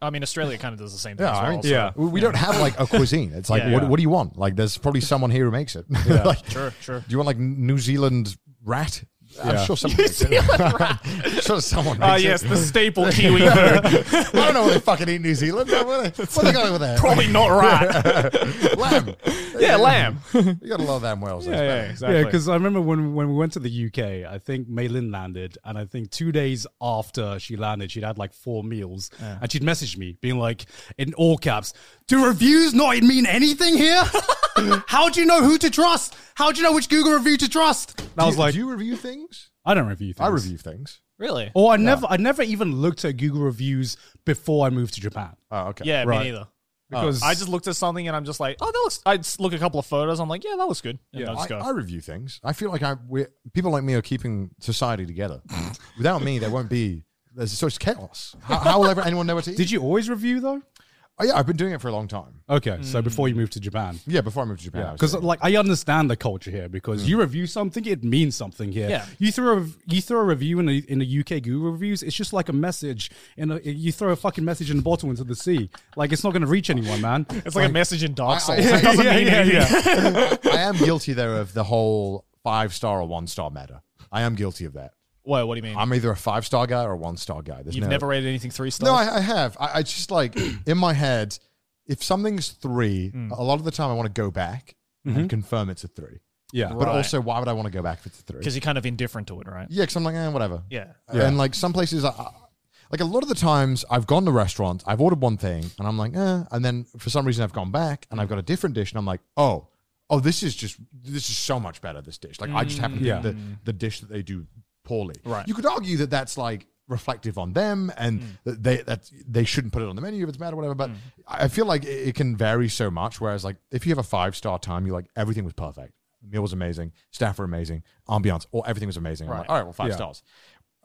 Speaker 4: I mean, Australia kind of does the same thing.
Speaker 3: Yeah,
Speaker 4: as
Speaker 3: I
Speaker 4: well,
Speaker 3: mean,
Speaker 4: so-
Speaker 1: yeah.
Speaker 3: we, we don't have like a cuisine. It's like,
Speaker 4: Yeah.
Speaker 3: what,
Speaker 4: Yeah.
Speaker 3: what do you want? Like, there's probably someone here who makes it. [LAUGHS] like,
Speaker 4: sure, sure.
Speaker 3: do you want like New Zealand rat? I'm sure someone. makes it. [LAUGHS] I'm sure someone.
Speaker 4: Ah,
Speaker 3: makes
Speaker 4: yes,
Speaker 3: it. [LAUGHS]
Speaker 4: the staple Kiwi [LAUGHS] food.
Speaker 3: I don't know what they fucking eat in New Zealand. What they got over there? [LAUGHS]
Speaker 4: Probably not right.
Speaker 3: lamb.
Speaker 4: Yeah, lamb.
Speaker 3: You got a lot of lamb whales. that's better.
Speaker 4: exactly.
Speaker 1: Yeah, because I remember when when we went to the UK, I think Maylin landed, and I think two days after she landed, she'd had like four meals, and she'd message me being like, in all caps, "Do reviews not mean anything here?" [LAUGHS] How do you know who to trust? How do you know which Google review to trust? And I was
Speaker 3: do,
Speaker 1: like,
Speaker 3: do you review things?
Speaker 1: I don't review things.
Speaker 3: I review things.
Speaker 4: Really?
Speaker 1: Or I never, I never even looked at Google reviews before I moved to Japan
Speaker 3: Oh, okay.
Speaker 4: yeah,
Speaker 1: right.
Speaker 4: me neither.
Speaker 1: because
Speaker 4: I just looked at something and I'm just like, oh, that looks. I just look at a couple of photos. I'm like, yeah, that looks good. And
Speaker 3: Yeah,
Speaker 4: I just
Speaker 3: I,
Speaker 4: go.
Speaker 3: I review things. I feel like I we're, people like me are keeping society
Speaker 4: [LAUGHS]
Speaker 3: together. Without me, there won't be. There's a source of chaos. How, how will ever anyone know what to eat?
Speaker 1: Did you always review though? Hmm.
Speaker 3: oh, yeah, I've been doing it for a long time.
Speaker 1: Okay, so before you moved to Japan.
Speaker 3: Yeah, before I moved to Japan. I was
Speaker 1: Because
Speaker 3: doing it.
Speaker 1: like I understand the culture here because you review something it means something here.
Speaker 4: Yeah.
Speaker 1: You throw a, you throw a review in the in the UK Google reviews it's just like a message in a, you throw a fucking message in the bottle into the sea like it's not going to reach anyone man.
Speaker 4: it's like, a message in Dark
Speaker 3: I- I-
Speaker 4: Souls. it
Speaker 3: [LAUGHS]
Speaker 1: [LAUGHS]
Speaker 4: doesn't
Speaker 1: yeah,
Speaker 4: mean
Speaker 1: yeah,
Speaker 4: anything.
Speaker 3: I am guilty though of the whole five star or one star matter. I am guilty of that.
Speaker 4: Wait, what do you mean?
Speaker 3: I'm either a five star guy or a one star guy. There's
Speaker 4: You've
Speaker 3: no,
Speaker 4: never rated anything three stars.
Speaker 3: No, I, I have. I, I just
Speaker 4: [CLEARS THROAT]
Speaker 3: like in my head, if something's three,
Speaker 4: Hmm.
Speaker 3: a lot of the time I want to go back and confirm it's a three.
Speaker 1: Yeah.
Speaker 3: But
Speaker 4: Mm-hmm. Right.
Speaker 3: also, why would I want to go back if it's a three?
Speaker 4: because you're kind of indifferent to it, right?
Speaker 3: Yeah, because I'm like, eh, whatever.
Speaker 4: Yeah.
Speaker 3: And like some places, I, I- like a lot of the times, I've gone to restaurants, I've ordered one thing, and I'm like, eh, and then for some reason, I've gone back and I've got a different dish, and I'm like, oh, oh, this is just this is so much better. This dish, like, I just happen to
Speaker 1: Yeah.
Speaker 3: think the the dish that they do poorly.
Speaker 4: Right.
Speaker 3: You could argue that that's like reflective on them, and that they that they shouldn't put it on the menu if it's bad or whatever. But I I feel like it, it can vary so much. Whereas, like, if you have a five star time, you're like, everything was perfect. The meal was amazing, staff were amazing, ambiance, or everything was amazing. I'm like, all right, well, five
Speaker 1: Yeah.
Speaker 3: stars.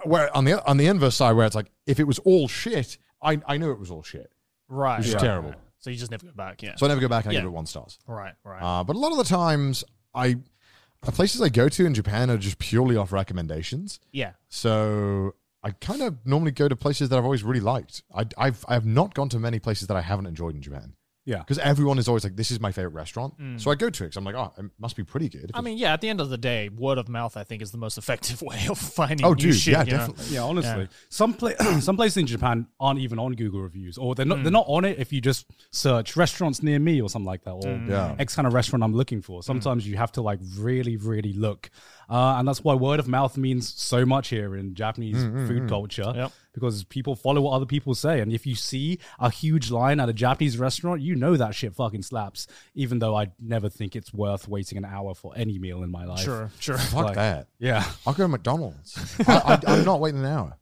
Speaker 3: Where on the on the inverse side, where it's like if it was all shit, I I knew it was all shit.
Speaker 4: Right.
Speaker 3: It was
Speaker 4: right.
Speaker 3: terrible.
Speaker 4: So you just never go back. Yeah.
Speaker 3: So I never go back and I
Speaker 4: Yeah.
Speaker 3: give it one stars.
Speaker 4: right. Right.
Speaker 3: Uh, but a lot of the times, I uh, places I go to in Japan are just purely off recommendations.
Speaker 4: yeah.
Speaker 3: So I kind of normally go to places that I've always really liked. I, I've I have not gone to many places that I haven't enjoyed in Japan
Speaker 1: Yeah.
Speaker 3: because everyone is always like, "This is my favorite restaurant," so I go to it. 'cause I'm like, "Oh, it must be pretty good." if
Speaker 4: Mm. I
Speaker 3: it's-
Speaker 4: mean, yeah. At the end of the day, word of mouth, I think, is the most effective [LAUGHS] way of finding
Speaker 3: oh,
Speaker 4: new
Speaker 3: dude,
Speaker 4: shit.
Speaker 3: yeah,
Speaker 4: you know?
Speaker 3: definitely.
Speaker 1: Yeah, honestly, some pla- [CLEARS THROAT] some places in Japan aren't even on Google reviews, or they're not they're not on it if you just search restaurants near me or something like that, or
Speaker 3: Yeah.
Speaker 1: X kind of restaurant I'm looking for. Sometimes you have to like really really look, uh, and that's why word of mouth means so much here in Japanese food culture
Speaker 4: Yep.
Speaker 1: because people follow what other people say, and if you see a huge line at a Japanese restaurant, you know that shit fucking slaps. Even though I never think it's worth waiting an hour for any meal in my life.
Speaker 4: Sure. Sure.
Speaker 3: Fuck
Speaker 1: Like-
Speaker 3: that.
Speaker 1: Yeah.
Speaker 3: I'll go to McDonald's. I, I, I'm not waiting an hour.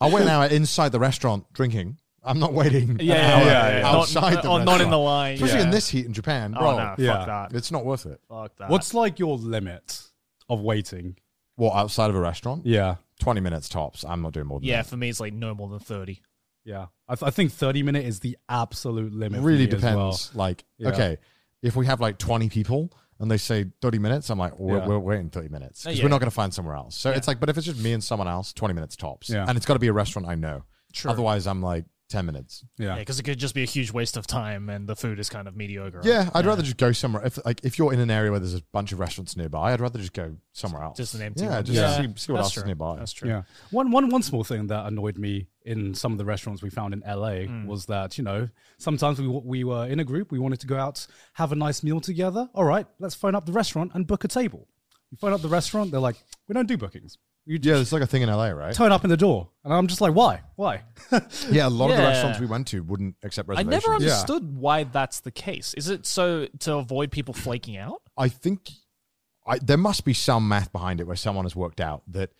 Speaker 3: I'll wait an hour inside the restaurant drinking. I'm not waiting
Speaker 4: Yeah.
Speaker 3: an hour
Speaker 4: Yeah. yeah, yeah. Not-
Speaker 3: outside the
Speaker 4: or
Speaker 3: restaurant.
Speaker 4: not in the line.
Speaker 3: Especially
Speaker 4: yeah.
Speaker 3: in this heat in Japan,
Speaker 4: Oh,
Speaker 3: bro.
Speaker 4: no, fuck
Speaker 1: Yeah.
Speaker 4: that.
Speaker 3: It's not worth it.
Speaker 4: Fuck that.
Speaker 1: What's like your limit of waiting?
Speaker 3: Well, outside of a restaurant,
Speaker 1: Yeah.
Speaker 3: 20 minutes tops. I'm not doing more than
Speaker 4: Yeah,
Speaker 3: that.
Speaker 4: for me, it's like no more than thirty.
Speaker 1: Yeah, I, th- I think thirty minute is the absolute limit.
Speaker 3: It
Speaker 1: for
Speaker 3: really
Speaker 1: me as
Speaker 3: depends.
Speaker 1: well.
Speaker 3: Like,
Speaker 1: Yeah.
Speaker 3: okay, if we have like 20 people and they say 30 minutes, I'm like, we're,
Speaker 1: Yeah.
Speaker 3: we're waiting 30 minutes because
Speaker 4: Uh, Yeah.
Speaker 3: we're not going to find somewhere else. So it's like, but if it's just me and someone else, 20 minutes tops.
Speaker 1: Yeah.
Speaker 3: And it's got to be a restaurant I know.
Speaker 4: Sure.
Speaker 3: Otherwise, I'm like 10 minutes.
Speaker 4: Yeah,
Speaker 1: Yeah,
Speaker 4: because it could just be a huge waste of time, and the food is kind of mediocre. right?
Speaker 3: Yeah, I'd rather just go somewhere. If like if you're in an area where there's a bunch of restaurants nearby, I'd rather just go somewhere else.
Speaker 4: Just an empty
Speaker 3: Yeah,
Speaker 4: one.
Speaker 3: just
Speaker 4: Yeah.
Speaker 3: see, see what else
Speaker 4: That's
Speaker 3: is
Speaker 4: true.
Speaker 3: nearby.
Speaker 4: That's true.
Speaker 1: yeah. One one one small thing that annoyed me in some of the restaurants we found in LA
Speaker 4: Mm.
Speaker 1: was that you know sometimes we w- we were in a group we wanted to go out have a nice meal together. All right, let's phone up the restaurant and book a table. You phone up the restaurant, they're like, we don't do bookings. You
Speaker 3: Yeah, it's like a thing in LA, right?
Speaker 1: turn up in the door, and I'm just like, why? Why? [LAUGHS]
Speaker 3: Yeah, a lot of the
Speaker 4: Yeah.
Speaker 3: restaurants we went to wouldn't accept
Speaker 4: I
Speaker 3: reservations.
Speaker 4: never understood why that's the case. Is it so to avoid people flaking out?
Speaker 3: I think I, there must be some math behind it where someone has worked out that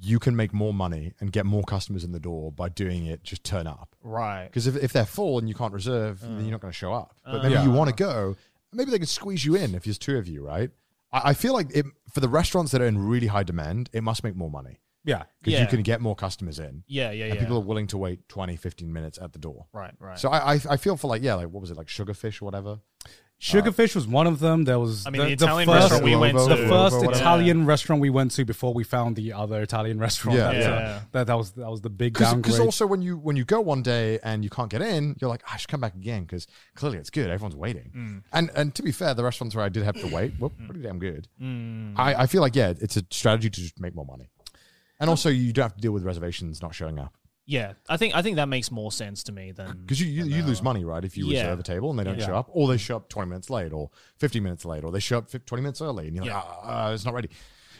Speaker 3: you can make more money and get more customers in the door by doing it just turn up.
Speaker 4: Right.
Speaker 3: Because if, if they're full and you can't reserve, then you're not going to show up. But maybe
Speaker 1: Yeah.
Speaker 3: you
Speaker 4: Uh.
Speaker 3: want to go. Maybe they can squeeze you in if there's two of you, right? I, I feel like it, for the restaurants that are in really high demand, it must make more money
Speaker 4: Uh,
Speaker 1: Yeah,
Speaker 3: because
Speaker 4: Yeah.
Speaker 3: you can get more customers in.
Speaker 4: Yeah, yeah, yeah.
Speaker 3: And people are willing to wait 20, 15 minutes at the door.
Speaker 4: right, right.
Speaker 3: So I, I, I feel for like, yeah, like what was it, like Sugarfish or whatever?
Speaker 1: Sugarfish was one of them. There was
Speaker 4: I mean, the, Italian restaurant we went to,
Speaker 1: the
Speaker 3: Lobo,
Speaker 1: first
Speaker 3: whatever.
Speaker 1: Italian restaurant we went to before we found the other Italian [LAUGHS] restaurant.
Speaker 3: Yeah.
Speaker 1: That's, uh,
Speaker 4: Yeah.
Speaker 1: that that was that was the big
Speaker 3: Because
Speaker 1: downgrade.
Speaker 3: also when you when you go one day and you can't get in, you're like, "Ah, I should come back again because clearly it's good. Everyone's waiting.
Speaker 4: Mm.
Speaker 3: And and to be fair, the restaurants where I did have to wait were pretty damn good.
Speaker 4: Mm.
Speaker 3: I, I feel like yeah, it's a strategy to just make more money, and also you don't have to deal with reservations not showing up
Speaker 4: yeah, I think I think that makes more sense to me than
Speaker 3: because you you, you lose money right if you
Speaker 4: Yeah.
Speaker 3: reserve a table and they don't show up, or they show up twenty minutes late, or fifteen minutes late, or they show up fif- twenty minutes early, and you're like, "Ah, uh, it's not ready.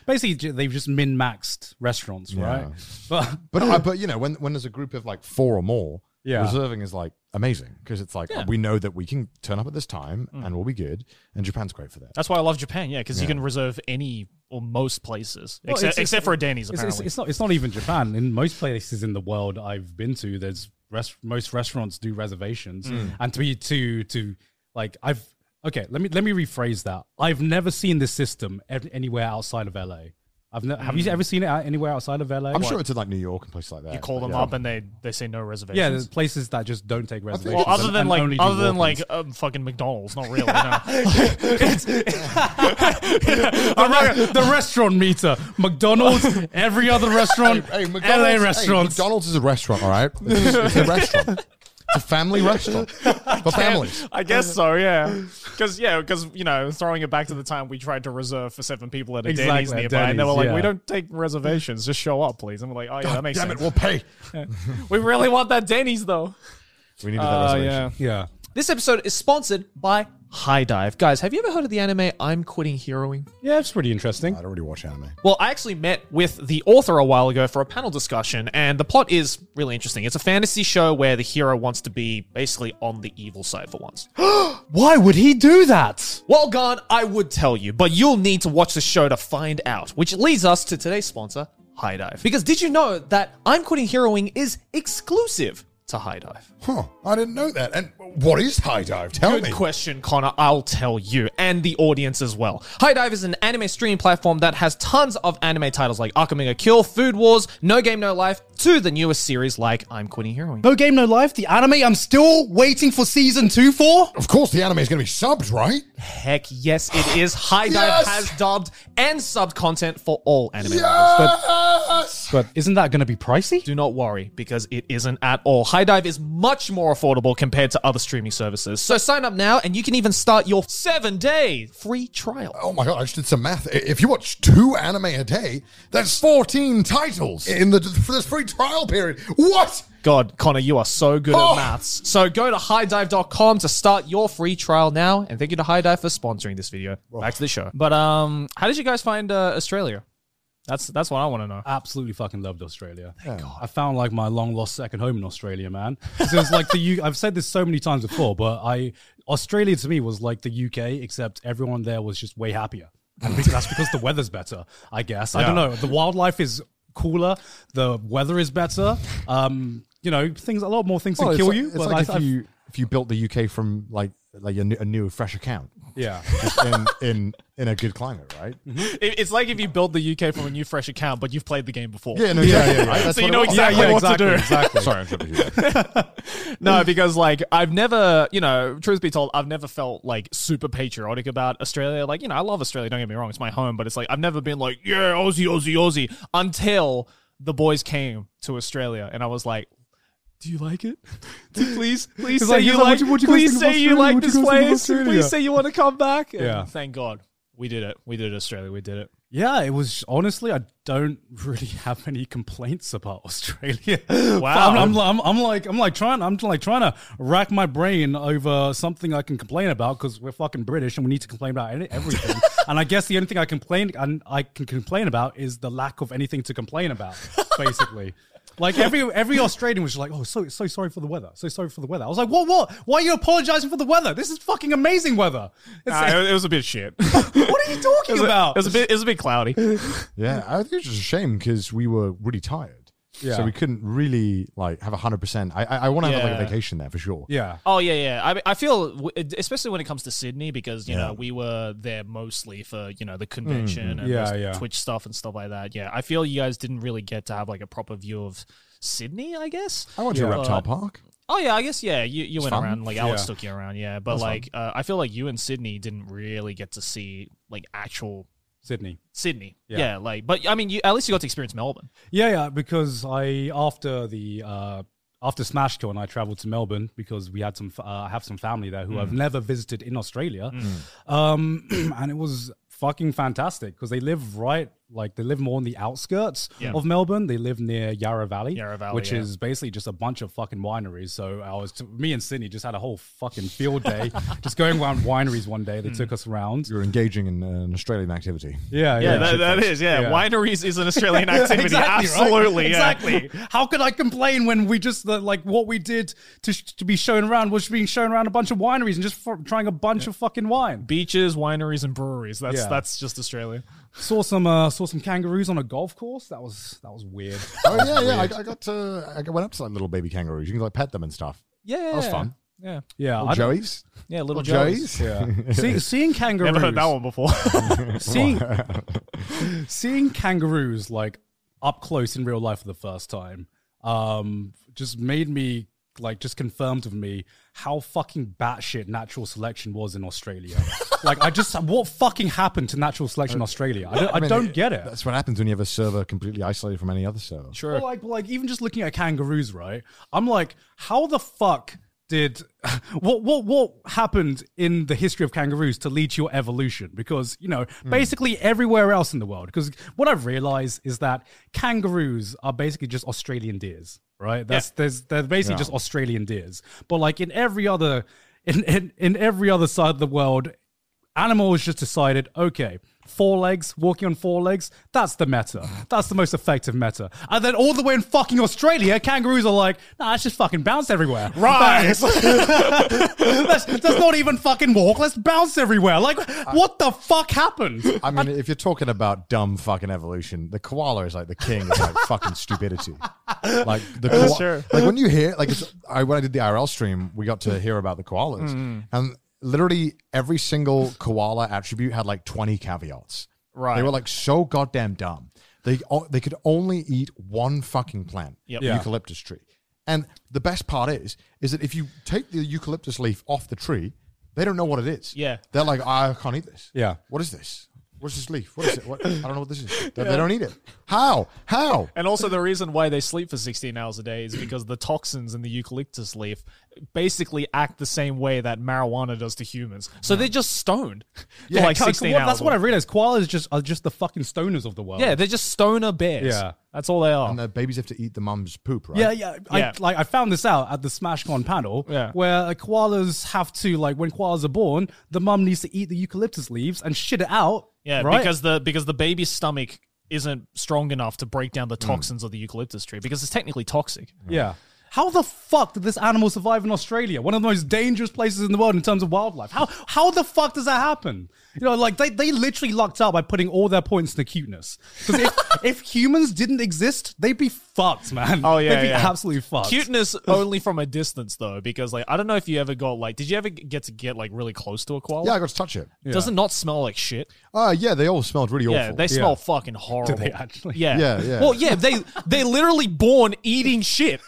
Speaker 1: basically j- they've just min maxed restaurants,
Speaker 3: Yeah.
Speaker 1: right? But
Speaker 3: But I, but you know when when there's a group of like four or more,
Speaker 1: Yeah.
Speaker 3: Reserving is like amazing because it's like
Speaker 4: Yeah.
Speaker 3: we know that we can turn up at this time and we'll be good. And Japan's great for that.
Speaker 4: That's why I love Japan. Yeah, because you
Speaker 3: Yeah.
Speaker 4: can reserve any or most places
Speaker 1: Well,
Speaker 4: except
Speaker 1: it's- it's-
Speaker 4: except for a Danny's
Speaker 1: It's, it's,
Speaker 4: apparently.
Speaker 1: it's not. It's not even Japan. In most places in the world I've been to, there's rest, most restaurants do reservations,
Speaker 4: Hmm.
Speaker 1: and to be to to like I've okay. Let me let me rephrase that. I've never seen this system ev- anywhere outside of LA. I've ne-
Speaker 4: Hmm.
Speaker 1: have you ever seen it out- anywhere outside of LA?
Speaker 3: I'm sure it's in like New York and places like that.
Speaker 4: you call them
Speaker 3: Yeah.
Speaker 4: up and they they say no reservations.
Speaker 1: Yeah, there's places that just don't take reservations.
Speaker 4: well, other
Speaker 1: and-
Speaker 4: than
Speaker 1: and
Speaker 4: like
Speaker 1: only do
Speaker 4: other than like
Speaker 1: [LAUGHS] walk-ins.
Speaker 4: um, fucking McDonald's, not really. no.
Speaker 1: the, re- Oh, the restaurant meter, [LAUGHS] McDonald's, every other restaurant,
Speaker 3: [LAUGHS] Hey,
Speaker 1: LA
Speaker 3: McDonald's- hey,
Speaker 1: restaurants. [LAUGHS]
Speaker 3: McDonald's is a restaurant, all right? It's, it's a restaurant. It's a family restaurant for families.
Speaker 4: I guess so, yeah. Because yeah, because you know, throwing it back to the time we tried to reserve for seven people at a Denny's
Speaker 1: Exactly,
Speaker 4: nearby,
Speaker 1: at
Speaker 4: and they were
Speaker 1: Denny's,
Speaker 4: like,
Speaker 1: yeah.
Speaker 4: "We don't take reservations. Just show up, please." And we're like, "Oh yeah, that makes
Speaker 3: Damn
Speaker 4: sense."
Speaker 3: it, we'll pay.
Speaker 4: we really want that Denny's though.
Speaker 3: We needed that reservation.
Speaker 1: yeah.
Speaker 5: This episode is sponsored by High Dive. Guys, have you ever heard of the anime I'm Quitting Heroing?
Speaker 1: Yeah, it's pretty interesting.
Speaker 3: I don't really watch anime.
Speaker 5: Well, I actually met with the author a while ago for a panel discussion, and the plot is really interesting. It's a fantasy show where the hero wants to be basically on the evil side for once.
Speaker 1: Why would he do that?
Speaker 5: Well, gone, Oh, I would tell you, but you'll need to watch the show to find out, which leads us to today's sponsor, High Dive. Because did you know that I'm Quitting Heroing is exclusive to High Dive?
Speaker 3: Huh, I didn't know that. And what is high dive? Tell
Speaker 5: Good
Speaker 3: me.
Speaker 5: question, Connor. I'll tell you, and the audience as well. High Dive is an anime streaming platform that has tons of anime titles like Akame ga Kill, Food Wars, No Game No Life, to the newest series like I'm Quitting Heroing.
Speaker 1: No Game No Life, the anime I'm still waiting for season two for?
Speaker 3: Of course, the anime is going to be subbed, right?
Speaker 5: Heck yes, it is. High Dive
Speaker 3: Yes!
Speaker 5: has dubbed and subbed content for all anime.
Speaker 3: Yes!
Speaker 1: But isn't that going to be pricey?
Speaker 5: Do not worry because it isn't at all. High Dive is much more affordable compared to other streaming services. So sign up now and you can even start your seven day free trial.
Speaker 3: Oh my god, I just did some math. I- If you watch two anime a day, that's 14 titles in the for this free trial period. What?
Speaker 5: God, Connor, you are so good
Speaker 3: Oh.
Speaker 5: at maths. So go to highdive.com to start your free trial now. And thank you to High Dive for sponsoring this video. Back to the show.
Speaker 4: But um, how did you guys find uh, Australia? That's that's what I want to know.
Speaker 1: Absolutely fucking loved Australia. I found like my long lost second home in Australia, man. 'Cause it was like the U- [LAUGHS] I've said this so many times before, but I Australia to me was like the UK, except everyone there was just way happier. And because, that's because the weather's better, I guess. I don't know. The wildlife is cooler. The weather is better. Um, you know, things a lot more things
Speaker 3: Well,
Speaker 1: can
Speaker 3: it's
Speaker 1: kill
Speaker 3: like-
Speaker 1: you.
Speaker 3: It's
Speaker 1: but
Speaker 3: like
Speaker 1: I-
Speaker 3: if
Speaker 1: I've-
Speaker 3: you if you built the UK from like like a new, a new fresh account
Speaker 1: [LAUGHS] yeah.
Speaker 3: in in in a good climate, right?
Speaker 4: It- It's like if you build the UK from a new fresh account, but you've played the game before.
Speaker 3: Yeah, no, yeah, yeah. yeah. That's
Speaker 4: [LAUGHS] So
Speaker 3: what
Speaker 4: you
Speaker 3: it
Speaker 4: know
Speaker 3: was.
Speaker 4: exactly
Speaker 1: yeah,
Speaker 4: what to do.
Speaker 3: exactly. Sorry, I'm tripping you.
Speaker 4: [LAUGHS] No, because like I've never, you know, truth be told, I've never felt like super patriotic about Australia. Like, you know, I love Australia, don't get me wrong, it's my home, but it's like I've never been like, yeah, Aussie, Aussie, Aussie until the boys came to Australia and I was like, do you like it? [LAUGHS] please, please
Speaker 1: It's
Speaker 4: say
Speaker 1: like,
Speaker 4: you
Speaker 1: it's like,
Speaker 4: like,
Speaker 1: what you- what you guys
Speaker 4: please
Speaker 1: think of
Speaker 4: say you
Speaker 1: Australia?
Speaker 4: like
Speaker 1: What you
Speaker 4: this
Speaker 1: guys think of
Speaker 4: place.
Speaker 1: Australia?
Speaker 4: Please say you want to come back. And
Speaker 1: Yeah.
Speaker 4: Thank God. We did it. We did Australia. We did it.
Speaker 1: Yeah, it was honestly. I don't really [LAUGHS] have any complaints about [LAUGHS] Australia.
Speaker 4: Wow.
Speaker 1: I'm, I'm, I'm, I'm like I'm like trying I'm like trying to rack my brain over something I can complain about because we're fucking British and we need to complain about any-
Speaker 4: [LAUGHS]
Speaker 1: everything. and I guess the only thing I complain and I can complain about is the lack of anything to complain about,
Speaker 4: [LAUGHS]
Speaker 1: basically. Like every every Australian was just like, oh, so so sorry for the weather, so sorry for the weather. I was like, what, what? Why are you apologizing for the weather? This is fucking amazing weather. It's,
Speaker 4: Nah, Ah, it, it was a bit [LAUGHS] shit. it
Speaker 1: what are you talking
Speaker 4: was a-
Speaker 1: about?
Speaker 4: it was a bit it was a bit cloudy.
Speaker 3: Yeah, I think it's just a shame because we were really tired.
Speaker 1: Yeah.
Speaker 3: So we couldn't really like have hundred percent. I I, I want to have like
Speaker 4: Yeah.
Speaker 3: a vacation there for sure.
Speaker 1: yeah.
Speaker 4: Oh yeah, yeah. I I feel w- especially when it comes to Sydney because you
Speaker 3: Yeah.
Speaker 4: know we were there mostly for you know the convention and
Speaker 1: Yeah,
Speaker 4: those
Speaker 1: yeah.
Speaker 4: Twitch stuff and stuff like that. Yeah, I feel you guys didn't really get to have like a proper view of Sydney. I guess.
Speaker 3: I went to a
Speaker 4: Yeah.
Speaker 3: reptile
Speaker 4: But-
Speaker 3: park.
Speaker 4: Oh yeah, I guess yeah. You you went
Speaker 3: fun.
Speaker 4: around like Alex
Speaker 1: Yeah.
Speaker 4: took you around. Yeah, but like uh, I feel like you and Sydney didn't really get to see like actual
Speaker 1: Sydney.
Speaker 4: Sydney. Yeah,
Speaker 1: Yeah.
Speaker 4: like but I mean you at least you got to experience Melbourne.
Speaker 1: Yeah, yeah, because I after the uh, after SmashCon, I traveled to Melbourne because we had some. f- Uh, I have some family there who
Speaker 4: Mm.
Speaker 1: I've never [CLEARS THROAT] visited in Australia, um, and it was fucking fantastic because they live right like they live more on the outskirts
Speaker 4: Yeah.
Speaker 1: of Melbourne. They live near Yarra Valley,
Speaker 4: Yarra Valley,
Speaker 1: which
Speaker 4: yeah.
Speaker 1: is basically just a bunch of fucking wineries. So I was, me and Sydney just had a whole fucking field day
Speaker 4: [LAUGHS]
Speaker 1: just going around wineries one day. They
Speaker 4: Mm.
Speaker 1: took us around.
Speaker 3: You're engaging in uh, an Australian activity.
Speaker 1: Yeah,
Speaker 4: Yeah, that, that is. Yeah.
Speaker 1: Yeah.
Speaker 4: wineries [LAUGHS] is an Australian activity.
Speaker 1: [LAUGHS] Exactly, right?
Speaker 4: Absolutely, yeah.
Speaker 1: Exactly. How could I complain when we just the, like what we did to, sh- to be shown around was being shown around a bunch of wineries and just f- trying a bunch of fucking wine.
Speaker 4: Beaches, wineries, and breweries. That's
Speaker 1: Yeah.
Speaker 4: that's just Australia.
Speaker 1: Saw some uh, saw some kangaroos on a golf course. That was that was weird.
Speaker 3: Oh yeah, yeah. I, I got to. I went up to like little baby kangaroos. You can like pet them and stuff.
Speaker 1: yeah,
Speaker 3: That was fun.
Speaker 4: Yeah,
Speaker 1: Yeah, I
Speaker 3: Little Joey's.
Speaker 4: yeah. Little,
Speaker 3: Little
Speaker 4: Joeys.
Speaker 3: Joey's.
Speaker 1: yeah. See, seeing kangaroos.
Speaker 4: Never heard that one before.
Speaker 1: Seeing seeing kangaroos like up close in real life for the first time um just made me like just confirmed with me how fucking batshit natural selection was in Australia. like I just what fucking happened to natural selection in Australia? I don't, I
Speaker 3: mean,
Speaker 1: don't get it.
Speaker 3: That's what happens when you have a server completely isolated from any other server.
Speaker 1: Sure. Well, like, like even just looking at kangaroos, right? I'm like, how the fuck did [LAUGHS] what what what happened in the history of kangaroos to lead to your evolution? Because you know, basically everywhere else in the world. Because what I've realized is that kangaroos are basically just Australian deers, right? That's there's they're basically just Australian deers. But like in every other in, in in every other side of the world, animals just decided, okay, four legs, walking on four legs, that's the meta. That's the most effective meta. And then all the way in fucking Australia, kangaroos are like, nah, let's just fucking bounce everywhere. [LAUGHS] Right. let's, let's not even fucking walk, let's bounce everywhere. Like, what the fuck happened?
Speaker 3: I mean, if you're talking about dumb fucking evolution, the koala is like the king of like fucking stupidity. Like the koala, like when you hear like it's, I when I did the IRL stream, we got to hear about the koalas, and literally every single koala attribute had like 20 caveats. Right, they were like so goddamn dumb. They o- they could only eat one fucking plant, the
Speaker 1: Yeah.
Speaker 3: eucalyptus tree. And the best part is, is that if you take the eucalyptus leaf off the tree, they don't know what it is.
Speaker 4: Yeah.
Speaker 3: they're like, "Ah, I can't eat this.
Speaker 1: Yeah.
Speaker 3: What is this? What's this leaf? What is it? What? I don't know what this is. They, they don't eat it. How? How?
Speaker 4: and also, the reason why they sleep for 16 hours a day is because the toxins in the eucalyptus leaf basically act the same way that marijuana does to humans. So they're just stoned [LAUGHS] for like
Speaker 1: Like,
Speaker 4: 16
Speaker 1: what-
Speaker 4: hours.
Speaker 1: that's what I realized. Koalas just are just the fucking stoners of the world.
Speaker 4: yeah, they're just stoner bears.
Speaker 1: Yeah.
Speaker 4: that's all they are.
Speaker 3: And the babies have to eat the mum's poop, right?
Speaker 1: Yeah, yeah.
Speaker 4: Yeah.
Speaker 1: I, like I found this out at the SmashCon panel,
Speaker 4: Yeah.
Speaker 1: where uh, koalas have to like when koalas are born, the mum needs to eat the eucalyptus leaves and shit it out.
Speaker 4: Yeah,
Speaker 1: right?
Speaker 4: because the because the baby's stomach isn't strong enough to break down the toxins of the eucalyptus tree because it's technically toxic.
Speaker 1: yeah. How the fuck did this animal survive in Australia? One of the most dangerous places in the world in terms of wildlife. How how the fuck does that happen? You know, like they, they literally lucked out by putting all their points into cuteness. Because if, [LAUGHS] if humans didn't exist, they'd be fucked, man.
Speaker 4: Oh, yeah,
Speaker 1: they'd be
Speaker 4: yeah.
Speaker 1: absolutely fucked.
Speaker 4: Cuteness only from a distance though, because like I don't know if you ever got like did you ever get to get like really close to a koala?
Speaker 3: Yeah, I got to touch it.
Speaker 4: Does it not smell like shit?
Speaker 3: Uh, yeah, they all smelled really
Speaker 4: Yeah,
Speaker 3: awful.
Speaker 4: they smell fucking horrible.
Speaker 1: they actually?
Speaker 4: Yeah.
Speaker 3: Yeah, yeah.
Speaker 4: Well, yeah, they they literally born
Speaker 1: [LAUGHS]
Speaker 4: eating shit,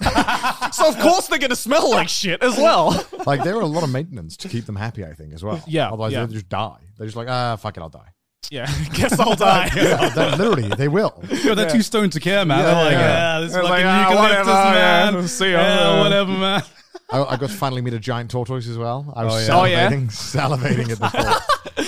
Speaker 4: so of course they're gonna smell like shit
Speaker 1: [LAUGHS]
Speaker 4: as well.
Speaker 3: [LAUGHS] like there were a lot of maintenance to keep them happy, I think, as well.
Speaker 4: Yeah,
Speaker 3: Otherwise,
Speaker 4: yeah.
Speaker 3: they'll just die. They're just like, ah, fuck it, I'll die. [LAUGHS]
Speaker 4: Yeah, guess I'll [LAUGHS] die.
Speaker 3: They- literally, they will.
Speaker 1: Yo, they're too stoned to care, man. they're like,
Speaker 3: yeah.
Speaker 1: yeah, this
Speaker 4: They're
Speaker 1: fucking
Speaker 4: like, "Ah,
Speaker 1: eucalyptus,
Speaker 4: whatever, yeah,
Speaker 1: man.
Speaker 4: see ya."
Speaker 1: yeah, whatever,
Speaker 4: [LAUGHS]
Speaker 1: man.
Speaker 3: I, I got to finally meet a giant tortoise as well. I was
Speaker 4: Oh, yeah.
Speaker 3: salivating, salivating
Speaker 4: [LAUGHS]
Speaker 3: at the thought.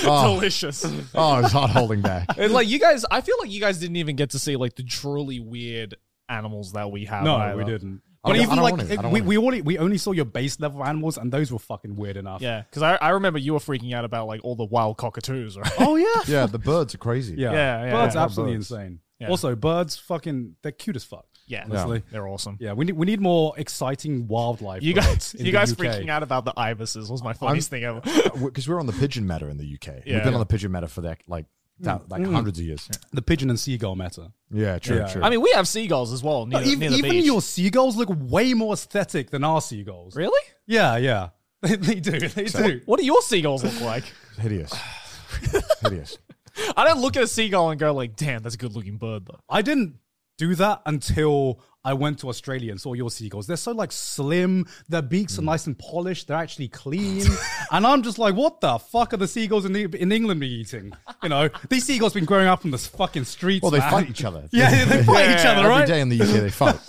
Speaker 3: Oh,
Speaker 4: Delicious.
Speaker 3: oh, it was hard holding
Speaker 4: [LAUGHS]
Speaker 3: back.
Speaker 4: And like you guys, I feel like you guys didn't even get to see like the truly weird animals that we have.
Speaker 1: No,
Speaker 4: either.
Speaker 1: we didn't.
Speaker 3: I
Speaker 1: But
Speaker 3: don't- I
Speaker 1: even
Speaker 3: don't
Speaker 1: like
Speaker 3: want it.
Speaker 1: it-
Speaker 3: I don't
Speaker 1: we,
Speaker 3: want it.
Speaker 1: we only we only saw your base level animals, and those were fucking weird enough.
Speaker 4: Yeah, because I, I remember you were freaking out about like all the wild cockatoos, right?
Speaker 1: Oh yeah.
Speaker 3: Yeah, the birds are crazy.
Speaker 1: Yeah.
Speaker 4: Yeah, yeah,
Speaker 1: birds
Speaker 4: yeah.
Speaker 1: absolutely
Speaker 3: Birds.
Speaker 1: insane.
Speaker 4: Yeah.
Speaker 1: Also, birds fucking they're cute as fuck.
Speaker 4: Yeah,
Speaker 1: Honestly.
Speaker 4: they're awesome.
Speaker 1: Yeah, we need we need more exciting wildlife.
Speaker 4: You
Speaker 1: birds
Speaker 4: guys,
Speaker 1: in
Speaker 4: you
Speaker 1: the
Speaker 4: guys
Speaker 1: UK.
Speaker 4: freaking out about the ibises was my funniest
Speaker 1: [LAUGHS]
Speaker 4: thing ever.
Speaker 3: Because we're on the pigeon matter in the UK.
Speaker 4: Yeah.
Speaker 3: We've been on the pigeon matter for that, like,
Speaker 1: Mm.
Speaker 3: that, like hundreds of years.
Speaker 1: The pigeon and seagull meta.
Speaker 3: Yeah, true,
Speaker 1: Yeah.
Speaker 3: true.
Speaker 4: I mean, we have seagulls as well near, the- near
Speaker 1: even
Speaker 4: the
Speaker 1: even
Speaker 4: beach.
Speaker 1: your seagulls look way more aesthetic than our seagulls.
Speaker 4: really?
Speaker 1: Yeah, yeah. [LAUGHS] They, they do. They do.
Speaker 4: What do your seagulls look like?
Speaker 1: [LAUGHS]
Speaker 3: hideous, hideous.
Speaker 4: I don't look at a seagull and go like, "Damn, that's a good-looking bird." Though
Speaker 1: I didn't do that until I went to Australia and saw your seagulls. They're so like slim, their beaks are
Speaker 3: Mm.
Speaker 1: nice and polished, they're actually clean.
Speaker 3: [LAUGHS]
Speaker 1: and I'm just like, what the fuck are the seagulls in, E-, in England be eating? You know, these seagulls been growing up on the fucking streets.
Speaker 3: Well, they
Speaker 1: man.
Speaker 3: fight each other.
Speaker 1: [LAUGHS] Yeah,
Speaker 3: [LAUGHS]
Speaker 1: they fight each other,
Speaker 3: Every
Speaker 1: right?
Speaker 3: day in the UK
Speaker 1: [LAUGHS]
Speaker 3: they fight.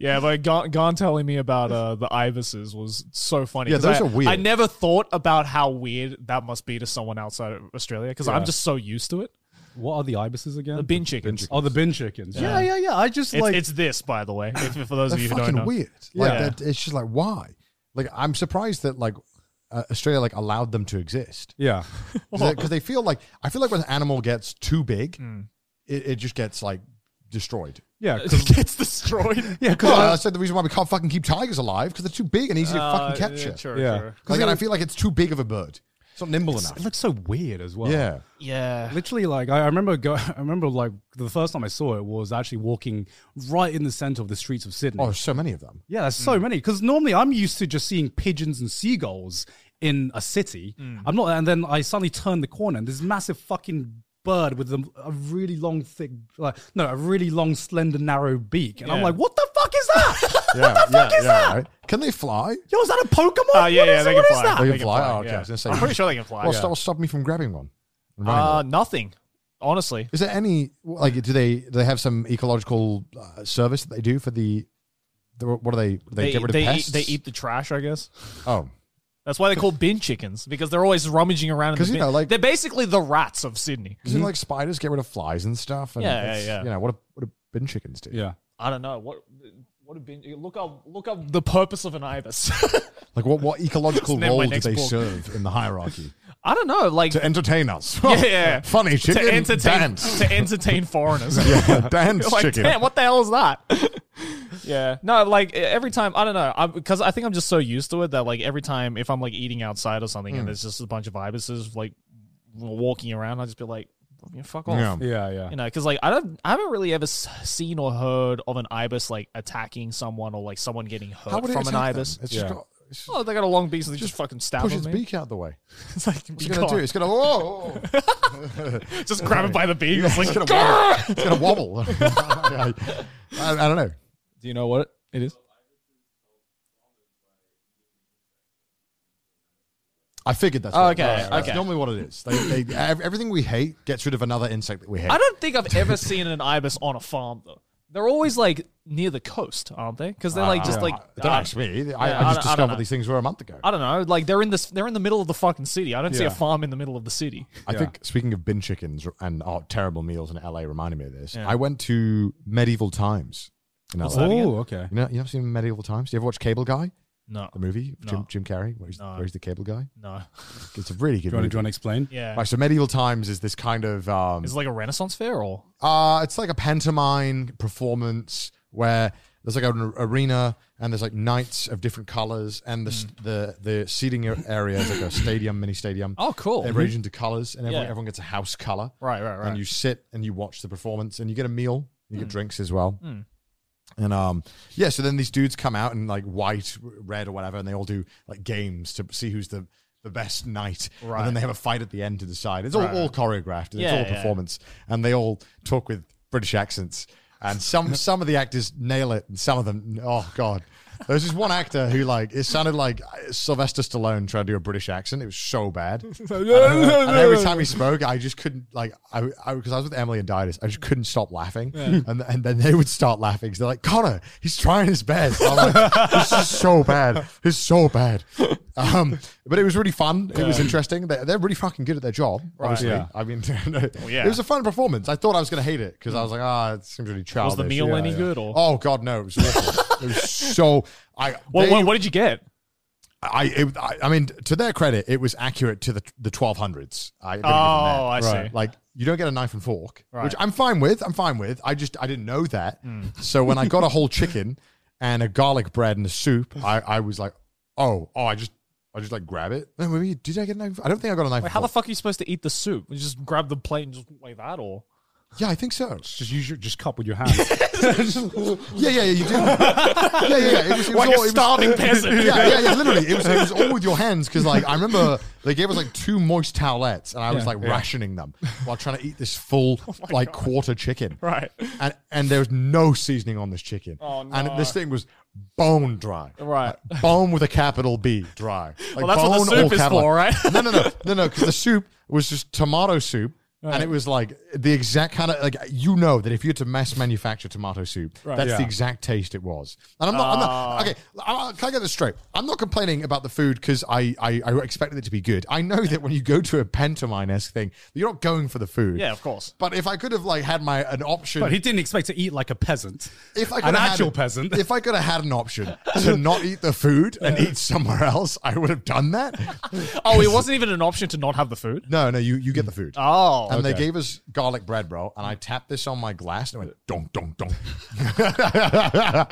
Speaker 4: Yeah, but Gon, Gon telling me about uh, the ibises was so funny.
Speaker 3: Yeah,
Speaker 4: 'cause
Speaker 3: those
Speaker 4: I,
Speaker 3: are weird.
Speaker 4: I never thought about how weird that must be to someone outside of Australia because I'm just so used to it.
Speaker 1: What are the ibises again?
Speaker 4: The bin chickens.
Speaker 1: Oh, the bin chickens. Yeah, yeah, yeah. I just
Speaker 4: It's,
Speaker 1: like
Speaker 4: it's this, by the way. If, for those of
Speaker 3: They're
Speaker 4: you who don't
Speaker 3: fucking
Speaker 4: know,
Speaker 3: weird. Like
Speaker 4: Yeah.
Speaker 3: that, it's just like why? Like I'm surprised that like uh, Australia like allowed them to exist
Speaker 1: yeah.
Speaker 3: because they, feel like I feel like when an animal gets too big,
Speaker 1: Mm.
Speaker 3: it, it just gets like destroyed.
Speaker 4: [LAUGHS]
Speaker 1: Yeah, 'cause-
Speaker 4: it gets destroyed.
Speaker 1: yeah,
Speaker 3: Because Oh, I
Speaker 1: because
Speaker 3: said the reason why we can't fucking keep tigers alive because they're too big and easy to fucking capture.
Speaker 1: Uh, [LAUGHS] yeah,
Speaker 3: Like, and I feel like it's too big of a bird. It's not nimble
Speaker 1: It's- it
Speaker 3: enough.
Speaker 1: looks so weird as well.
Speaker 3: Yeah.
Speaker 4: Yeah.
Speaker 1: Literally, like I I remember, go, [LAUGHS] I remember, like the first time I saw it was actually walking right in the center of the streets of Sydney.
Speaker 3: Oh, there's so many of them.
Speaker 1: Yeah, there's
Speaker 4: mm.
Speaker 1: so many. Because normally I'm used to just seeing pigeons and seagulls in a city.
Speaker 4: Mm.
Speaker 1: I'm not, and then I suddenly turn the corner and this massive fucking bird with a, a really long, thick, like no, a really long, slender, narrow beak, and I'm
Speaker 4: Yeah.
Speaker 1: like, what the fuck is that? [LAUGHS]
Speaker 3: Yeah,
Speaker 1: what the fuck
Speaker 3: yeah,
Speaker 1: is
Speaker 3: yeah,
Speaker 1: that?
Speaker 3: right. Can they fly?
Speaker 1: Yo, is that a Pokemon?
Speaker 4: Oh, yeah,
Speaker 1: What
Speaker 4: yeah,
Speaker 1: is-
Speaker 4: they
Speaker 1: what
Speaker 4: can
Speaker 1: is
Speaker 4: fly.
Speaker 1: that?
Speaker 3: They
Speaker 4: They
Speaker 3: can
Speaker 4: can
Speaker 3: fly.
Speaker 4: fly,
Speaker 3: Oh, okay.
Speaker 4: yeah.
Speaker 3: I was gonna say,
Speaker 4: I'm pretty sure they can fly.
Speaker 3: What's, what's stopping me from grabbing one? and running with
Speaker 4: Uh,
Speaker 3: it?
Speaker 4: nothing. Honestly,
Speaker 3: Is there any like? Do they do they have some ecological uh, service that they do for the? the what do they? They, get rid of
Speaker 4: they, eat,
Speaker 3: pests.
Speaker 4: they eat the trash, I guess.
Speaker 3: Oh,
Speaker 4: That's why they're called bin chickens because they're always rummaging around. in the
Speaker 3: 'Cause, you
Speaker 4: bin.
Speaker 3: know, like-
Speaker 4: they're basically the rats of Sydney.
Speaker 3: because like spiders get rid of flies and stuff. And
Speaker 4: Yeah, Hmm? yeah,
Speaker 3: it's,
Speaker 4: yeah.
Speaker 3: You know what? Do, what do bin chickens do?
Speaker 1: Yeah.
Speaker 4: I don't know what what a bin. Look up look up the purpose of an ibis. [LAUGHS]
Speaker 3: Like what? What ecological
Speaker 4: It's never my
Speaker 3: role do
Speaker 4: next
Speaker 3: they
Speaker 4: book.
Speaker 3: serve in the
Speaker 4: [LAUGHS]
Speaker 3: hierarchy?
Speaker 4: I don't know, like
Speaker 3: to entertain us.
Speaker 4: Yeah, yeah.
Speaker 3: Oh, [LAUGHS] Funny
Speaker 4: to
Speaker 3: chicken.
Speaker 4: entertain [LAUGHS]
Speaker 3: Dance.
Speaker 4: to entertain foreigners.
Speaker 3: [LAUGHS] yeah, dance
Speaker 4: like,
Speaker 3: chicken.
Speaker 4: damn, what the hell is that? [LAUGHS] yeah. No, like e-, every time, I don't know, because I think I'm just so used to it that like every time if I'm like eating outside or something
Speaker 3: Mm.
Speaker 4: and there's just a bunch of ibises like walking around, I'll just be like, "Yeah, fuck off.
Speaker 3: Yeah.
Speaker 1: Yeah, yeah.
Speaker 4: You know, because like I don't, I haven't really ever s- seen or heard of an ibis like attacking someone or like someone getting
Speaker 3: How
Speaker 4: hurt
Speaker 3: would it
Speaker 4: from an
Speaker 3: attack them?
Speaker 4: ibis.
Speaker 3: It's just
Speaker 1: Yeah.
Speaker 3: got, it's just
Speaker 4: Oh, they got a long beak, so they just, fucking stab
Speaker 3: push
Speaker 4: them,
Speaker 3: its
Speaker 4: man.
Speaker 3: beak out the way.
Speaker 4: [LAUGHS] It's like
Speaker 3: What's it gonna do?
Speaker 4: God.
Speaker 3: It's gonna whoa. whoa, whoa.
Speaker 4: just grab it by the beak.
Speaker 3: Yeah, [LAUGHS]
Speaker 4: It's
Speaker 3: it's
Speaker 4: like,
Speaker 3: gonna wobble. It's gonna wobble. [LAUGHS] I, I don't know.
Speaker 4: do you know what it is?
Speaker 3: I figured that's
Speaker 4: Oh,
Speaker 3: what
Speaker 4: okay,
Speaker 3: It was. That's
Speaker 4: okay.
Speaker 3: normally what it is. They, they, ev- everything we hate gets rid of another insect that we hate.
Speaker 4: I don't think I've ever seen an ibis on a farm though. They're always like near the coast, aren't they? Because they're like just like
Speaker 3: Ah, don't ask me. I,
Speaker 4: Yeah,
Speaker 3: I
Speaker 4: I
Speaker 3: just
Speaker 4: don't- I don't
Speaker 3: discovered
Speaker 4: know.
Speaker 3: these things were a month ago.
Speaker 4: I don't know, like they're in this they're in the middle of the fucking city. I don't see a
Speaker 1: Yeah.
Speaker 4: farm in the middle of the city.
Speaker 3: I think speaking of bin chickens and oh, terrible meals in LA reminded me of this. I went to Medieval Times. In LA.
Speaker 4: that again?
Speaker 1: Oh, okay.
Speaker 3: You know, you never seen Medieval Times? Do you ever watch Cable Guy,
Speaker 4: No,
Speaker 3: the movie? with
Speaker 4: No.
Speaker 3: Jim, Jim Carrey, where he's, where he's the cable guy.
Speaker 4: no.
Speaker 3: It's a really good
Speaker 1: Do you, want to, do
Speaker 3: movie.
Speaker 1: you want to explain?
Speaker 4: Yeah.
Speaker 3: Right, so Medieval Times is this kind of um,
Speaker 4: Is it like a Renaissance fair or
Speaker 3: Uh, it's like a pantomime performance where there's like an arena and there's like knights of different colors and the
Speaker 4: Hmm.
Speaker 3: the the seating area is like a stadium, mini stadium.
Speaker 4: Oh, cool.
Speaker 3: They're arranged into colors and everyone,
Speaker 4: Yeah.
Speaker 3: everyone gets a house color.
Speaker 4: Right, right, Hmm.
Speaker 3: And
Speaker 4: right.
Speaker 3: you sit and you watch the performance and you get a meal, you get drinks as well. And um, yeah, so then these dudes come out in like white, r- red, or whatever, and they all do like games to see who's the the best knight. And then they have a fight at the end to decide. It's all, all choreographed. and it's
Speaker 4: Yeah,
Speaker 3: all
Speaker 4: yeah.
Speaker 3: performance, and they all talk with British accents. And some some of the actors nail it, and some of them, oh god. There's this one actor who like it sounded like Sylvester Stallone trying to do a British accent. It was so bad. And every time he spoke, I just couldn't like I because I, 'cause I was with Emily and Dietis, I just couldn't stop laughing, and and then they would start laughing. 'cause they're like, Connor, he's trying his best. And I'm like, this is so bad. It's so bad. Um, but it was really fun. It was interesting. They, they're really fucking good at their job. Obviously,
Speaker 1: Yeah.
Speaker 3: I mean, [LAUGHS]
Speaker 4: yeah.
Speaker 3: it was a fun performance. I thought I was going to hate it because I was like, ah, it seems really childish.
Speaker 4: was the meal
Speaker 3: Yeah,
Speaker 4: any
Speaker 3: yeah.
Speaker 4: good or
Speaker 3: Oh God, no! It was awful. it was so. I
Speaker 4: [LAUGHS] what,
Speaker 3: they-
Speaker 4: what, what did you get?
Speaker 3: I, it, I I mean, to their credit, it was accurate to the the twelve hundreds. I gotta give them that.
Speaker 4: Oh, I
Speaker 1: Right.
Speaker 4: see.
Speaker 3: like you don't get a knife and fork, which I'm fine with. I'm fine with. I just I didn't know that.
Speaker 4: Hmm.
Speaker 3: So when I
Speaker 4: [LAUGHS]
Speaker 3: got a whole chicken and a garlic bread and a soup, I, I was like, oh, oh, I just I just like grab it. No, maybe did I get a knife? I don't think I got a knife.
Speaker 4: Wait,
Speaker 3: and
Speaker 4: how the
Speaker 3: fork.
Speaker 4: fuck are you supposed to eat the soup? You just grab the plate and just like that, or
Speaker 3: yeah, I think so.
Speaker 1: Just use your, just cup with your hands.
Speaker 4: [LAUGHS]
Speaker 1: [LAUGHS]
Speaker 3: Yeah, yeah, yeah. You do. [LAUGHS] yeah, yeah, yeah. It was, it was
Speaker 4: like
Speaker 3: all, it
Speaker 4: a
Speaker 3: was-
Speaker 4: starving peasant?
Speaker 3: [LAUGHS] yeah, yeah, yeah, literally. It was, it was all with your hands because, like, I remember they gave us like two moist towelettes, and I was like rationing them while trying to eat this
Speaker 4: [LAUGHS]
Speaker 3: full, like, quarter chicken.
Speaker 4: Oh Right.
Speaker 3: And and there was no seasoning on this chicken. Oh, no. And this thing was bone dry.
Speaker 4: Right.
Speaker 3: Like, bone with a capital B, dry. Like,
Speaker 4: Well, that's what the
Speaker 3: bone or
Speaker 4: soup is
Speaker 3: capital-
Speaker 4: for, right?
Speaker 3: No, no, no, no, no. Because the soup was just tomato soup. And it was like the exact kind of like you know that if you had to mass manufacture tomato soup, that's the
Speaker 1: Yeah. Ah.
Speaker 3: exact taste it was. And I'm not, I'm not okay. I, I- can I get this straight? I'm not complaining about the food because I, I I expected it to be good. I know that when you go to a pantomime esque thing, you're not going for the food.
Speaker 4: Yeah, of course.
Speaker 3: But if I could have like had my an option,
Speaker 1: But he didn't expect to eat like a peasant.
Speaker 3: if I could
Speaker 1: an
Speaker 3: have
Speaker 1: actual
Speaker 3: had,
Speaker 1: peasant.
Speaker 3: if I could have had
Speaker 1: [LAUGHS]
Speaker 3: an option to not eat the food and eat somewhere else, I would have
Speaker 1: [LAUGHS]
Speaker 3: done that.
Speaker 4: Oh, it wasn't even an option to not have the food.
Speaker 3: No, no, you you get the
Speaker 1: Ah,
Speaker 3: food.
Speaker 4: [LAUGHS] Oh,
Speaker 3: and they gave us garlic bread, bro. And I tapped this on my glass and it went donk donk donk.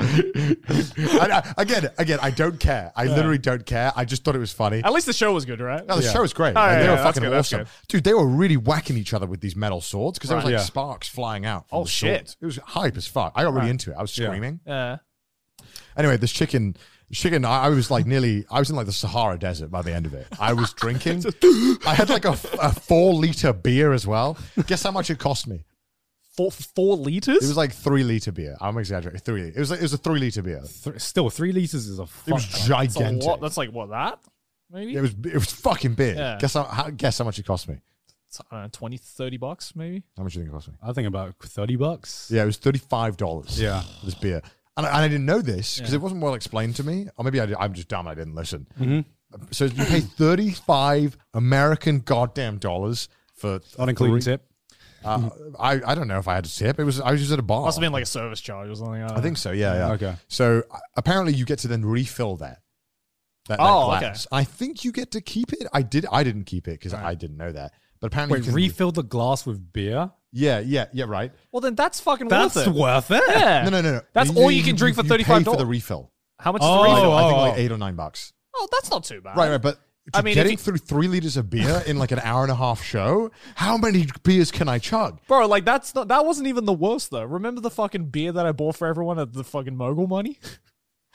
Speaker 3: [LAUGHS] And I- again, again, I don't care. I literally don't care. I just thought it was funny.
Speaker 4: at least the show was good, right?
Speaker 3: No, the show was great.
Speaker 4: Oh,
Speaker 3: Like,
Speaker 4: yeah,
Speaker 3: they
Speaker 4: yeah,
Speaker 3: were
Speaker 4: that's
Speaker 3: fucking
Speaker 4: good, that's
Speaker 3: awesome, dude. They were really whacking each other with these metal swords because there was
Speaker 4: Right.
Speaker 3: like
Speaker 1: Yeah.
Speaker 3: sparks flying out. from
Speaker 4: Oh,
Speaker 3: the
Speaker 4: shit.
Speaker 3: swords. It was hype as fuck. I got really into it. I was
Speaker 1: Yeah.
Speaker 3: screaming.
Speaker 4: Yeah.
Speaker 3: Anyway, this chicken, chicken, I, I was like nearly, I was in like the Sahara Desert by the end of it. I was
Speaker 4: [LAUGHS]
Speaker 3: drinking. I had like a, a four liter beer as well. Guess how much it cost me?
Speaker 4: Four, four liters?
Speaker 3: It was like three liter beer. I'm exaggerating. Three. It was like, it was a three liter beer.
Speaker 1: Th- [LAUGHS] still, three liters is a
Speaker 3: It
Speaker 1: fuck.
Speaker 3: was
Speaker 1: ton.
Speaker 4: That's a
Speaker 3: gigantic.
Speaker 4: lot. That's like, what, that? Maybe?
Speaker 3: it was it was fucking big.
Speaker 4: Yeah.
Speaker 3: Guess how, how guess how much it cost me?
Speaker 4: It's, I don't know, 20, 30 bucks, maybe?
Speaker 3: How much do you think it cost me?
Speaker 1: I think about thirty bucks.
Speaker 3: Yeah, it was thirty five dollars.
Speaker 1: Yeah.
Speaker 3: for this beer, and I, and I didn't know this because it wasn't well explained to me, or maybe I, did- I'm just dumb. I didn't listen.
Speaker 1: Mm-hmm.
Speaker 3: So you pay thirty five American goddamn dollars for
Speaker 1: Not including
Speaker 3: three-
Speaker 1: tip.
Speaker 3: Uh, I I don't know if I had a tip. It was I was just at a bar.
Speaker 4: Must have been like a service charge or something.
Speaker 3: Oh, I think so. Yeah, yeah.
Speaker 1: Okay.
Speaker 3: So uh, apparently you get to then refill that. That, that
Speaker 4: Oh, okay.
Speaker 3: glass. I think you get to keep it. I did. I didn't keep it because I didn't know that. But apparently,
Speaker 1: Wait,
Speaker 3: you can-
Speaker 1: refill the glass with beer.
Speaker 3: Yeah, yeah, yeah. Right.
Speaker 4: Well, then that's fucking
Speaker 1: That's
Speaker 4: worth it.
Speaker 1: worth it. [LAUGHS]
Speaker 4: yeah.
Speaker 3: No, no, no, no.
Speaker 4: That's all you can drink for
Speaker 3: you pay
Speaker 4: $35.
Speaker 3: for the refill.
Speaker 4: How much
Speaker 1: Oh,
Speaker 4: is the refill?
Speaker 1: oh,
Speaker 3: I think
Speaker 1: oh.
Speaker 3: like eight or nine bucks.
Speaker 4: Oh, that's not too bad.
Speaker 3: Right, right. But to
Speaker 4: I mean, if
Speaker 3: getting
Speaker 4: you-
Speaker 3: through three liters of beer in like an hour and a half show, how many beers can I chug?
Speaker 4: Bro, like that's not that wasn't even the worst though. Remember the fucking beer that I bought for everyone at the fucking mogul money?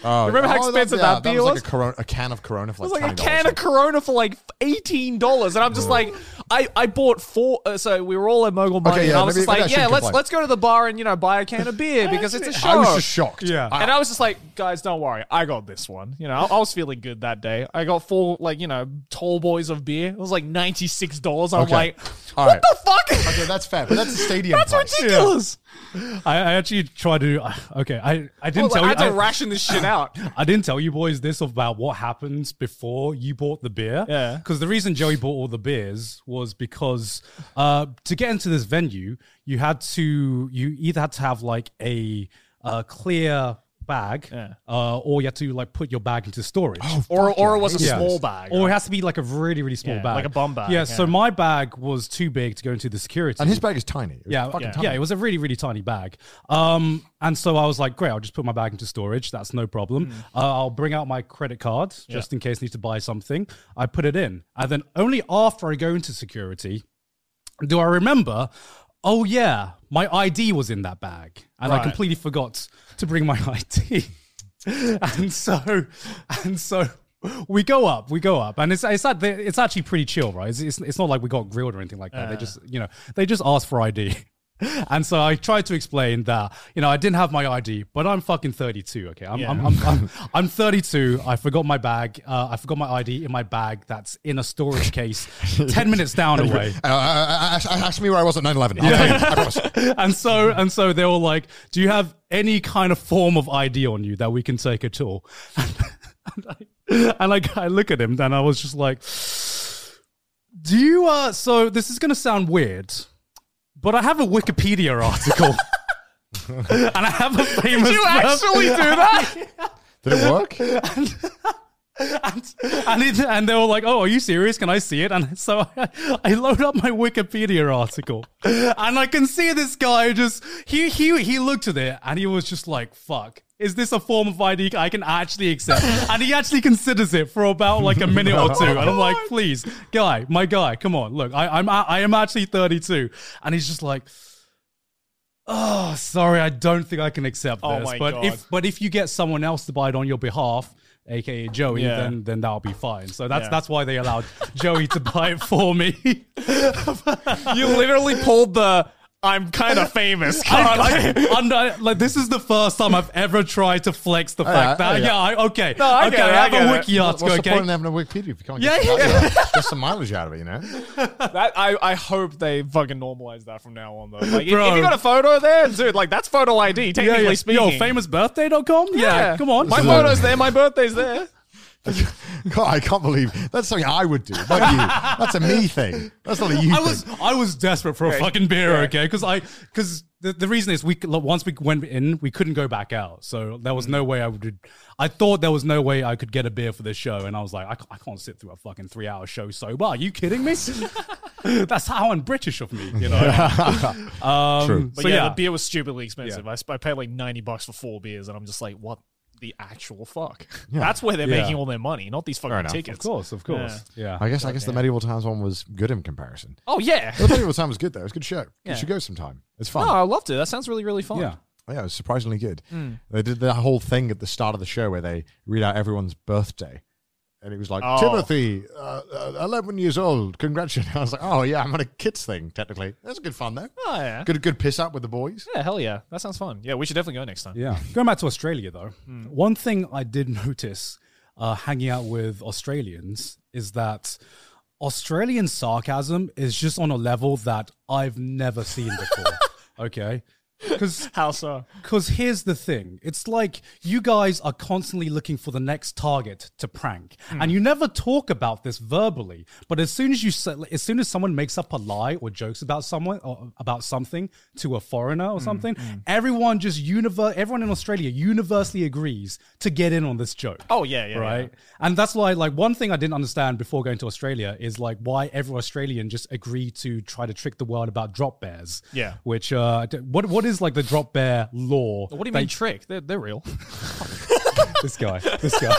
Speaker 3: Oh,
Speaker 4: Remember how expensive
Speaker 3: yeah,
Speaker 4: that beer
Speaker 3: was?
Speaker 4: was?
Speaker 3: Like a, corona, a can of Corona for
Speaker 4: It was
Speaker 3: like,
Speaker 4: like a
Speaker 3: $20
Speaker 4: can of Corona for like eighteen dollars, and I'm just like, I, I bought four. Uh, so we were all at Mogul Money,
Speaker 3: Okay,
Speaker 4: and
Speaker 3: yeah,
Speaker 4: I was
Speaker 3: maybe-
Speaker 4: just
Speaker 3: maybe I
Speaker 4: like,
Speaker 3: shouldn't
Speaker 4: yeah, let's
Speaker 3: complain.
Speaker 4: let's go to the bar and you know buy a can of
Speaker 3: [LAUGHS]
Speaker 4: beer [LAUGHS] because it's a show.
Speaker 3: I was just shocked.
Speaker 1: Yeah.
Speaker 3: I-
Speaker 4: and I was just like, guys, don't worry, I got this one. You know, I, I was feeling good that day. I got four like you know tall boys of beer. It was like ninety six dollars. I'm
Speaker 3: Okay.
Speaker 4: like,
Speaker 3: All
Speaker 4: what
Speaker 3: right.
Speaker 4: the fuck?
Speaker 3: okay, that's fair. But that's a stadium.
Speaker 4: That's
Speaker 3: price.
Speaker 4: ridiculous.
Speaker 1: I, I actually tried to. Okay, I I
Speaker 4: Well,
Speaker 1: didn't
Speaker 4: like,
Speaker 1: tell
Speaker 4: I
Speaker 1: you.
Speaker 4: had to ration this
Speaker 1: [LAUGHS]
Speaker 4: shit out.
Speaker 1: I didn't tell you boys this about what happened before you bought the beer.
Speaker 4: Yeah.
Speaker 1: Because the reason Joey bought all the beers was because uh, to get into this venue, you had to you either had to have like a, uh clear bag,
Speaker 4: Yeah.
Speaker 1: uh, or you had to like put your bag into storage.
Speaker 4: or or it was a
Speaker 1: Yeah.
Speaker 4: small bag.
Speaker 1: Or it has to be like a really, really small
Speaker 4: Yeah,
Speaker 1: bag.
Speaker 4: like a bum bag,
Speaker 1: Yeah, so
Speaker 4: yeah.
Speaker 1: my bag was too big to go into the security.
Speaker 3: And his bag is tiny. It was
Speaker 1: Yeah,
Speaker 3: fucking
Speaker 1: yeah.
Speaker 3: tiny.
Speaker 1: yeah, it was a really, really tiny bag. Um, and so I was like, great, I'll just put my bag into storage. That's no problem.
Speaker 3: Hmm.
Speaker 1: Uh, I'll bring out my credit card just in case I need to buy something. I put it in. And then only after I go into security do I remember, oh, yeah, my ID was in that bag. And I
Speaker 4: Right.
Speaker 1: completely forgot to bring my [LAUGHS] ID. and so, and so. We go up, we go up, and it's it's at the- it's actually pretty chill, right? It's, it's, it's not like we got grilled or anything like that. they just you know they just asked for ID, [LAUGHS] and so I tried to explain that you know I didn't have my ID, but I'm fucking 32. Okay, I'm I'm, I'm, I'm I'm 32. I forgot my bag. Uh, I forgot my ID in my bag that's in a storage case, 10 minutes down away.
Speaker 3: Uh, uh, uh, uh, ask me where I was at 9 11. I'll tell you. I promise.
Speaker 1: [LAUGHS] and so and so they were like, "Do you have any kind of form of ID on you that we can take at all?" And I, [LAUGHS] and like I look at him, and I was just like, "Do you?" Uh, so this is gonna sound weird, but I have a Wikipedia
Speaker 4: [LAUGHS]
Speaker 1: article. and I have a famous.
Speaker 4: you
Speaker 1: verb-
Speaker 4: actually do that?
Speaker 3: Did it [LAUGHS] work?
Speaker 1: and, [LAUGHS] and, it, and they were like, "Oh, are you serious? Can I see it?" And so [LAUGHS] I, I load up my Wikipedia article, and I can see this guy just he he he looked at it and he was just like, "Fuck." Is this a form of ID I can actually
Speaker 4: [LAUGHS]
Speaker 1: accept? And he actually considers it for about like a minute or two. And I'm
Speaker 4: [LAUGHS]
Speaker 1: like, please, guy, my guy, come on. Look, I, I'm I am actually 32. And he's just like, oh, sorry, I don't think I can accept
Speaker 4: Oh
Speaker 1: this.
Speaker 4: my
Speaker 1: but
Speaker 4: God.
Speaker 1: if but if you get someone else to buy it on your behalf, aka Joey,
Speaker 4: Yeah.
Speaker 1: then then that'll be fine. So that's
Speaker 4: Yeah.
Speaker 1: that's why
Speaker 4: [LAUGHS]
Speaker 1: they allowed Joey to buy it for me.
Speaker 4: You literally pulled the I'm kind of
Speaker 1: [LAUGHS]
Speaker 4: famous.
Speaker 1: I,
Speaker 4: can't I?
Speaker 1: like, under, like this is the first time I've ever tried to flex the
Speaker 4: Oh,
Speaker 1: fact that yeah, I, okay,
Speaker 4: I
Speaker 1: okay,
Speaker 4: get it,
Speaker 1: I have
Speaker 4: I
Speaker 1: a
Speaker 4: get it.
Speaker 1: wiki article.
Speaker 3: What's the
Speaker 1: okay,
Speaker 3: point in having a Wikipedia if you can't
Speaker 1: Yeah,
Speaker 3: get, some-
Speaker 1: yeah.
Speaker 3: get some mileage out of it, you know?
Speaker 4: [LAUGHS] That I, I hope they fucking normalize that from now on though. Like if,
Speaker 1: Bro.
Speaker 4: if you got a photo there, dude, like that's photo ID. Technically speaking,
Speaker 1: Yo, famousbirthday.com. Yeah, yeah, come on.
Speaker 4: My
Speaker 3: is
Speaker 4: photo's there. My birthday's there.
Speaker 3: [LAUGHS] God, I can't believe that's something I would do, not you. That's a me thing. That's not a you
Speaker 1: I
Speaker 3: thing. [LAUGHS]
Speaker 1: was I was desperate for a fucking beer, okay? Because I because the, the reason is we c- like, once we went in, we couldn't go back out, so there was no way I would. I thought there was no way I could get a beer for this show, and I was like, I can't, I can't sit through a fucking three hour show sober. Are you kidding me? [LAUGHS] That's how un-British of me, you know. [LAUGHS] um,
Speaker 3: True.
Speaker 4: But
Speaker 1: so
Speaker 4: yeah,
Speaker 1: yeah,
Speaker 4: the beer was stupidly expensive. I, sp- I paid like ninety bucks for four beers, and I'm just like, what the actual fuck? [LAUGHS] That's where they're
Speaker 1: Yeah.
Speaker 4: making all their money, not these fucking
Speaker 3: enough.
Speaker 4: tickets.
Speaker 1: of course, of course, yeah.
Speaker 3: I guess I guess the medieval times one was good in comparison.
Speaker 4: Oh yeah.
Speaker 1: [LAUGHS]
Speaker 3: The medieval times was good though. It was a good show. You should go sometime. It's fun.
Speaker 4: Oh, Hmm. I loved it. That sounds really really fun.
Speaker 1: yeah.
Speaker 3: Yeah, it was surprisingly good. They did the whole thing at the start of the show where they read out everyone's birthday. And it was like,
Speaker 4: Oh.
Speaker 3: Timothy, uh, uh, 11 years old, congratulations. [LAUGHS] I was like, oh, yeah, I'm on a kids thing, technically. That's good fun, though.
Speaker 4: Oh yeah.
Speaker 3: Good good piss up with the boys.
Speaker 4: Yeah, hell yeah. That sounds fun. Yeah, we should definitely go next time.
Speaker 1: Yeah. Going back to Australia, though, one thing I did [LAUGHS] notice uh, hanging out with Australians is that Australian sarcasm is just on a level that I've never seen before. okay. Because
Speaker 4: How so?
Speaker 1: because here's the thing it's like you guys are constantly looking for the next target to prank and you never talk about this verbally but as soon as you say, as soon as someone makes up a lie or jokes about someone or about something to a foreigner or something everyone just univer- everyone in australia universally agrees to get in on this joke
Speaker 4: Oh yeah, yeah.
Speaker 1: right? And that's why, like, one thing I didn't understand before going to Australia is like why every Australian just agreed to try to trick the world about drop bears.
Speaker 4: Yeah.
Speaker 1: Which, uh, d- what what is like the drop bear law?
Speaker 4: What do you
Speaker 1: that-
Speaker 4: mean trick? They're, they're
Speaker 1: [LAUGHS]
Speaker 4: real.
Speaker 1: This guy, this guy.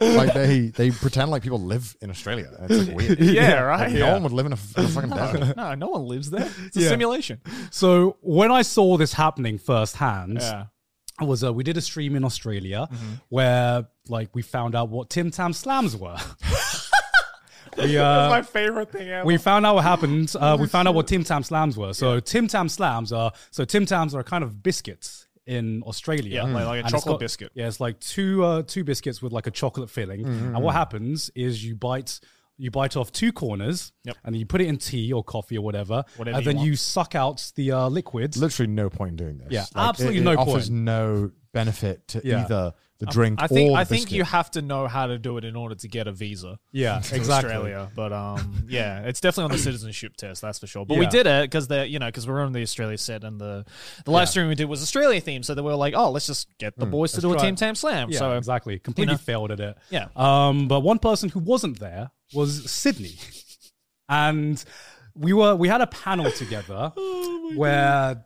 Speaker 3: like, they, they pretend like people live in Australia. And It's like weird.
Speaker 4: [LAUGHS] [LAUGHS] yeah, right.
Speaker 3: Like, No one would live in a, in a fucking desert.
Speaker 4: No, no one lives there. It's a
Speaker 1: Yeah.
Speaker 4: simulation.
Speaker 1: so when I saw this happening firsthand,
Speaker 4: Yeah. Mm-hmm.
Speaker 1: was uh, we did a stream in Australia where like we found out what Tim Tam slams
Speaker 4: [LAUGHS]
Speaker 1: were. we, uh,
Speaker 4: My favorite thing ever.
Speaker 1: we found out what happened. Uh, we found out what Tim Tam slams were. So Tim Tam slams are so Tim Tams are a kind of biscuits in Australia.
Speaker 4: Yeah, like- like a
Speaker 1: And it's
Speaker 4: chocolate biscuit.
Speaker 1: Yeah, it's like two uh, two biscuits with like a chocolate filling.
Speaker 4: Mm-hmm.
Speaker 1: And what happens is you bite you bite off two corners,
Speaker 4: Yep.
Speaker 1: and you put it in tea or coffee or whatever,
Speaker 4: Whatever
Speaker 1: and
Speaker 4: you
Speaker 1: then
Speaker 4: want.
Speaker 1: you suck out the uh, liquids.
Speaker 3: Literally no point in doing this.
Speaker 1: Yeah,
Speaker 3: Like,
Speaker 1: absolutely
Speaker 3: it, it
Speaker 1: no
Speaker 3: offers
Speaker 1: point.
Speaker 3: no benefit to
Speaker 1: Yeah.
Speaker 3: either the drink
Speaker 4: I think
Speaker 3: or the
Speaker 4: I think
Speaker 3: biscuit.
Speaker 4: you have to know how to do it in order to get a visa. [LAUGHS]
Speaker 1: Yeah,
Speaker 4: to
Speaker 1: exactly.
Speaker 4: Australia, but um, yeah, it's definitely on the citizenship test, that's for sure. But we
Speaker 1: Yeah.
Speaker 4: did it because they, you know, because we were on the Australia set, and the the live stream we did was Australia themed, so they were like, oh, let's just get the boys to do a
Speaker 1: try
Speaker 4: Tim
Speaker 1: it.
Speaker 4: Tam Slam.
Speaker 1: Yeah,
Speaker 4: so
Speaker 1: exactly. Completely failed at it.
Speaker 4: Yeah.
Speaker 1: Um, but one person who wasn't there was Sydney, [LAUGHS] and we were we had a panel
Speaker 4: [LAUGHS]
Speaker 1: together
Speaker 4: Oh
Speaker 1: where d-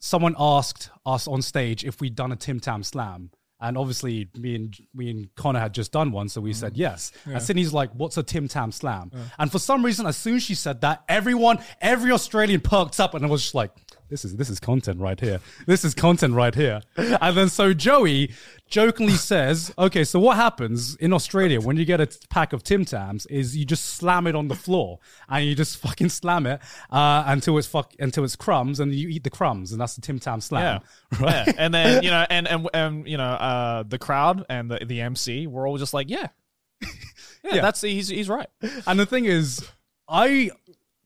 Speaker 1: someone asked us on stage if we'd done a Tim Tam Slam. And obviously, me and me and Connor had just done one, so we
Speaker 4: Mm-hmm.
Speaker 1: said yes. And Sydney's like, "What's a Tim Tam Slam?" And for some reason, as soon as she said that, everyone, every Australian perked up, and I was just like, this is this is content right here. This is content right here. And then so Joey jokingly says, "Okay, so what happens in Australia when you get a pack of Tim Tams is you just slam it on the floor and you just fucking slam it uh, until it's fuck until it's crumbs and you eat the crumbs and that's the Tim Tam
Speaker 4: yeah.
Speaker 1: slam." [LAUGHS]
Speaker 4: yeah, and then you know, and and, and you know, uh, the crowd and the, the MC were all just like, yeah, yeah,
Speaker 1: Yeah.
Speaker 4: that's he's he's right.
Speaker 1: And the thing is, I,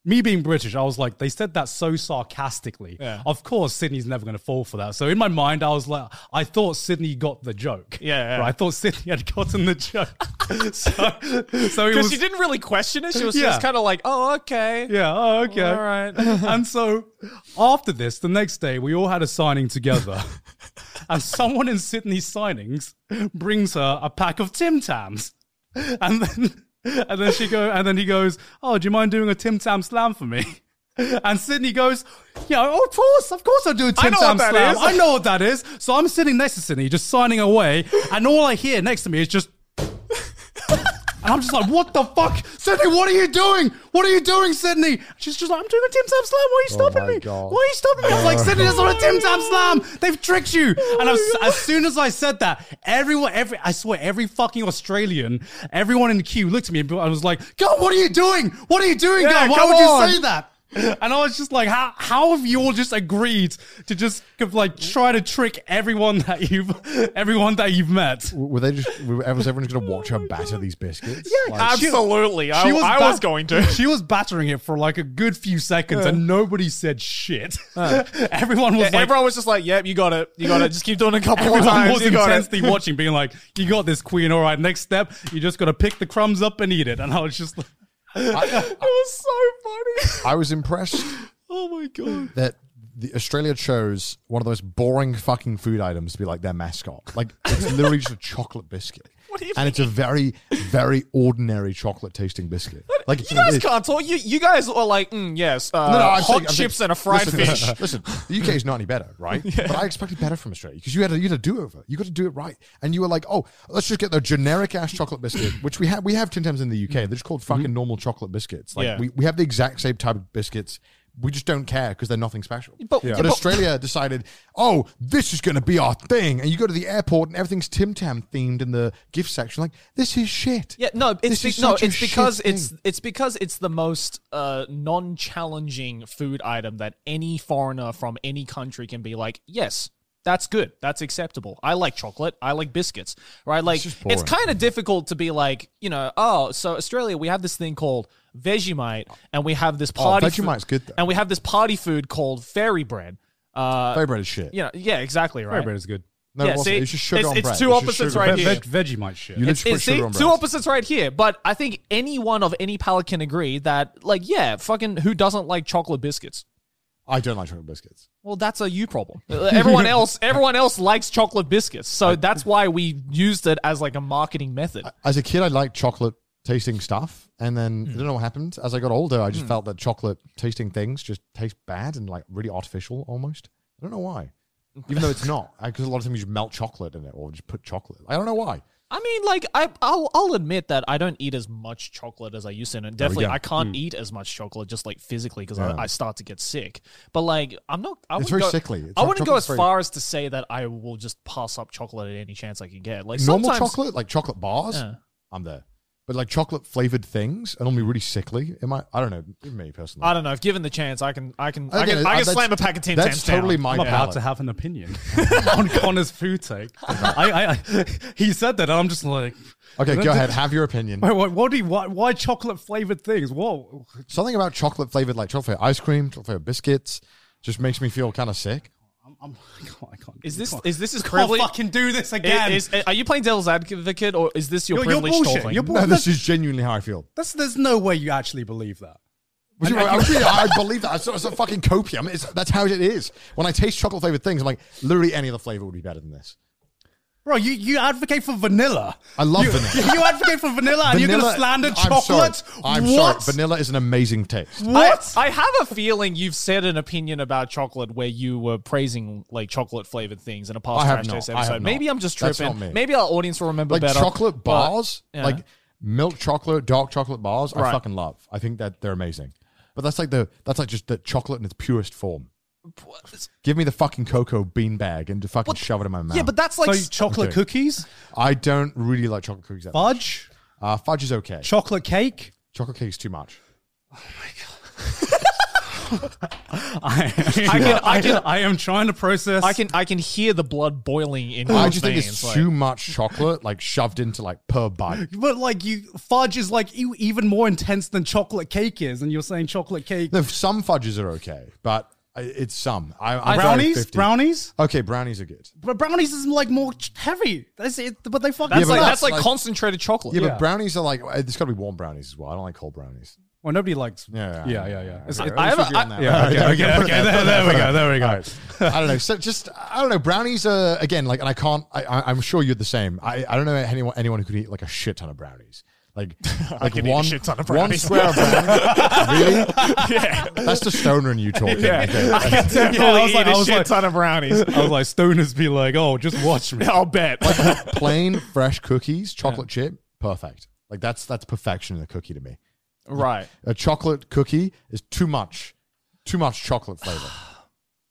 Speaker 1: me being British, I was like, they said that so sarcastically.
Speaker 4: Yeah.
Speaker 1: Of course, Sydney's never going to fall for that. So in my mind, I was like, I thought Sydney got the joke.
Speaker 4: Yeah, yeah.
Speaker 1: Right? I thought Sydney had gotten the joke. [LAUGHS]
Speaker 4: [LAUGHS]
Speaker 1: so, so it
Speaker 4: Because
Speaker 1: was.
Speaker 4: she didn't really question it; she was
Speaker 1: Yeah.
Speaker 4: just kind of like, oh, okay,
Speaker 1: yeah. Oh, okay.
Speaker 4: all right.
Speaker 1: [LAUGHS] and so after this, the next day, we all had a signing
Speaker 4: [LAUGHS]
Speaker 1: together. and someone in Sydney's signings brings her a pack of Tim Tams. And then and then she go and then he goes, Oh, do you mind doing a Tim Tam slam for me? And Sydney goes, Yeah, of course, of course I'll do a Tim
Speaker 4: know
Speaker 1: Tam
Speaker 4: what that
Speaker 1: slam.
Speaker 4: is."
Speaker 1: I know what that is. So I'm sitting next to Sydney, just signing away, and all I hear next to me is just and I'm just like, what the fuck? Sydney, what are you doing? What are you doing, Sydney? She's just like, I'm doing a Tim Tam Slam.
Speaker 4: Oh
Speaker 1: Why are you stopping
Speaker 3: my
Speaker 1: me?
Speaker 3: God.
Speaker 1: Why are you stopping me? I was like, Sydney, that's not a Tim Tam Slam. They've tricked you.
Speaker 4: Oh
Speaker 1: and I was, as soon as I said that, everyone, every, I swear, every fucking Australian, everyone in the queue looked at me and I was like, God, what are you doing? What are you doing,
Speaker 4: Yeah,
Speaker 1: God? Why
Speaker 4: come
Speaker 1: would
Speaker 4: on."
Speaker 1: you say that? And I was just like, how how have you all just agreed to just like try to trick everyone that you've everyone that you've met?
Speaker 3: Were they just? Were, was everyone just going to watch her batter these biscuits? Yeah,
Speaker 6: Absolutely. I,
Speaker 1: She was
Speaker 6: I
Speaker 1: bat-
Speaker 6: was going [LAUGHS] to.
Speaker 1: [LAUGHS] She was battering it for like a good few seconds, and nobody said shit. [LAUGHS] everyone was like,
Speaker 6: Uh. Everyone was just like, yep, you got it. You got it. Just keep doing it a couple more
Speaker 1: [LAUGHS] everyone
Speaker 6: times.
Speaker 1: was
Speaker 6: you got it.
Speaker 1: intensely watching, being like, "You got this, Queen. All right, next step, you just got to pick the crumbs up and eat it." And I was just like, [LAUGHS]
Speaker 3: I,
Speaker 6: It was so funny.
Speaker 3: I was impressed
Speaker 6: [LAUGHS] Oh my god.
Speaker 3: that the Australia chose one of the most boring fucking food items to be like their mascot. Like it's literally just a chocolate biscuit.
Speaker 6: What do you
Speaker 3: and it's a very, very ordinary chocolate tasting biscuit. Like
Speaker 6: You guys can't talk. You you guys are like, mm, yes, uh,
Speaker 3: I'm
Speaker 6: hot
Speaker 3: saying- I'm saying-
Speaker 6: chips and a fried
Speaker 3: listen,
Speaker 6: fish.
Speaker 3: Listen, listen, the UK is not any better, right? But I expected better from Australia because you had a, you had a do over. You got to do it right, and you were like, oh, let's just get the generic ass chocolate biscuit, which we have. We have Tim Tams in the UK. They're just called fucking normal chocolate biscuits. Like
Speaker 6: Yeah.
Speaker 3: we, we have the exact same type of biscuits. We just don't care because they're nothing special.
Speaker 4: But-
Speaker 3: But,
Speaker 4: Yeah. but-
Speaker 3: Australia decided, oh, this is going to be our thing. And you go to the airport and everything's Tim Tam themed in the gift section. Like, this is shit.
Speaker 4: Yeah, [LAUGHS] no, it's
Speaker 3: This
Speaker 4: be-
Speaker 3: is
Speaker 4: no,
Speaker 3: such a
Speaker 4: it's
Speaker 3: shit
Speaker 4: because it's
Speaker 3: thing.
Speaker 4: it's because it's the most uh, non-challenging food item that any foreigner from any country can be like, yes, that's good, that's acceptable. I like chocolate, I like biscuits, right? Like
Speaker 3: just
Speaker 4: it's
Speaker 3: boring.
Speaker 4: kind of difficult to be like, you know, oh, so Australia, we have this thing called Vegemite, and we have this party. fo-
Speaker 3: Oh, Vegemite's good, though.
Speaker 4: and we have this party food called fairy bread. Uh,
Speaker 3: Very bread is shit.
Speaker 4: you know, yeah, exactly, right.
Speaker 1: "Fairy bread is good.
Speaker 3: No,
Speaker 4: yeah,
Speaker 3: it wasn't.
Speaker 4: see,
Speaker 3: it's just sugar
Speaker 4: it's-
Speaker 3: on
Speaker 4: it's
Speaker 3: bread.
Speaker 4: two
Speaker 3: just
Speaker 4: opposites
Speaker 3: sugar
Speaker 4: right
Speaker 3: on
Speaker 4: here.
Speaker 3: bread.
Speaker 1: Veg, Vegemite shit."
Speaker 3: You
Speaker 4: It's,
Speaker 3: literally
Speaker 4: it's
Speaker 3: put sugar
Speaker 4: see,
Speaker 3: on bread.
Speaker 4: two opposites right here, but I think anyone of any palate can agree that, like, yeah, fucking who doesn't like chocolate biscuits?
Speaker 3: I don't like chocolate biscuits.
Speaker 4: Well, that's a
Speaker 3: [LAUGHS]
Speaker 4: you problem. Uh, Everyone else, everyone else likes chocolate biscuits, so that's why we used it as like a marketing method.
Speaker 3: as a kid, I liked chocolate tasting stuff, and then
Speaker 4: Hmm.
Speaker 3: I don't know what happened. As I got older, I just felt that chocolate tasting things just taste bad and like really artificial almost. I don't know why, even though it's
Speaker 4: [LAUGHS]
Speaker 3: not because a lot of times you just melt chocolate in it or just put chocolate. I don't know why.
Speaker 4: I mean, like, I, I'll I'll admit that I don't eat as much chocolate as I used to, and definitely
Speaker 3: go. Mm.
Speaker 4: I can't eat as much chocolate just like physically because I, I start to get sick. But like, I'm not. I
Speaker 3: It's
Speaker 4: wouldn't
Speaker 3: very
Speaker 4: go-
Speaker 3: sickly. It's
Speaker 4: I
Speaker 3: not-
Speaker 4: wouldn't go
Speaker 3: chocolate's
Speaker 4: as
Speaker 3: very-
Speaker 4: far as to say that I will just pass up chocolate at any chance I can get. Like
Speaker 3: Normal
Speaker 4: sometimes-
Speaker 3: chocolate, like chocolate bars,
Speaker 4: Yeah.
Speaker 3: I'm there. But like chocolate flavored things are normally really sickly. Am I? I don't know. even Me personally.
Speaker 4: I don't know. If given the chance, I can, I can, I
Speaker 3: Again, uh,
Speaker 4: can, I can
Speaker 3: that's-
Speaker 4: slam a pack of Tim
Speaker 3: That's
Speaker 4: Tams
Speaker 3: totally
Speaker 4: down.
Speaker 3: my
Speaker 1: I'm about
Speaker 3: palate.
Speaker 1: to have
Speaker 6: [LAUGHS]
Speaker 1: an [LAUGHS] opinion on Connor's food take. I, I, I, he said that, and I'm just like,
Speaker 3: okay, go ahead. Have your opinion.
Speaker 1: Wait, what, what do you, why, why chocolate flavored things? Whoa,
Speaker 3: Something about chocolate flavored, like chocolate ice cream, chocolate flavored biscuits, just makes me feel kind of sick.
Speaker 1: I'm, I'm, [LAUGHS] I can't, I can't.
Speaker 4: Is this
Speaker 1: can't-
Speaker 4: is this is
Speaker 1: can't
Speaker 4: privilege?
Speaker 1: fucking do this again?
Speaker 4: Is, is- are you playing devil's advocate, or is this your
Speaker 1: You're- you're
Speaker 4: privilege
Speaker 1: bullshit.
Speaker 4: talking?
Speaker 1: You're
Speaker 3: No,
Speaker 1: bullshit.
Speaker 3: this is genuinely how I feel.
Speaker 1: That's, there's no way you actually believe that.
Speaker 3: Which is- I, [LAUGHS] really- I believe that. It's, it's a fucking copium. It's, that's how it is. When I taste chocolate flavored things, I'm like, literally any other flavor would be better than this.
Speaker 1: Bro, you, you advocate for vanilla.
Speaker 3: I love
Speaker 1: you,
Speaker 3: vanilla.
Speaker 1: [LAUGHS] You advocate for vanilla, and you're going to slander chocolate?
Speaker 3: I'm sorry. I'm
Speaker 1: what?
Speaker 3: sorry. Vanilla is an amazing taste.
Speaker 1: What?
Speaker 4: I, I have a feeling you've said an opinion about chocolate where you were praising like chocolate flavored things in a past
Speaker 3: I have
Speaker 4: trash
Speaker 3: not.
Speaker 4: taste
Speaker 3: I have
Speaker 4: episode.
Speaker 3: not.
Speaker 4: Maybe I'm just
Speaker 3: That's
Speaker 4: tripping.
Speaker 3: not me.
Speaker 4: Maybe our audience will remember
Speaker 3: Like
Speaker 4: better.
Speaker 3: chocolate
Speaker 4: but-
Speaker 3: bars,
Speaker 4: yeah.
Speaker 3: like milk chocolate, dark chocolate bars, I fucking love. I think that they're amazing. But that's like the that's like just the chocolate in its purest form. Give me the fucking cocoa bean bag and to fucking shove it in my mouth.
Speaker 4: yeah, but that's
Speaker 1: so
Speaker 4: like
Speaker 1: you- chocolate
Speaker 3: Okay.
Speaker 1: cookies,
Speaker 3: I don't really like chocolate cookies. That much.
Speaker 1: fudge,
Speaker 3: Uh, fudge is okay.
Speaker 1: chocolate cake.
Speaker 3: chocolate cake's too much.
Speaker 1: [LAUGHS] I,
Speaker 4: can- I can-
Speaker 1: [LAUGHS] I am trying to process.
Speaker 4: I can I can hear the blood boiling in.
Speaker 3: I
Speaker 4: your
Speaker 3: just think it's
Speaker 4: veins, like-
Speaker 3: too much chocolate, like shoved into like per bite.
Speaker 1: But like you, fudge is like e- even more intense than chocolate cake is, and you're saying chocolate cake
Speaker 3: No, some fudges are okay, but I- it's some. I, I'm very
Speaker 1: brownies,
Speaker 3: 50.
Speaker 1: brownies,
Speaker 3: Okay, brownies are good.
Speaker 1: but brownies is like more ch- heavy. That's it. But they fucking.
Speaker 4: That's like
Speaker 3: but
Speaker 4: that's
Speaker 3: that's
Speaker 4: like,
Speaker 3: like-
Speaker 4: concentrated chocolate.
Speaker 3: Yeah, but brownies are like uh, there's got to be warm brownies as well. I don't like cold brownies.
Speaker 1: well, nobody likes.
Speaker 3: Yeah,
Speaker 1: yeah,
Speaker 3: yeah, oh,
Speaker 1: yeah, yeah. It's-
Speaker 3: Okay,
Speaker 4: I
Speaker 3: let's
Speaker 4: have a-
Speaker 3: agree on
Speaker 4: I-
Speaker 3: that.
Speaker 1: yeah, okay, okay, okay, There, there we go. There we go.
Speaker 3: I don't know. So just I don't know. Brownies are again like, and I can't. I, I, I'm sure you're the same. I, I don't know anyone anyone who could eat like a shit ton of brownies.
Speaker 1: [LAUGHS]
Speaker 3: Like, like
Speaker 6: can eat a
Speaker 3: one
Speaker 6: shit ton of
Speaker 3: One
Speaker 6: brownies.
Speaker 3: square of brownie. really? Yeah. That's the stoner in you talking.
Speaker 6: Yeah,
Speaker 3: okay.
Speaker 6: I
Speaker 1: [LAUGHS]
Speaker 6: can
Speaker 3: [LAUGHS]
Speaker 6: definitely
Speaker 1: was like-
Speaker 6: eat a
Speaker 1: I was
Speaker 6: shit
Speaker 1: like-
Speaker 6: ton of brownies.
Speaker 1: [LAUGHS] I was like, stoners be like, oh, just watch me.
Speaker 6: I'll bet.
Speaker 3: plain fresh cookies, chocolate chip, perfect. Like that's that's perfection in a cookie to me.
Speaker 4: Right.
Speaker 3: A chocolate cookie is too much, too much chocolate flavor.
Speaker 4: [SIGHS]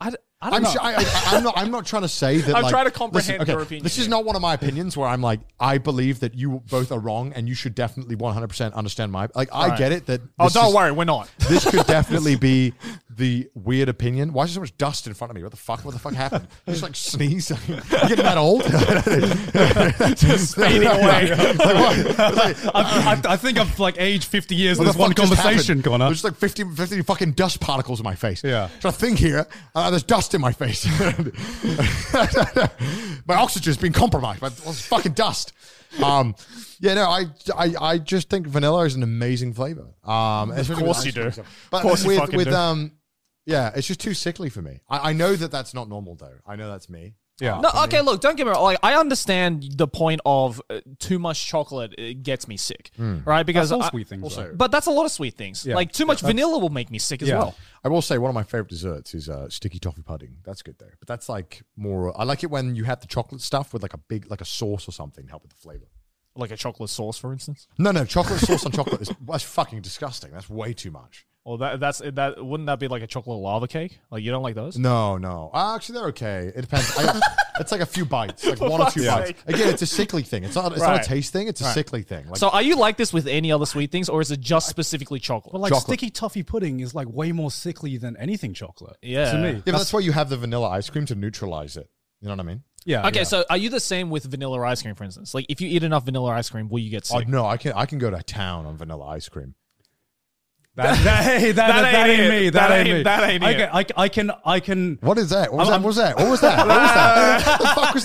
Speaker 4: I, d-
Speaker 1: I don't
Speaker 3: I'm,
Speaker 1: know.
Speaker 3: sure, I, I, I'm not. I'm not trying to say that.
Speaker 4: I'm
Speaker 3: like-
Speaker 4: trying to comprehend
Speaker 3: listen, okay,
Speaker 4: your opinion
Speaker 3: This is
Speaker 4: here.
Speaker 3: not one of my opinions where I'm like, I believe that you both are wrong, and you should definitely 100 percent understand my. Like, I get it that.
Speaker 4: Oh,
Speaker 3: this
Speaker 4: don't
Speaker 3: is-
Speaker 4: worry, we're not.
Speaker 3: This
Speaker 4: [LAUGHS]
Speaker 3: could definitely be the weird opinion. Why is there so much dust in front of me? What the fuck? What the fuck happened? [LAUGHS] I just like sneeze. you getting that old? [LAUGHS]
Speaker 4: Just fading away.
Speaker 3: Like, what? Like,
Speaker 1: I,
Speaker 4: [LAUGHS]
Speaker 1: I, I think I've like aged 50 years in
Speaker 3: What
Speaker 1: this
Speaker 3: the
Speaker 1: one
Speaker 3: fuck just
Speaker 1: conversation,
Speaker 3: happened?
Speaker 1: Connor.
Speaker 3: There's like 50, 50 fucking dust particles in my face.
Speaker 1: Yeah.
Speaker 3: So I think here, uh, there's dust in my face. [LAUGHS] my oxygen's been compromised by all this fucking dust. Um, yeah, no, I, I, I just think vanilla is an amazing flavor. Um, of
Speaker 4: course you do.
Speaker 3: But
Speaker 4: Of course you
Speaker 3: with,
Speaker 4: fucking
Speaker 3: with
Speaker 4: do.
Speaker 3: um, yeah, it's just too sickly for me. I, I know that that's not normal though. I know that's me.
Speaker 1: Yeah.
Speaker 4: No, okay, look, don't get me wrong. Like, I understand the point of uh, too much chocolate it gets me sick, right? Because
Speaker 1: Hmm. That's all
Speaker 4: I-
Speaker 1: sweet things.
Speaker 3: also-
Speaker 1: though.
Speaker 4: but that's a lot of sweet things.
Speaker 1: Yeah.
Speaker 4: Like too much vanilla will make me sick as
Speaker 1: Yeah.
Speaker 4: well.
Speaker 3: I will say one of my favorite desserts is uh, sticky toffee pudding. That's good though, but that's like more. I like it when you have the chocolate stuff with like a big, like a sauce or something to help with the flavor.
Speaker 4: Like a chocolate sauce, for instance.
Speaker 3: No, no, chocolate sauce on chocolate is that's fucking disgusting. That's way too much.
Speaker 4: Well, that that's that wouldn't that be like a chocolate lava cake? Like you don't like those?
Speaker 3: No, no. Uh, actually, they're okay. It depends. I, it's like a few bites,
Speaker 4: [LAUGHS]
Speaker 3: like one or two bites. Again, it's a sickly thing. It's not. It's
Speaker 4: Right.
Speaker 3: not a taste thing. It's a sickly thing. Like,
Speaker 4: So are you like this with any other sweet things, or is it just specifically chocolate?
Speaker 1: But like
Speaker 3: Chocolate.
Speaker 1: sticky toffee pudding is like way more sickly than anything chocolate.
Speaker 4: Yeah.
Speaker 1: To
Speaker 4: Yeah,
Speaker 1: me.
Speaker 3: yeah, but that's why you have the vanilla ice cream to neutralize it. You know what I mean?
Speaker 1: Yeah.
Speaker 4: okay,
Speaker 1: yeah.
Speaker 4: so are you the same with vanilla ice cream, for instance? Like if you eat enough vanilla ice cream, will you get
Speaker 3: Oh
Speaker 4: sick?
Speaker 3: no, I can. I can go to town on vanilla ice cream.
Speaker 1: That, that, hey, that,
Speaker 4: That
Speaker 1: that, that ain't,
Speaker 4: ain't it.
Speaker 1: me. That,
Speaker 4: That
Speaker 1: ain't,
Speaker 4: ain't-
Speaker 1: me.
Speaker 4: that ain't
Speaker 1: I,
Speaker 4: it.
Speaker 1: can- I, can- I can. I can.
Speaker 3: What is that? What was
Speaker 1: I'm-
Speaker 3: that? What was that? What was that? What was
Speaker 4: [LAUGHS]
Speaker 3: that? What the fuck was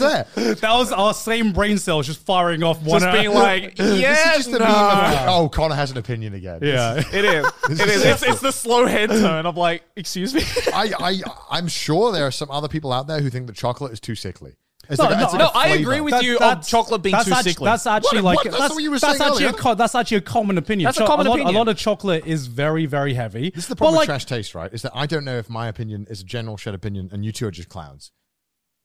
Speaker 3: that?
Speaker 1: That was our same brain cells just firing off one.
Speaker 4: Just being
Speaker 3: [LAUGHS]
Speaker 4: like,
Speaker 3: this
Speaker 4: yes,
Speaker 3: is just a
Speaker 4: no.
Speaker 3: meme of like, oh, Connor has an opinion again.
Speaker 1: yeah.
Speaker 4: [LAUGHS]
Speaker 1: [LAUGHS]
Speaker 4: It is. It is. It's, it's the slow head turn of like, excuse me.
Speaker 3: I, I, I'm sure there are some other people out there who think that chocolate is too sickly. It's
Speaker 1: No,
Speaker 3: like a-
Speaker 1: no,
Speaker 3: it's like
Speaker 1: no,
Speaker 3: a
Speaker 4: I
Speaker 3: flavor.
Speaker 4: agree with you on
Speaker 1: that's-
Speaker 4: chocolate being
Speaker 1: that's
Speaker 4: too
Speaker 1: actu-
Speaker 4: sickly.
Speaker 1: That's actually
Speaker 3: What-
Speaker 1: like
Speaker 3: what? That's what you were
Speaker 1: that's
Speaker 3: saying
Speaker 1: actually
Speaker 3: earlier.
Speaker 1: A co- that's actually a common opinion.
Speaker 4: That's a common
Speaker 1: a lot,
Speaker 4: opinion.
Speaker 1: A lot of chocolate is very very heavy.
Speaker 3: This is the problem
Speaker 1: But, like,
Speaker 3: with trash taste, right? Is that I don't know if my opinion is a general shared opinion and you two are just clowns.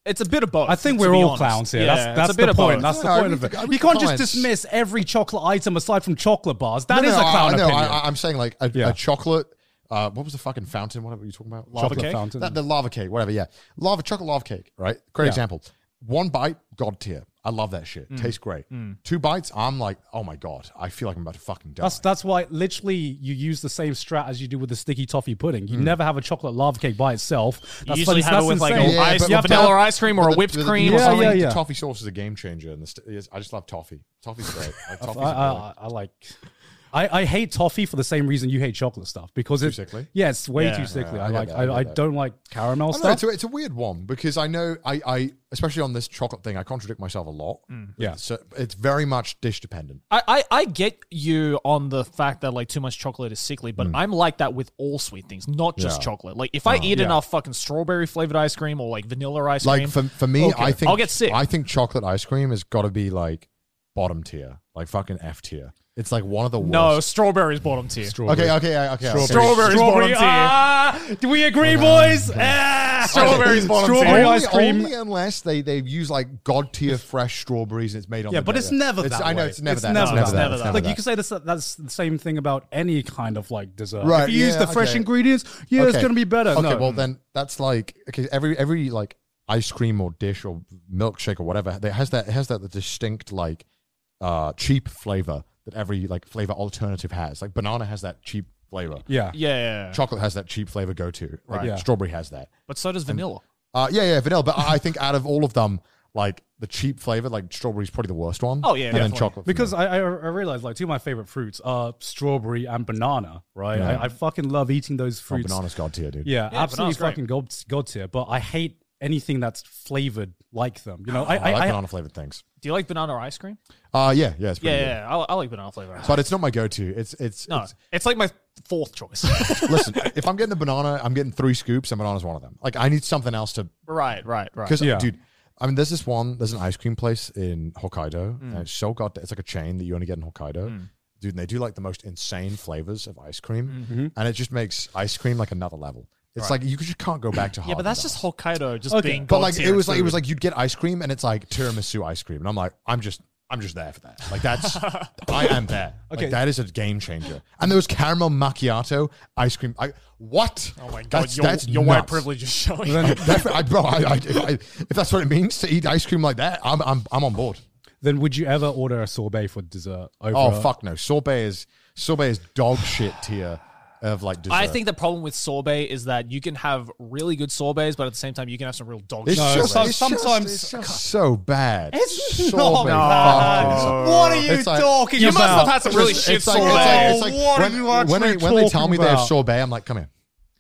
Speaker 4: It's a bit of both.
Speaker 1: I think
Speaker 4: to
Speaker 1: we're
Speaker 4: be
Speaker 1: all
Speaker 4: honest.
Speaker 1: clowns here.
Speaker 4: Yeah,
Speaker 1: that's
Speaker 4: it's
Speaker 1: that's
Speaker 4: a bit
Speaker 1: the
Speaker 4: of
Speaker 1: point.
Speaker 4: both.
Speaker 1: That's the
Speaker 3: No, I
Speaker 1: point
Speaker 3: read
Speaker 1: of it.
Speaker 3: the- I read
Speaker 1: You
Speaker 3: the
Speaker 1: can't just
Speaker 3: comments.
Speaker 1: dismiss every chocolate item aside from chocolate bars. That
Speaker 3: no,
Speaker 1: is
Speaker 3: no,
Speaker 1: a clown
Speaker 3: I, no,
Speaker 1: opinion.
Speaker 3: I, I'm saying like a,
Speaker 1: Yeah.
Speaker 3: a chocolate. Uh, what was the fucking fountain? What were you talking about?
Speaker 1: Lava
Speaker 3: Chocolate
Speaker 1: cake? fountain.
Speaker 3: That, the lava cake, whatever. Yeah, lava chocolate lava cake. Right, great
Speaker 1: Yeah. Mm.
Speaker 3: example. One bite, god tier. I love that shit. Tastes great. Two bites, I'm like, oh my god, I feel like I'm about to fucking die.
Speaker 1: That's that's why literally you use the same strat as you do with the sticky toffee pudding.
Speaker 3: Hmm.
Speaker 1: You never have a chocolate lava cake by itself. That's
Speaker 4: usually
Speaker 1: that's
Speaker 4: have it with, like,
Speaker 1: insane.
Speaker 4: a- ice-
Speaker 3: but-
Speaker 4: yeah,
Speaker 3: but-
Speaker 4: vanilla ice cream or [LAUGHS]
Speaker 3: but
Speaker 4: a
Speaker 3: the-
Speaker 4: whipped
Speaker 3: the- the-
Speaker 4: cream
Speaker 3: the
Speaker 1: or
Speaker 3: toffee-
Speaker 1: something. Yeah, yeah.
Speaker 3: The toffee sauce is a game changer. And the st- yes, I just love toffee. Toffee's great. Like, toffee's
Speaker 1: [LAUGHS] I, I, I like. I, I hate toffee for the same reason you hate chocolate stuff because it's
Speaker 3: sickly?
Speaker 1: Yeah, it's way
Speaker 4: Yeah.
Speaker 1: too sickly. I
Speaker 3: get
Speaker 1: like.
Speaker 3: that, I
Speaker 1: I,
Speaker 3: get
Speaker 1: I
Speaker 3: that.
Speaker 1: don't like caramel
Speaker 3: I don't know,
Speaker 1: stuff.
Speaker 3: it's, a, it's a weird one because I know I, I especially on this chocolate thing I contradict myself a lot.
Speaker 1: Mm. Yeah.
Speaker 3: so it's very much dish dependent.
Speaker 4: I, I, I get you on the fact that like too much chocolate is sickly, but I'm like that with all sweet things, not just
Speaker 3: Mm. Yeah.
Speaker 4: chocolate. Like if I eat enough fucking strawberry flavored ice cream or like vanilla ice
Speaker 3: Like
Speaker 4: cream,
Speaker 3: for, for me,
Speaker 4: okay,
Speaker 3: I think
Speaker 4: I'll get sick.
Speaker 3: I think chocolate ice cream has got to be like bottom tier, like fucking F tier. It's like one of the worst.
Speaker 4: no, strawberries bottom tier.
Speaker 3: Okay, okay, I- okay. okay.
Speaker 4: Strawberries
Speaker 1: Strawberry-
Speaker 4: bottom tier.
Speaker 1: ah, do we agree,
Speaker 3: [LAUGHS]
Speaker 1: boys? Ah!
Speaker 4: Strawberries bottom tier.
Speaker 1: Strawberry
Speaker 3: Only,
Speaker 1: ice cream.
Speaker 3: only unless they they use like god tier fresh strawberries and it's made on.
Speaker 1: Yeah,
Speaker 3: the
Speaker 1: but
Speaker 3: day.
Speaker 1: it's never that.
Speaker 3: I know
Speaker 1: way.
Speaker 3: it's never
Speaker 1: it's
Speaker 3: that.
Speaker 1: Never
Speaker 4: It's
Speaker 1: that.
Speaker 4: never
Speaker 3: It's
Speaker 4: that.
Speaker 1: Like you
Speaker 3: that.
Speaker 1: can say this, that's the same thing about any kind of like dessert.
Speaker 3: Right,
Speaker 1: If you use the
Speaker 3: yeah,
Speaker 1: fresh
Speaker 3: okay.
Speaker 1: ingredients, yeah, it's
Speaker 3: Okay.
Speaker 1: gonna be better.
Speaker 3: Okay,
Speaker 1: No.
Speaker 3: well then that's like okay, every every like ice cream or dish or milkshake or whatever that has that has that the distinct like uh cheap flavor that every like flavor alternative has. Like banana has that cheap flavor.
Speaker 1: yeah.
Speaker 4: Yeah, yeah, yeah.
Speaker 3: Chocolate has that cheap flavor go to. Like
Speaker 1: Right. Yeah.
Speaker 3: strawberry has that.
Speaker 4: but so does vanilla.
Speaker 3: Uh yeah, yeah, vanilla. But I I think out of all of them, like the cheap flavor, like strawberry's probably the worst one.
Speaker 4: Oh, yeah,
Speaker 3: And then
Speaker 4: definitely.
Speaker 3: chocolate. for
Speaker 1: Because
Speaker 3: me.
Speaker 1: I, I I realized like two of my favorite fruits are strawberry and banana. Right,
Speaker 3: Yeah.
Speaker 1: I, I fucking love eating those
Speaker 3: Oh,
Speaker 1: fruits.
Speaker 3: banana's god tier, dude.
Speaker 1: Yeah,
Speaker 4: Yeah,
Speaker 1: absolutely
Speaker 4: banana's great.
Speaker 1: fucking god, god tier. But I hate anything that's flavored like them. You know, I,
Speaker 3: I,
Speaker 1: I,
Speaker 3: like
Speaker 1: I,
Speaker 3: banana flavored things.
Speaker 4: Do you like banana ice cream?
Speaker 3: Uh yeah, yeah, it's pretty
Speaker 4: Yeah, yeah,
Speaker 3: good.
Speaker 4: yeah. I, I like banana flavored. ice
Speaker 3: But it's not my go to. It's it's
Speaker 4: cream. No,
Speaker 3: it's,
Speaker 4: it's like my fourth choice.
Speaker 3: [LAUGHS]
Speaker 4: [LAUGHS]
Speaker 3: Listen, if I'm getting a banana, I'm getting three scoops, and banana's one of them. Like I need something else to
Speaker 4: right, right, right.
Speaker 3: because
Speaker 1: Yeah.
Speaker 3: dude. I mean, there's this one. There's an ice cream place in
Speaker 4: Mm.
Speaker 3: Hokkaido, and it's so god. It's like a chain that you only get in Hokkaido, dude. And they do like the most insane flavors of ice cream,
Speaker 4: Mm-hmm.
Speaker 3: and it just makes ice cream like another level. It's like you just can't go back to.
Speaker 4: Yeah, but that's just Hokkaido just
Speaker 1: Okay,
Speaker 4: being.
Speaker 3: But like it
Speaker 4: god-tier
Speaker 3: was like it
Speaker 4: food.
Speaker 3: was like you'd get ice cream, and it's like tiramisu ice cream, and I'm like I'm just I'm just there for that. Like
Speaker 4: [LAUGHS]
Speaker 3: that's I am there. Okay,
Speaker 1: Okay.
Speaker 3: that is a game changer. And there was caramel macchiato ice cream. I what?
Speaker 4: Oh my god,
Speaker 3: That's-
Speaker 4: your,
Speaker 3: that's
Speaker 4: your white
Speaker 3: nuts. [LAUGHS]
Speaker 4: privilege is showing.
Speaker 3: Definitely, I, bro, I, I, if, I, if that's what it means to eat ice cream like that, I'm I'm, I'm on board.
Speaker 1: Then would you ever order a sorbet for dessert? Over
Speaker 3: Oh
Speaker 1: a-
Speaker 3: fuck no, sorbet is sorbet is dog shit tier of like dessert.
Speaker 4: I think the problem with sorbet is that you can have really good sorbets, but at the same time, you can have some real dog shit.
Speaker 3: it's just,
Speaker 1: some-
Speaker 3: it's just-
Speaker 1: sometimes-
Speaker 3: it's just so bad.
Speaker 1: It's
Speaker 3: Sorbet
Speaker 1: not
Speaker 3: fucking
Speaker 1: bad.
Speaker 3: sucks.
Speaker 1: What are you
Speaker 3: It's like-
Speaker 1: talking
Speaker 4: You must
Speaker 1: about?
Speaker 4: have had some really
Speaker 3: It's
Speaker 4: shit
Speaker 3: like-
Speaker 4: sorbet.
Speaker 3: it's like- it's like
Speaker 1: What
Speaker 3: when,
Speaker 1: are you actually
Speaker 3: when they, when they tell
Speaker 1: talking
Speaker 3: me they have
Speaker 1: about?
Speaker 3: sorbet, I'm like, come here.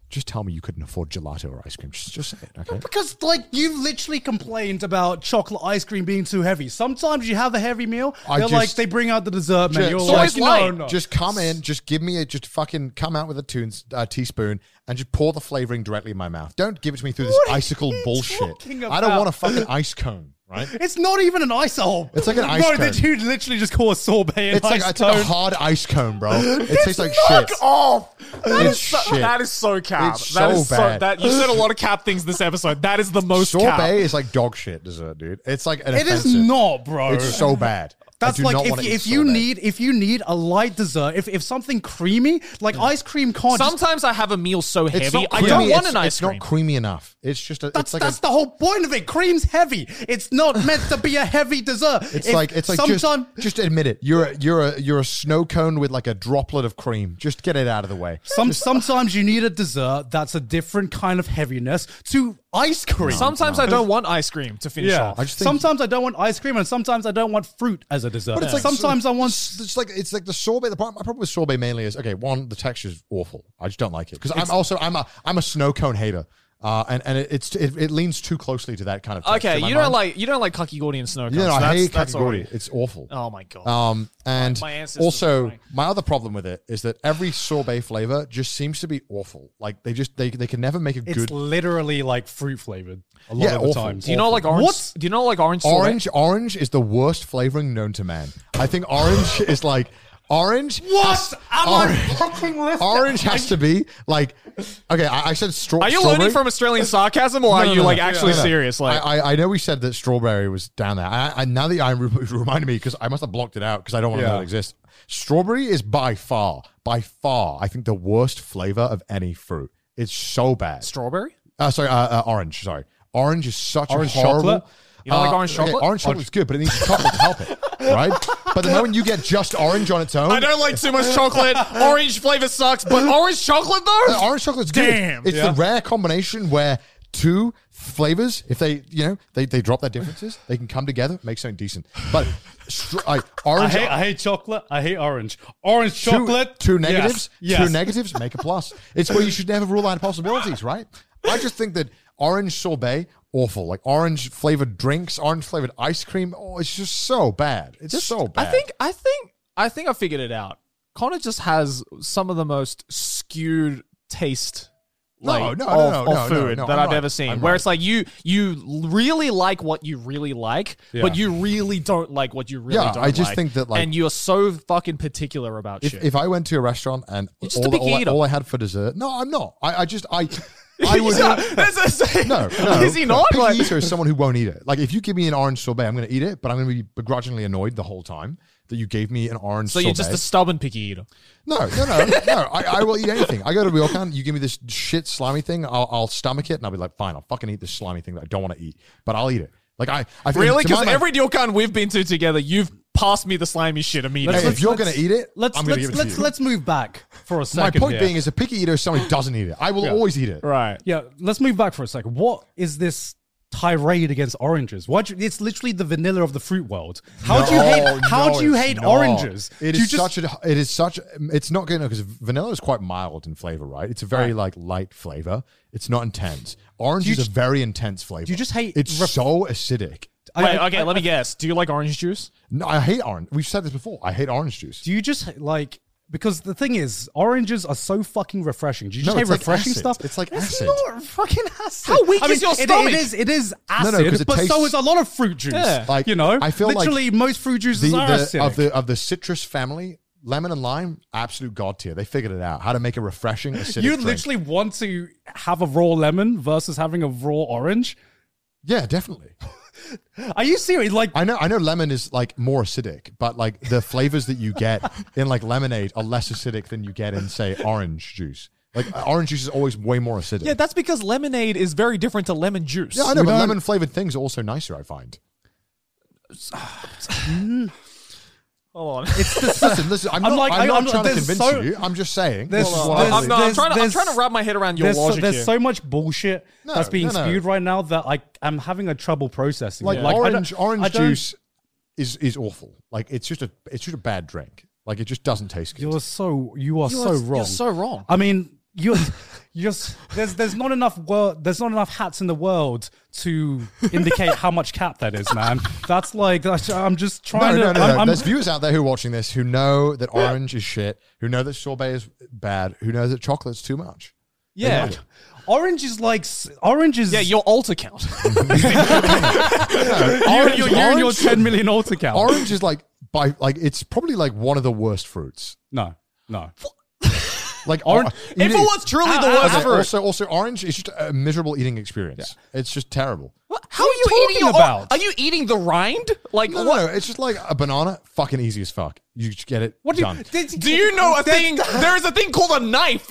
Speaker 3: Just tell me you couldn't afford gelato or ice cream. Just, just say it, okay?
Speaker 1: Because like you literally complained about chocolate ice cream being too heavy. Sometimes you have a heavy meal,
Speaker 3: I
Speaker 1: they're like
Speaker 3: just-
Speaker 1: they bring out the dessert menu. You're
Speaker 3: Just-
Speaker 1: like,
Speaker 3: just
Speaker 1: no,
Speaker 3: like-
Speaker 1: no.
Speaker 3: Just come in, just give me a, just fucking come out with a toons, uh, teaspoon and just pour the flavoring directly in my mouth. Don't give it to me through this
Speaker 1: What are
Speaker 3: icicle
Speaker 1: you
Speaker 3: bullshit.
Speaker 1: talking
Speaker 3: I don't
Speaker 1: about?
Speaker 3: want a fucking ice cone, right?
Speaker 1: it's not even an ice hole. [LAUGHS]
Speaker 3: It's like an ice
Speaker 1: No,
Speaker 3: cone.
Speaker 1: did you literally just call a sorbet an
Speaker 3: It's like
Speaker 1: ice
Speaker 3: I took a
Speaker 1: cone?
Speaker 3: hard ice cone,
Speaker 4: [LAUGHS]
Speaker 3: bro. It tastes like
Speaker 4: Fuck
Speaker 3: shit.
Speaker 4: off! That
Speaker 3: It's
Speaker 4: is, so,
Speaker 3: shit.
Speaker 4: that is so cap.
Speaker 3: It's
Speaker 4: That is
Speaker 3: so bad.
Speaker 4: that you said a lot of cap things this episode. That is the most
Speaker 3: Sorbet
Speaker 4: cap.
Speaker 3: is like dog shit dessert, dude. It's like an
Speaker 1: It is
Speaker 3: offensive.
Speaker 1: not, bro.
Speaker 3: It's so bad. I
Speaker 1: That's
Speaker 3: do
Speaker 1: like
Speaker 3: not
Speaker 1: if,
Speaker 3: wanna
Speaker 1: you-
Speaker 3: eat
Speaker 1: if you
Speaker 3: sorbet.
Speaker 1: need if you need a light dessert, if, if something creamy, like ice cream can't just-
Speaker 4: Sometimes I have a meal so
Speaker 3: It's
Speaker 4: heavy,
Speaker 3: not
Speaker 4: I
Speaker 3: creamy.
Speaker 4: don't want
Speaker 3: it's,
Speaker 4: an ice
Speaker 3: it's
Speaker 4: cream.
Speaker 3: not creamy enough. It's just a,
Speaker 1: That's
Speaker 3: it's like
Speaker 1: that's
Speaker 3: a,
Speaker 1: the whole point of it. Cream's heavy. It's not meant to be a heavy dessert.
Speaker 3: It's
Speaker 1: If
Speaker 3: like it's like
Speaker 1: sometime-
Speaker 3: just, just admit it. You're a, you're a you're a snow cone with like a droplet of cream. Just get it out of the way.
Speaker 1: Some sometimes
Speaker 3: uh,
Speaker 1: you need a dessert that's a different kind of heaviness to ice cream.
Speaker 4: Sometimes I don't want ice cream to finish
Speaker 1: yeah.
Speaker 4: off.
Speaker 3: I just think-
Speaker 1: sometimes I don't want ice cream, and sometimes I don't want fruit as a dessert. sometimes I want.
Speaker 3: It's just like it's like the sorbet. The problem, my problem with sorbet mainly is okay. One, the texture is awful. I just don't like it because I'm also I'm a I'm a snow cone hater. Uh, and and it, it's it, it leans too closely to that kind of. Texture
Speaker 4: Okay,
Speaker 3: in my
Speaker 4: you don't
Speaker 3: mind.
Speaker 4: like you don't like Kaki Gordy and Snow Cones.
Speaker 3: You know, I
Speaker 4: that's,
Speaker 3: hate
Speaker 4: that's
Speaker 3: kakigori.
Speaker 4: alright.
Speaker 3: It's awful.
Speaker 4: Oh my god.
Speaker 3: Um, and
Speaker 4: My ancestors were
Speaker 3: also
Speaker 4: right.
Speaker 3: my other problem with it is that every sorbet flavor just seems to be awful. Like they just they they can never make a
Speaker 1: It's
Speaker 3: good
Speaker 1: literally like fruit flavored a lot
Speaker 3: Yeah,
Speaker 1: of the
Speaker 3: awful.
Speaker 1: times.
Speaker 3: Do
Speaker 4: you know like orange
Speaker 1: What?
Speaker 4: do you know like orange sorbet?
Speaker 3: Orange, orange is the worst flavoring known to man. I think orange is like orange.
Speaker 1: What am I
Speaker 3: fucking listening? Orange has to be like okay. I, I said straw.
Speaker 4: Are you
Speaker 3: strawberry?
Speaker 4: learning from Australian sarcasm or are
Speaker 3: No, no,
Speaker 4: you
Speaker 3: no,
Speaker 4: like
Speaker 3: no.
Speaker 4: actually
Speaker 3: No, no.
Speaker 4: serious? Like
Speaker 3: I, I, I know we said that strawberry was down there. I, I now that I [LAUGHS] re- it reminded me because I must have blocked it out because I don't want to know
Speaker 1: Yeah.
Speaker 3: it exists. Strawberry is by far, by far, I think the worst flavor of any fruit. It's so bad.
Speaker 4: strawberry?
Speaker 3: Uh, sorry, uh, uh, orange. Sorry, orange is such
Speaker 1: Orange
Speaker 3: a horrible. Uh,
Speaker 1: chocolate?
Speaker 4: You don't like orange chocolate?
Speaker 3: orange chocolate is good, but it needs chocolate to help it, right? But the moment you get just orange on its own,
Speaker 4: I don't like too
Speaker 3: [LAUGHS]
Speaker 4: much chocolate. orange flavor sucks, but orange chocolate though?
Speaker 3: uh, orange chocolate's good.
Speaker 4: Damn.
Speaker 3: it's the rare combination where two flavors, if they you know they, they drop their differences, they can come together, make something decent. But str- like,
Speaker 1: I
Speaker 3: orange,
Speaker 1: hate, I hate chocolate. I hate orange. Orange
Speaker 3: two,
Speaker 1: chocolate.
Speaker 3: two
Speaker 1: Yes.
Speaker 3: negatives,
Speaker 1: Yes.
Speaker 3: two negatives make a plus. It's where you should never rule out possibilities, right? I just think that orange sorbet awful, like orange flavored drinks, orange flavored ice cream. Oh, it's just so bad. It's so bad.
Speaker 4: I think I think I think I figured it out. Connor just has some of the most skewed taste.
Speaker 3: No,
Speaker 4: Like,
Speaker 3: no, no,
Speaker 4: of,
Speaker 3: no,
Speaker 4: of
Speaker 3: no,
Speaker 4: food
Speaker 3: no, no,
Speaker 4: that
Speaker 3: I'm
Speaker 4: have
Speaker 3: right.
Speaker 4: ever seen,
Speaker 3: I'm
Speaker 4: where
Speaker 3: right.
Speaker 4: it's like you you really like what you really like,
Speaker 1: Yeah.
Speaker 4: but you really don't like what you really
Speaker 3: Yeah,
Speaker 4: don't.
Speaker 3: I just
Speaker 4: like,
Speaker 3: think that, like-
Speaker 4: and you're so fucking particular about
Speaker 3: if,
Speaker 4: shit.
Speaker 3: if I went to a restaurant and
Speaker 4: You're just
Speaker 3: all,
Speaker 4: a
Speaker 3: the,
Speaker 4: picky
Speaker 3: all, I,
Speaker 4: eater.
Speaker 3: all I had for dessert, no, I'm not. I, I just
Speaker 4: [LAUGHS]
Speaker 3: I I would.
Speaker 4: That's insane.
Speaker 3: No, no.
Speaker 4: [LAUGHS] is he
Speaker 3: no.
Speaker 4: not?
Speaker 3: Picky
Speaker 4: Like-
Speaker 3: eater is someone who won't eat it. Like if you give me an orange sorbet, I'm going to eat it, but I'm going to be begrudgingly annoyed the whole time that you gave me an orange.
Speaker 4: so you're just a stubborn picky eater.
Speaker 3: no, no, no, no. I, I will eat anything. I go to Ryokan, you give me this shit slimy thing, I'll, I'll stomach it, and I'll be like, fine, I'll fucking eat this slimy thing that I don't want to eat, but I'll eat it. Like I, I think-
Speaker 4: Really?
Speaker 3: to my
Speaker 4: Because
Speaker 3: mind,
Speaker 4: every Ryokan we've been to together, you've passed me the slimy shit immediately.
Speaker 3: hey, if you're going to eat it,
Speaker 1: Let's
Speaker 3: I'm going to
Speaker 1: let's
Speaker 3: give it
Speaker 1: let's
Speaker 3: to you.
Speaker 1: let's move back for a
Speaker 3: my
Speaker 1: second.
Speaker 3: point
Speaker 1: here.
Speaker 3: being is, a picky eater is someone who doesn't eat it. I will always eat it.
Speaker 4: right.
Speaker 1: Yeah, let's move back for a second. What is this tirade against oranges? Why do you, it's literally the vanilla of the fruit world. How do you
Speaker 3: No,
Speaker 1: hate? How
Speaker 3: no,
Speaker 1: do you
Speaker 3: it's
Speaker 1: hate
Speaker 3: not.
Speaker 1: oranges?
Speaker 3: It
Speaker 1: do you
Speaker 3: is such a. It is such. It's not good because vanilla is quite mild in flavor, right? It's a very like light flavor. It's not intense. Orange
Speaker 1: Do you
Speaker 3: is a
Speaker 1: just-
Speaker 3: very intense flavor.
Speaker 1: do you just hate
Speaker 3: It's
Speaker 1: ref-
Speaker 3: so acidic.
Speaker 1: I-
Speaker 4: Wait,
Speaker 1: I-
Speaker 4: okay,
Speaker 1: I-
Speaker 4: let me guess. Do you like orange juice?
Speaker 3: No, I hate orange. We've said this before. I hate orange juice.
Speaker 1: Do you just like because the thing is, oranges are so fucking refreshing. Do you
Speaker 3: No,
Speaker 1: just hate
Speaker 3: it's like
Speaker 1: refreshing
Speaker 3: acid.
Speaker 1: stuff?
Speaker 3: It's like
Speaker 1: it's
Speaker 3: acid.
Speaker 1: not fucking acid.
Speaker 4: How weak
Speaker 1: I
Speaker 4: is your
Speaker 1: it-
Speaker 4: stomach?
Speaker 1: It is. It is
Speaker 3: no,
Speaker 1: acid,
Speaker 3: 'cause it
Speaker 1: but so
Speaker 3: tastes-
Speaker 1: is a lot of fruit juice.
Speaker 4: Yeah.
Speaker 3: Like,
Speaker 1: you know,
Speaker 3: I feel like
Speaker 1: literally most fruit
Speaker 3: the,
Speaker 1: juices are
Speaker 3: the
Speaker 1: acidic.
Speaker 3: of the of the citrus family, lemon and lime, absolute god tier. They figured it out how to make a refreshing acidic.
Speaker 1: you
Speaker 3: drink.
Speaker 1: literally want to have a raw lemon versus having a raw orange.
Speaker 3: Yeah, definitely.
Speaker 1: Are you serious? Like,
Speaker 3: I know I know lemon is like more acidic, but like the flavors that you get in like lemonade are less acidic than you get in say orange juice. Like orange juice is always way more acidic.
Speaker 4: Yeah, that's because lemonade is very different to lemon juice.
Speaker 3: Yeah, I know, but lemon flavored things are also nicer,
Speaker 1: [SIGHS]
Speaker 3: I find.
Speaker 4: Hold on.
Speaker 3: Listen, listen, I'm, not,
Speaker 1: like-
Speaker 3: I'm
Speaker 1: I-
Speaker 3: not
Speaker 1: I'm-
Speaker 3: trying to
Speaker 1: there's
Speaker 3: convince
Speaker 1: so-
Speaker 3: you. I'm just saying.
Speaker 1: there's-
Speaker 3: Well,
Speaker 1: there's-
Speaker 3: I-
Speaker 4: I'm, no, I'm,
Speaker 1: There's-
Speaker 4: trying to, I'm
Speaker 1: there's-
Speaker 4: trying to wrap my head around your
Speaker 1: there's so,
Speaker 4: logic
Speaker 1: there's
Speaker 4: here.
Speaker 1: so much bullshit
Speaker 3: No,
Speaker 1: that's being
Speaker 3: no, no.
Speaker 1: spewed right now that I I'm having a trouble processing.
Speaker 3: like
Speaker 1: it. I don't-
Speaker 3: orange
Speaker 1: I
Speaker 3: orange
Speaker 1: don't-
Speaker 3: juice is is awful. Like it's just a it's just a bad drink. Like it just doesn't taste good.
Speaker 1: You're so you are
Speaker 4: You
Speaker 1: so
Speaker 4: are-
Speaker 1: wrong.
Speaker 4: you're so wrong.
Speaker 1: I mean, you you just there's there's not enough world there's not enough hats in the world to indicate how much cap that is, man. That's like that's- I'm just
Speaker 3: no,
Speaker 1: trying
Speaker 3: no, no,
Speaker 1: to.
Speaker 3: no.
Speaker 1: I'm, I'm-
Speaker 3: There's viewers out there who are watching this who know that orange is shit, who know that sorbet is bad, who know that chocolate's too much.
Speaker 4: yeah.
Speaker 1: orange is like s- orange is
Speaker 4: Yeah, your
Speaker 3: [LAUGHS]
Speaker 4: alter count.
Speaker 3: No,
Speaker 1: you,
Speaker 3: orange,
Speaker 1: you, you and your
Speaker 3: orange-
Speaker 1: 10 million alter count.
Speaker 3: orange is like by like it's probably like one of the worst fruits.
Speaker 1: no, no.
Speaker 3: Like
Speaker 1: Orange-
Speaker 3: or-
Speaker 4: if it
Speaker 3: eating-
Speaker 4: was truly the
Speaker 3: Okay,
Speaker 4: worst fruit,
Speaker 3: Also, also orange is just a miserable eating experience. It's just terrible.
Speaker 4: What- how are you,
Speaker 1: you
Speaker 4: eating
Speaker 1: talking
Speaker 4: your al-
Speaker 1: about?
Speaker 4: Are you eating the rind? Like
Speaker 3: No, no,
Speaker 4: what?
Speaker 3: no, it's just like a banana, fucking easy as fuck. You just get it
Speaker 1: What do
Speaker 3: done.
Speaker 1: you, did-
Speaker 4: Do you know a thing? There is a thing called
Speaker 3: [LAUGHS]
Speaker 4: a knife.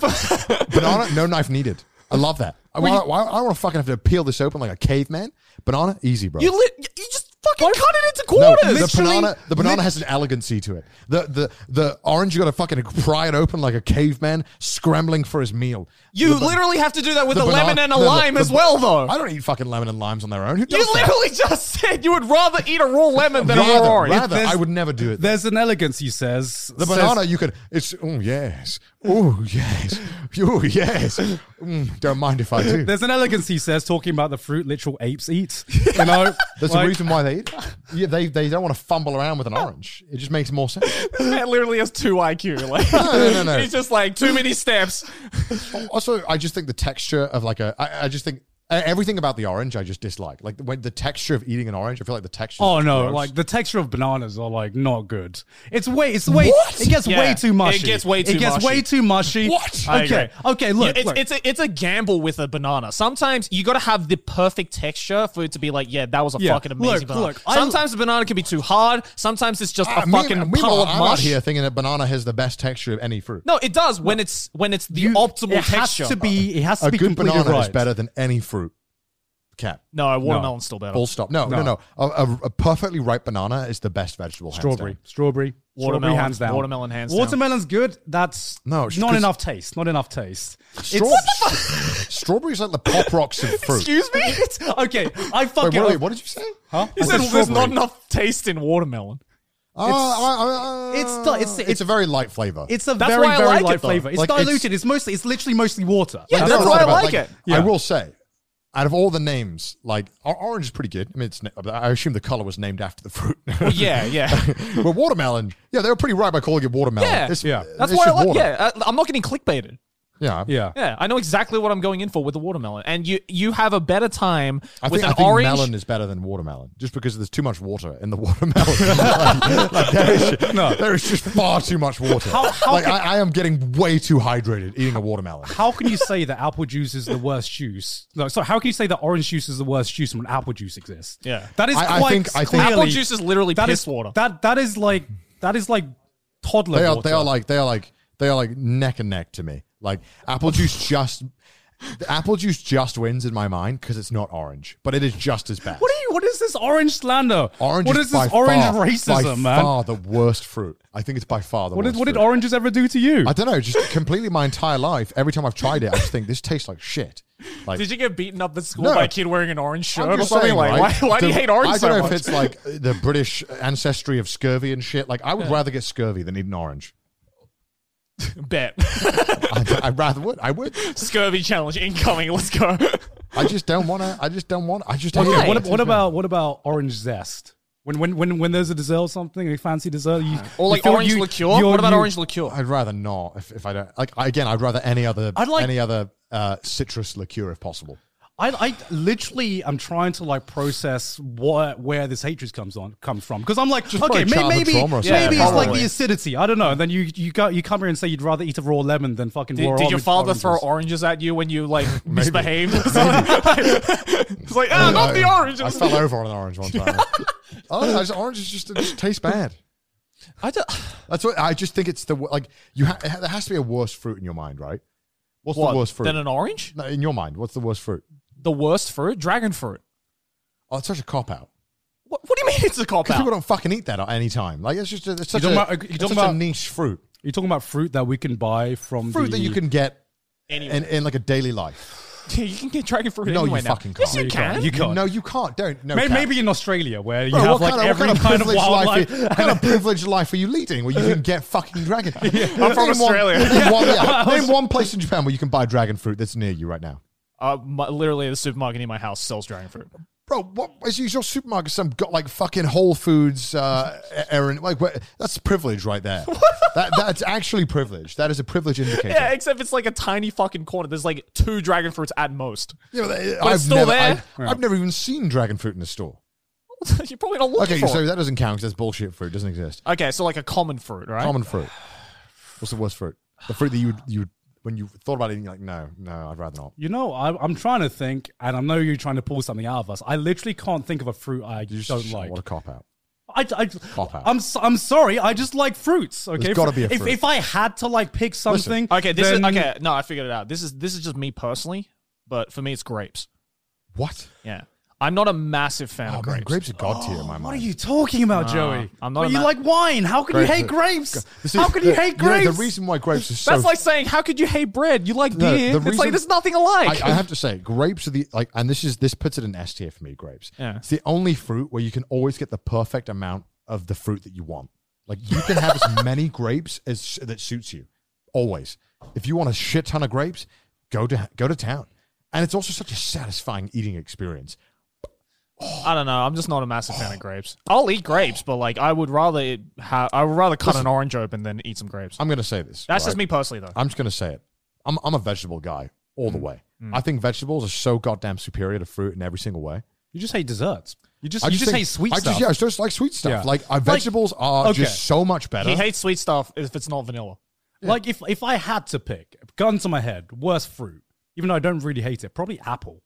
Speaker 3: banana, no knife needed. I love that. I, why, why, I want to fucking have to peel this open like a caveman. Banana, easy, bro.
Speaker 4: you lit. You just fucking cut it into
Speaker 3: no,
Speaker 4: quarters.
Speaker 3: the banana, the banana has an elegancy to it. The the the orange, you got to fucking pry it open like a caveman scrambling for his meal.
Speaker 4: you
Speaker 3: The ba-
Speaker 4: literally have to do that with
Speaker 3: the
Speaker 4: a
Speaker 3: banana-
Speaker 4: lemon and a
Speaker 3: no, the-
Speaker 4: lime
Speaker 3: the-
Speaker 4: as well, though.
Speaker 3: I don't eat fucking lemon and limes on their own. Who does
Speaker 4: You
Speaker 3: that?
Speaker 4: literally just said you would rather eat a raw lemon than a raw
Speaker 3: rather,
Speaker 4: orange.
Speaker 3: rather
Speaker 1: There's-
Speaker 3: I would never do it.
Speaker 1: there's an elegance, he says.
Speaker 3: The banana, you could. It's oh yes, oh
Speaker 4: [LAUGHS]
Speaker 3: yes, oh yes. Mm, don't mind if I do. There's,
Speaker 1: There's an elegance, he says, talking about the fruit literal apes eat. [LAUGHS] You know,
Speaker 3: a
Speaker 1: like-
Speaker 3: reason why they eat. it. Yeah, they they don't want to fumble around with an orange. It just makes more sense. [LAUGHS]
Speaker 4: This man literally has two IQ.
Speaker 1: [LAUGHS]
Speaker 4: Like,
Speaker 3: no, no, no.
Speaker 4: He's just like too many steps.
Speaker 3: Also, I just think the texture of like a. I, I just think uh, everything about the orange I just dislike. Like when the texture of eating an orange, I feel like the texture.
Speaker 1: Oh no!
Speaker 3: gross.
Speaker 1: Like the texture of bananas are like not good. It's way. It's way. It gets
Speaker 4: Yeah.
Speaker 1: way too
Speaker 4: It
Speaker 1: mushy.
Speaker 4: gets way too
Speaker 1: It gets
Speaker 4: mushy.
Speaker 1: way too mushy.
Speaker 4: What? I
Speaker 1: Okay.
Speaker 4: agree.
Speaker 1: Okay. Look.
Speaker 4: Yeah, it's,
Speaker 1: look.
Speaker 4: it's a it's a gamble with a banana. Sometimes you got to have the perfect texture for it to be like, yeah, that was a
Speaker 1: Yeah,
Speaker 4: fucking amazing
Speaker 1: look,
Speaker 4: banana.
Speaker 1: look, I-
Speaker 4: sometimes the banana can be too hard. Sometimes it's just
Speaker 3: Ah,
Speaker 4: a
Speaker 3: meanwhile-
Speaker 4: fucking puddle
Speaker 3: meanwhile,
Speaker 4: of
Speaker 3: I'm out
Speaker 4: mush.
Speaker 3: here thinking that banana has the best texture of any fruit.
Speaker 4: No, it does when it's when it's the
Speaker 1: You-
Speaker 4: optimal
Speaker 1: it
Speaker 4: texture.
Speaker 1: has to be. It has to
Speaker 3: a
Speaker 1: be
Speaker 3: good
Speaker 1: completely
Speaker 3: banana is
Speaker 1: right.
Speaker 3: better than any fruit. Cap.
Speaker 4: no, watermelon's still better.
Speaker 3: Full stop. No, no, no. A, a, a perfectly ripe banana is the best vegetable. hands
Speaker 1: Strawberry.
Speaker 3: down.
Speaker 1: Strawberry.
Speaker 4: Watermelon-
Speaker 1: Strawberry hands down.
Speaker 4: watermelon hands down.
Speaker 1: Watermelon's good. That's
Speaker 3: No,
Speaker 1: no.
Speaker 3: it's just
Speaker 1: Not
Speaker 3: 'cause-
Speaker 1: enough taste. Not enough taste.
Speaker 3: Straw- Strawberry's like the pop rocks of fruit. Wait,
Speaker 1: [LAUGHS]
Speaker 4: Excuse me.
Speaker 1: Okay. I
Speaker 3: wait,
Speaker 1: fucking.
Speaker 3: wait, what did you say? Huh?
Speaker 4: He said there's not enough taste in watermelon.
Speaker 3: Uh,
Speaker 1: it's di- it's-
Speaker 3: it's a very light flavor.
Speaker 1: It's a
Speaker 4: That's
Speaker 1: very
Speaker 4: why I
Speaker 1: very
Speaker 4: like it,
Speaker 1: light
Speaker 4: though.
Speaker 1: flavor. It's
Speaker 3: Like, it's-
Speaker 1: diluted. It's, mostly. It's literally mostly water.
Speaker 4: Yeah,
Speaker 1: Like,
Speaker 4: that's
Speaker 3: what
Speaker 4: why I
Speaker 3: I'm about.
Speaker 4: like it.
Speaker 1: Yeah.
Speaker 3: I will say, out of all the names, like or- orange is pretty good. I mean, it's, na- I assume the color was named after the
Speaker 4: [LAUGHS]
Speaker 3: fruit.
Speaker 4: yeah, yeah.
Speaker 3: [LAUGHS] but watermelon, yeah, they were pretty right by calling it
Speaker 1: Oh,
Speaker 3: watermelon.
Speaker 4: Yeah.
Speaker 3: It's-
Speaker 1: Yeah.
Speaker 4: That's
Speaker 3: it's
Speaker 4: why I
Speaker 3: just
Speaker 4: like.
Speaker 3: water.
Speaker 4: Yeah, I, I'm not getting clickbaited.
Speaker 3: yeah,
Speaker 1: yeah.
Speaker 4: Yeah, I know exactly what I'm going in for with the watermelon, and you you have a better time
Speaker 3: I
Speaker 4: with
Speaker 3: think, I
Speaker 4: an
Speaker 3: think
Speaker 4: orange.
Speaker 3: melon is better than watermelon, just because there's too much water in the [LAUGHS] watermelon. [LAUGHS] like, like, there,
Speaker 1: [LAUGHS]
Speaker 3: is, there is just far too much water. like I, I am getting way too hydrated eating a watermelon.
Speaker 1: How can you say that apple juice is the worst juice? No, sorry. How can you say that orange juice is the worst juice when apple juice exists?
Speaker 4: Yeah.
Speaker 1: that is
Speaker 3: I- I
Speaker 1: quite
Speaker 3: think- I think-
Speaker 1: clearly-
Speaker 4: Apple juice is literally
Speaker 1: that
Speaker 4: piss
Speaker 1: is-
Speaker 4: water.
Speaker 1: That that is like that is like toddler.
Speaker 3: They are,
Speaker 1: water.
Speaker 3: they are like they are like they are like neck and neck to me. Like apple juice just. the Apple juice just wins in my mind because it's not orange, but it is just as bad.
Speaker 1: What are you? What is this orange slander?
Speaker 3: Orange
Speaker 1: What
Speaker 3: is
Speaker 1: is this
Speaker 3: by
Speaker 1: orange
Speaker 3: far, by
Speaker 1: racism, man?
Speaker 3: Far the worst fruit. I think it's by far the
Speaker 1: What
Speaker 3: worst.
Speaker 1: did what did
Speaker 3: fruit.
Speaker 1: oranges ever do to you?
Speaker 3: I don't know. Just completely my entire life. Every time I've tried it, I just think this tastes like shit. Like
Speaker 4: Did you get beaten up at school
Speaker 3: No.
Speaker 4: by a kid wearing an orange shirt
Speaker 3: I'm
Speaker 4: or
Speaker 3: just
Speaker 4: something?
Speaker 3: saying,
Speaker 4: like,
Speaker 3: right?
Speaker 4: why, why do you
Speaker 3: The-
Speaker 4: hate orange
Speaker 3: I
Speaker 4: so
Speaker 3: don't know
Speaker 4: much?
Speaker 3: if it's like the British ancestry of scurvy and shit. Like, I would rather get scurvy than eat an orange. [LAUGHS]
Speaker 4: Bet. [LAUGHS]
Speaker 3: I, I rather would. I would.
Speaker 4: Scurvy challenge incoming. Let's go.
Speaker 3: I just don't want to. I just don't want. I just.
Speaker 1: okay,
Speaker 3: hate
Speaker 1: what,
Speaker 3: it.
Speaker 1: what about what about orange zest? When when when when there's a dessert or something, a fancy dessert, you,
Speaker 4: Or like
Speaker 1: you feel
Speaker 4: orange
Speaker 1: you-
Speaker 4: liqueur.
Speaker 1: you're-
Speaker 4: What about
Speaker 1: you-
Speaker 4: orange liqueur?
Speaker 3: I'd rather not. If, if I don't like, again, I'd rather any other.
Speaker 1: I'd like-
Speaker 3: any other uh, citrus liqueur if possible.
Speaker 1: I, I literally am trying to like process what where this hatred comes on comes from because I'm like
Speaker 3: Just
Speaker 1: okay
Speaker 3: probably
Speaker 1: may,
Speaker 3: childhood
Speaker 1: maybe
Speaker 3: trauma or
Speaker 1: maybe
Speaker 3: something.
Speaker 1: it's
Speaker 3: Yeah,
Speaker 1: like
Speaker 3: probably.
Speaker 1: the acidity I don't know and then you you go you come here and say you'd rather eat a raw lemon than fucking raw
Speaker 4: Did, did your
Speaker 1: orange-
Speaker 4: father
Speaker 1: oranges.
Speaker 4: throw oranges at you when
Speaker 3: [LAUGHS]
Speaker 4: you like misbehaved? [LAUGHS] it's like, ah, not the oranges.
Speaker 3: I fell over on an orange one time. oh, those oranges just, just taste bad.
Speaker 5: I don't.
Speaker 3: That's what I just think it's the wo- like you. Ha- there has to be a worse fruit in your mind, right? What's
Speaker 4: What,
Speaker 3: the worst fruit?
Speaker 4: Then an orange?
Speaker 3: No, in your mind, what's the worst fruit?
Speaker 4: The worst fruit? Dragon fruit.
Speaker 3: Oh, it's such a cop out.
Speaker 4: What, what do you mean it's a cop
Speaker 3: Because people
Speaker 4: out?
Speaker 3: don't fucking eat that at any time. Like it's just a, it's such, a,
Speaker 1: talking about- you're
Speaker 3: it's
Speaker 1: talking
Speaker 3: such a
Speaker 1: about-
Speaker 3: niche fruit.
Speaker 1: You're talking about fruit that we can buy from
Speaker 3: Fruit
Speaker 1: the,
Speaker 3: that you can get
Speaker 4: Anyway.
Speaker 3: in, in like a daily life.
Speaker 4: you can get dragon fruit
Speaker 3: No, you
Speaker 4: anywhere now.
Speaker 3: fucking
Speaker 4: Yes,
Speaker 3: can't.
Speaker 4: you
Speaker 1: You can't.
Speaker 4: can.
Speaker 1: You can't.
Speaker 3: No, you can't. Don't. No.
Speaker 1: May-
Speaker 3: Kat.
Speaker 1: maybe in Australia where you
Speaker 3: Bro,
Speaker 1: have
Speaker 3: what
Speaker 1: like
Speaker 3: kind of-
Speaker 1: every
Speaker 3: what kind of
Speaker 1: kind of
Speaker 3: privileged
Speaker 1: wildlife.
Speaker 3: life? Are, what kind
Speaker 1: [LAUGHS]
Speaker 3: of privileged life are you leading? Where you can get fucking dragon? I'm
Speaker 4: from Australia.
Speaker 3: One,
Speaker 1: [LAUGHS]
Speaker 3: name, one, yeah, name one place in Japan where you can buy dragon fruit that's near you right now.
Speaker 4: Uh, my, literally, the supermarket in my house sells dragon fruit.
Speaker 3: Bro, what is your supermarket? Some got like fucking Whole Foods, uh, errand. Like where, that's privilege right
Speaker 1: [LAUGHS]
Speaker 3: there. that, that's actually privilege. That is a privilege indicator.
Speaker 4: Yeah, except it's like a tiny fucking corner. There's like two dragon fruits at most. [LAUGHS]
Speaker 3: Yeah, but, uh,
Speaker 4: But it's still
Speaker 3: never,
Speaker 4: there.
Speaker 3: I've, I've never even seen dragon fruit in a store.
Speaker 4: You're probably not looking
Speaker 3: Okay,
Speaker 4: for
Speaker 3: so
Speaker 4: it.
Speaker 3: that doesn't count because that's bullshit fruit. It doesn't exist.
Speaker 4: Okay, so like a common fruit, right?
Speaker 3: Common fruit. What's the worst fruit? The fruit that you would- you would- when you thought about it, you're like, no, no, I'd rather not.
Speaker 1: You know, I, I'm trying to think, and I know you're trying to pull something out of us. I literally can't think of a fruit I
Speaker 3: You just
Speaker 1: don't like.
Speaker 3: What a cop out.
Speaker 1: I, I,
Speaker 3: out.
Speaker 1: I'm, so, I'm sorry. I just like fruits. Okay,
Speaker 3: gotta be a
Speaker 1: if,
Speaker 3: fruit.
Speaker 1: if I had to like pick something,
Speaker 4: Okay, this
Speaker 1: then-
Speaker 4: is okay. No, I figured it out. This is this is just me personally, but for me, it's grapes.
Speaker 3: What?
Speaker 4: Yeah, I'm not a massive fan
Speaker 3: Oh,
Speaker 4: of
Speaker 3: man,
Speaker 4: grapes.
Speaker 3: grapes are god tier in my
Speaker 1: [GASPS]
Speaker 3: mind.
Speaker 1: What are you talking about, Joey?
Speaker 4: I'm not
Speaker 1: But
Speaker 4: a
Speaker 1: you
Speaker 4: ma-
Speaker 1: like wine. How can you hate grapes? How can you hate grapes?
Speaker 3: the reason why grapes are so.
Speaker 4: That's like saying, how could you hate bread? You like
Speaker 3: No,
Speaker 4: beer.
Speaker 3: the
Speaker 4: it's like
Speaker 3: reason-
Speaker 4: there's nothing alike.
Speaker 3: I, I have to say, grapes are the like, and this is this puts it in S tier for me. Grapes.
Speaker 4: Yeah.
Speaker 3: It's the only fruit where you can always get the perfect amount of the fruit that you want. Like you can have as [LAUGHS] many grapes as that suits you. Always. If you want a shit ton of grapes, go to go to town. And it's also such a satisfying eating experience.
Speaker 4: [LAUGHS] I don't know. I'm just not a
Speaker 3: [SIGHS]
Speaker 4: massive fan of grapes. I'll eat grapes, but like I would rather it ha- I would rather cut an orange open than eat some grapes.
Speaker 3: I'm gonna say this.
Speaker 4: That's
Speaker 3: right?
Speaker 4: just me personally, though.
Speaker 3: I'm just gonna say it. I'm I'm a vegetable guy all the way. I think vegetables are so goddamn superior to fruit in every single way.
Speaker 1: you just hate desserts. You just
Speaker 3: I
Speaker 1: you just
Speaker 3: think-
Speaker 1: hate sweet
Speaker 3: I
Speaker 1: stuff.
Speaker 3: Just, yeah, I just like sweet stuff.
Speaker 1: Yeah.
Speaker 3: Like uh, vegetables are
Speaker 1: okay.
Speaker 3: just so much better.
Speaker 4: He hates sweet stuff if it's not vanilla.
Speaker 1: Like if if I had to pick, gun to my head, worst fruit, even though I don't really hate it, probably apple.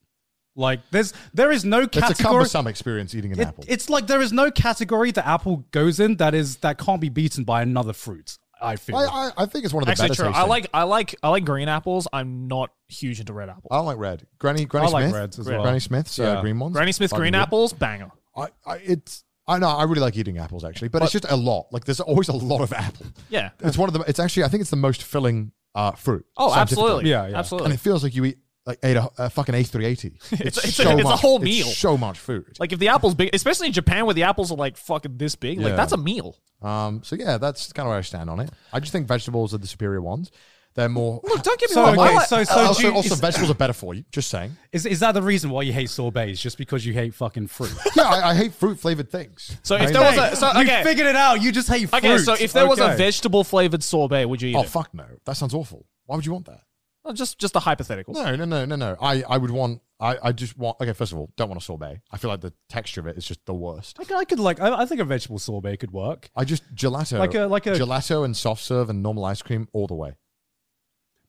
Speaker 1: Like there's there is no
Speaker 3: it's
Speaker 1: category.
Speaker 3: a cumbersome experience eating an
Speaker 1: It-
Speaker 3: apple.
Speaker 1: It's like there is no category that apple goes in that is that can't be beaten by another fruit. I feel.
Speaker 3: I, I, I think it's one of the
Speaker 4: Actually,
Speaker 3: better
Speaker 4: true. I
Speaker 3: tasting-
Speaker 4: like I like I like green apples. I'm not huge into red apples.
Speaker 3: I don't like red. Granny Granny
Speaker 1: I like
Speaker 3: Smith.
Speaker 1: reds as
Speaker 3: Granny
Speaker 1: well.
Speaker 3: Smith's uh,
Speaker 1: Yeah.
Speaker 3: green ones.
Speaker 4: Granny Smith
Speaker 3: Fucking
Speaker 4: green
Speaker 3: good.
Speaker 4: apples, banger.
Speaker 3: I, I it's I know I really like eating apples actually, but, it's just a lot. Like there's always a lot of apple.
Speaker 4: Yeah.
Speaker 3: It's one of the. It's actually I think it's the most filling uh, fruit.
Speaker 4: Oh,
Speaker 3: scientifically.
Speaker 4: absolutely.
Speaker 1: Yeah, yeah.
Speaker 3: And
Speaker 4: absolutely.
Speaker 3: it feels like you eat like ate a, a fucking
Speaker 4: [LAUGHS]
Speaker 3: A380.
Speaker 4: It's- it's a- it's a whole meal.
Speaker 3: so much food.
Speaker 4: Like if the apple's big, especially in Japan where the apples are like fucking this big, like
Speaker 3: Yeah.
Speaker 4: that's a meal.
Speaker 3: Um, so yeah, that's kind of where I stand on it. I just think vegetables are the superior ones. They're more. Look,
Speaker 4: don't get me
Speaker 1: So,
Speaker 4: wrong. I
Speaker 1: okay,
Speaker 4: like-
Speaker 1: so so do
Speaker 3: also,
Speaker 1: you-
Speaker 3: also
Speaker 1: is,
Speaker 3: vegetables are better for you. Just saying.
Speaker 1: is is that the reason why you hate sorbets? Just because you hate fucking fruit?
Speaker 3: [LAUGHS] Yeah, I, I hate fruit flavored things.
Speaker 4: So if
Speaker 3: I
Speaker 4: there was
Speaker 3: know.
Speaker 4: a so
Speaker 1: You
Speaker 4: [LAUGHS] okay
Speaker 1: figured it out. You just hate fruit.
Speaker 4: okay so if there was a
Speaker 1: Okay.
Speaker 4: vegetable flavored sorbet, would you eat
Speaker 3: oh
Speaker 4: it?
Speaker 3: fuck no, that sounds awful. Why would you want that?
Speaker 4: Oh, just just a hypothetical.
Speaker 3: No, no, no, no, no. I, I would want. I, I just want. Okay, first of all, don't want a sorbet. I feel like the texture of it is just the worst.
Speaker 1: I could, I could like I, I think a vegetable sorbet could work.
Speaker 3: I just gelato,
Speaker 1: Like a- like a-
Speaker 3: gelato and soft serve and normal ice cream all the way.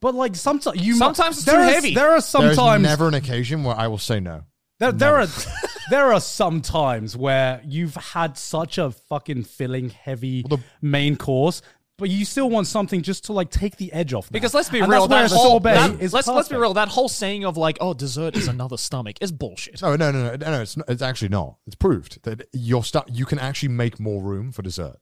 Speaker 1: But like sometimes you mu-
Speaker 4: Sometimes it's
Speaker 1: there
Speaker 4: too
Speaker 1: is-
Speaker 4: heavy.
Speaker 1: There are
Speaker 3: There's
Speaker 1: sometimes
Speaker 3: never an occasion where I will say no.
Speaker 1: There, there are
Speaker 3: [LAUGHS]
Speaker 1: [LAUGHS] there are some times where you've had such a fucking filling, heavy
Speaker 3: Well, the-
Speaker 1: main course, but you still want something just to like take the edge off. that.
Speaker 4: Because let's be
Speaker 1: And
Speaker 4: real,
Speaker 1: that's where
Speaker 4: that whole
Speaker 1: sorbet
Speaker 4: that-
Speaker 1: is
Speaker 4: let's let's be
Speaker 1: perfect.
Speaker 4: real. That whole saying of like, oh, dessert is another stomach is bullshit.
Speaker 3: No, no, no, no, no. no, It's not, it's actually not. It's proved that your stuff you can actually make more room for dessert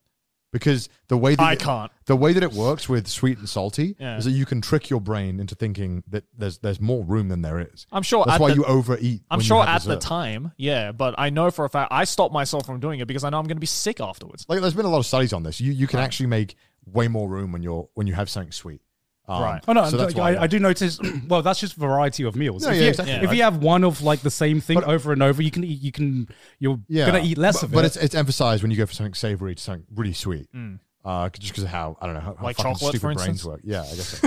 Speaker 3: because the way that
Speaker 4: I
Speaker 3: it-
Speaker 4: can't.
Speaker 3: the way that it works with sweet and salty is that you can trick your brain into thinking that there's there's more room than there is.
Speaker 4: I'm sure
Speaker 3: that's
Speaker 4: at
Speaker 3: why
Speaker 4: the-
Speaker 3: you overeat.
Speaker 4: I'm
Speaker 3: when you
Speaker 4: sure
Speaker 3: have
Speaker 4: at the
Speaker 3: dessert.
Speaker 4: time, yeah, but I know for a fact I stopped myself from doing it because I know I'm going to be sick afterwards.
Speaker 3: Like, there's been a lot of studies on this. You you can actually make way more room when you're when you have something sweet. Um,
Speaker 4: Right.
Speaker 1: Oh no,
Speaker 3: so that's why
Speaker 1: I, I do notice. [CLEARS THROAT] well, that's just variety of meals.
Speaker 3: No,
Speaker 1: if
Speaker 3: yeah,
Speaker 1: you,
Speaker 3: exactly,
Speaker 1: if
Speaker 3: right.
Speaker 1: you have one of like the same thing
Speaker 3: But-
Speaker 1: over and over, you can eat. You can you're gonna eat less
Speaker 3: but,
Speaker 1: of
Speaker 3: But
Speaker 1: it. Mm.
Speaker 3: it's it's emphasized when you go for something savory to something really sweet. Uh, just because of how I don't know how, how
Speaker 4: Like
Speaker 3: fucking
Speaker 4: chocolate,
Speaker 3: stupid
Speaker 4: for
Speaker 3: brains
Speaker 4: instance?
Speaker 3: work. Yeah, I guess.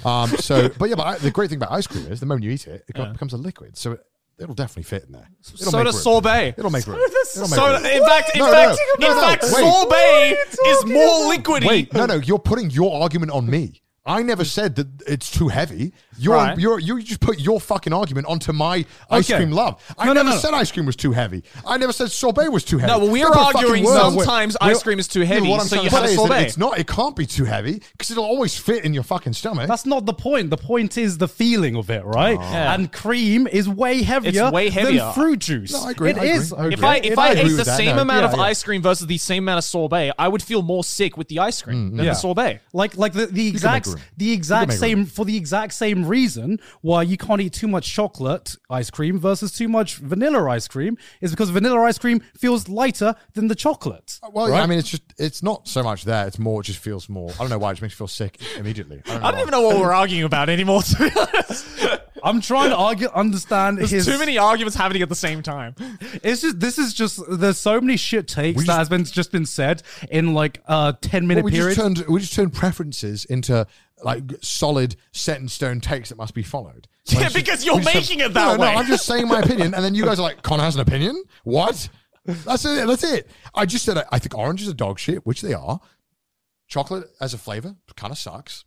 Speaker 3: So. um, so, but yeah, but I, the great thing about ice cream is the moment you eat it, it becomes a liquid. So it'll definitely fit in there. It'll
Speaker 4: Soda
Speaker 3: make room.
Speaker 4: sorbet.
Speaker 3: It'll
Speaker 4: [LAUGHS]
Speaker 3: make room. It'll make
Speaker 4: Soda,
Speaker 3: room.
Speaker 4: in fact, in
Speaker 3: No, no,
Speaker 4: fact,
Speaker 3: no,
Speaker 4: in
Speaker 3: no,
Speaker 4: fact,
Speaker 3: wait.
Speaker 4: sorbet is more liquidy.
Speaker 3: Wait, no, no, you're putting your argument on me. I never said that it's too heavy. You're,
Speaker 4: Right.
Speaker 3: you're, you just put your fucking argument onto my ice
Speaker 1: Okay.
Speaker 3: cream love. I
Speaker 1: No, no,
Speaker 3: never
Speaker 1: no, no.
Speaker 3: said ice cream was too heavy. I never said sorbet was too heavy.
Speaker 4: No, well, we
Speaker 3: They're
Speaker 4: are
Speaker 3: both fucking
Speaker 4: arguing
Speaker 3: words.
Speaker 4: sometimes
Speaker 3: We're-
Speaker 4: ice cream is too heavy,
Speaker 3: Yeah, what I'm
Speaker 4: so
Speaker 3: trying
Speaker 4: you
Speaker 3: to
Speaker 4: have a
Speaker 3: say is that
Speaker 4: sorbet.
Speaker 3: It's not. It can't be too heavy because it'll always fit in your fucking stomach.
Speaker 1: That's not the point. The point is the feeling of it, right?
Speaker 3: Ah.
Speaker 1: And cream is way heavier,
Speaker 4: way heavier.
Speaker 1: than fruit juice.
Speaker 3: No, I agree,
Speaker 1: It
Speaker 3: I agree,
Speaker 1: is.
Speaker 3: I agree.
Speaker 4: If I
Speaker 3: Yeah,
Speaker 4: if
Speaker 3: I
Speaker 4: I
Speaker 3: agree
Speaker 4: ate
Speaker 3: with
Speaker 4: the
Speaker 3: that,
Speaker 4: same
Speaker 3: no.
Speaker 4: amount
Speaker 3: Yeah,
Speaker 4: of
Speaker 3: yeah.
Speaker 4: ice cream versus the same amount of sorbet, I would feel more sick with the ice cream than
Speaker 1: yeah.
Speaker 4: the sorbet.
Speaker 1: Like like the, the exact
Speaker 3: room.
Speaker 1: the exact
Speaker 3: make room.
Speaker 1: same for the exact same reason why you can't eat too much chocolate ice cream versus too much vanilla ice cream is because vanilla ice cream feels lighter than the chocolate.
Speaker 3: well, I mean, it's just it's not so much that. It's more. It just feels more. I don't know why. It just makes me feel sick immediately. I don't,
Speaker 4: I don't even know what we're arguing about anymore. To be honest,
Speaker 1: I'm trying to argue understand his
Speaker 4: there's too many arguments happening at the same time.
Speaker 1: It's just this is just there's so many shit takes
Speaker 3: We
Speaker 1: that
Speaker 3: just-
Speaker 1: has been just been said in like a ten
Speaker 3: Well,
Speaker 1: minute
Speaker 3: we
Speaker 1: period.
Speaker 3: just turned we just turned preferences into like solid set in stone takes that must be followed. When
Speaker 4: [LAUGHS] Yeah,
Speaker 3: it's just-
Speaker 4: because you're
Speaker 3: we just
Speaker 4: making it that
Speaker 3: no,
Speaker 4: way.
Speaker 3: No, I'm just
Speaker 4: [LAUGHS]
Speaker 3: saying my opinion, and then you guys are like, "Con has an opinion? What? That's it. That's it." I just said I, I think oranges are dog shit, which they are. Chocolate as a flavor kind of sucks.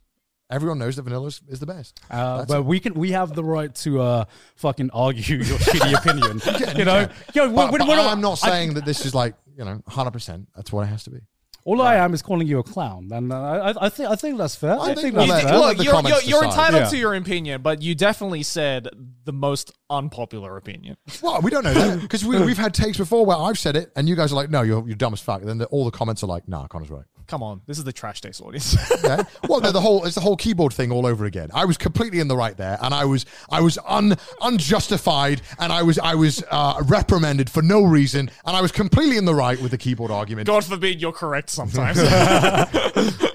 Speaker 3: Everyone knows that vanilla is, is the best.
Speaker 1: uh,
Speaker 3: That's
Speaker 1: but
Speaker 3: it.
Speaker 1: we can we have the right to uh fucking argue your shitty opinion. you
Speaker 3: you
Speaker 1: know,
Speaker 3: can.
Speaker 1: yo, we-
Speaker 3: But-
Speaker 1: we-
Speaker 3: but
Speaker 1: we're
Speaker 3: I'm not saying that this is like you know 100. percent That's what it has to be.
Speaker 1: all I am is calling you a clown, and uh, I, I think I think that's fair. I,
Speaker 3: think
Speaker 1: think
Speaker 3: we'll
Speaker 1: that's
Speaker 3: let-
Speaker 1: fair.
Speaker 3: we'll
Speaker 4: Look,
Speaker 3: the
Speaker 4: you're, you're,
Speaker 3: comments
Speaker 4: you're
Speaker 3: decide.
Speaker 4: entitled
Speaker 1: Yeah.
Speaker 4: to your opinion, but you definitely said the most unpopular opinion.
Speaker 3: Well, we don't know
Speaker 4: [LAUGHS]
Speaker 3: that because we, we've had takes before where I've said it and you guys are like, no, you're, you're dumb as fuck. And then the, all the comments are like, nah, Connor's right.
Speaker 4: Come on, this is the trash taste audience. [LAUGHS]
Speaker 3: Okay. [LAUGHS] well, no, the whole it's the whole keyboard thing all over again. I was completely in the right there, and I was I was un, unjustified, and I was I was uh, reprimanded for no reason, and I was completely in the right with the keyboard argument.
Speaker 4: God forbid you're correct [LAUGHS] sometimes.
Speaker 3: I've,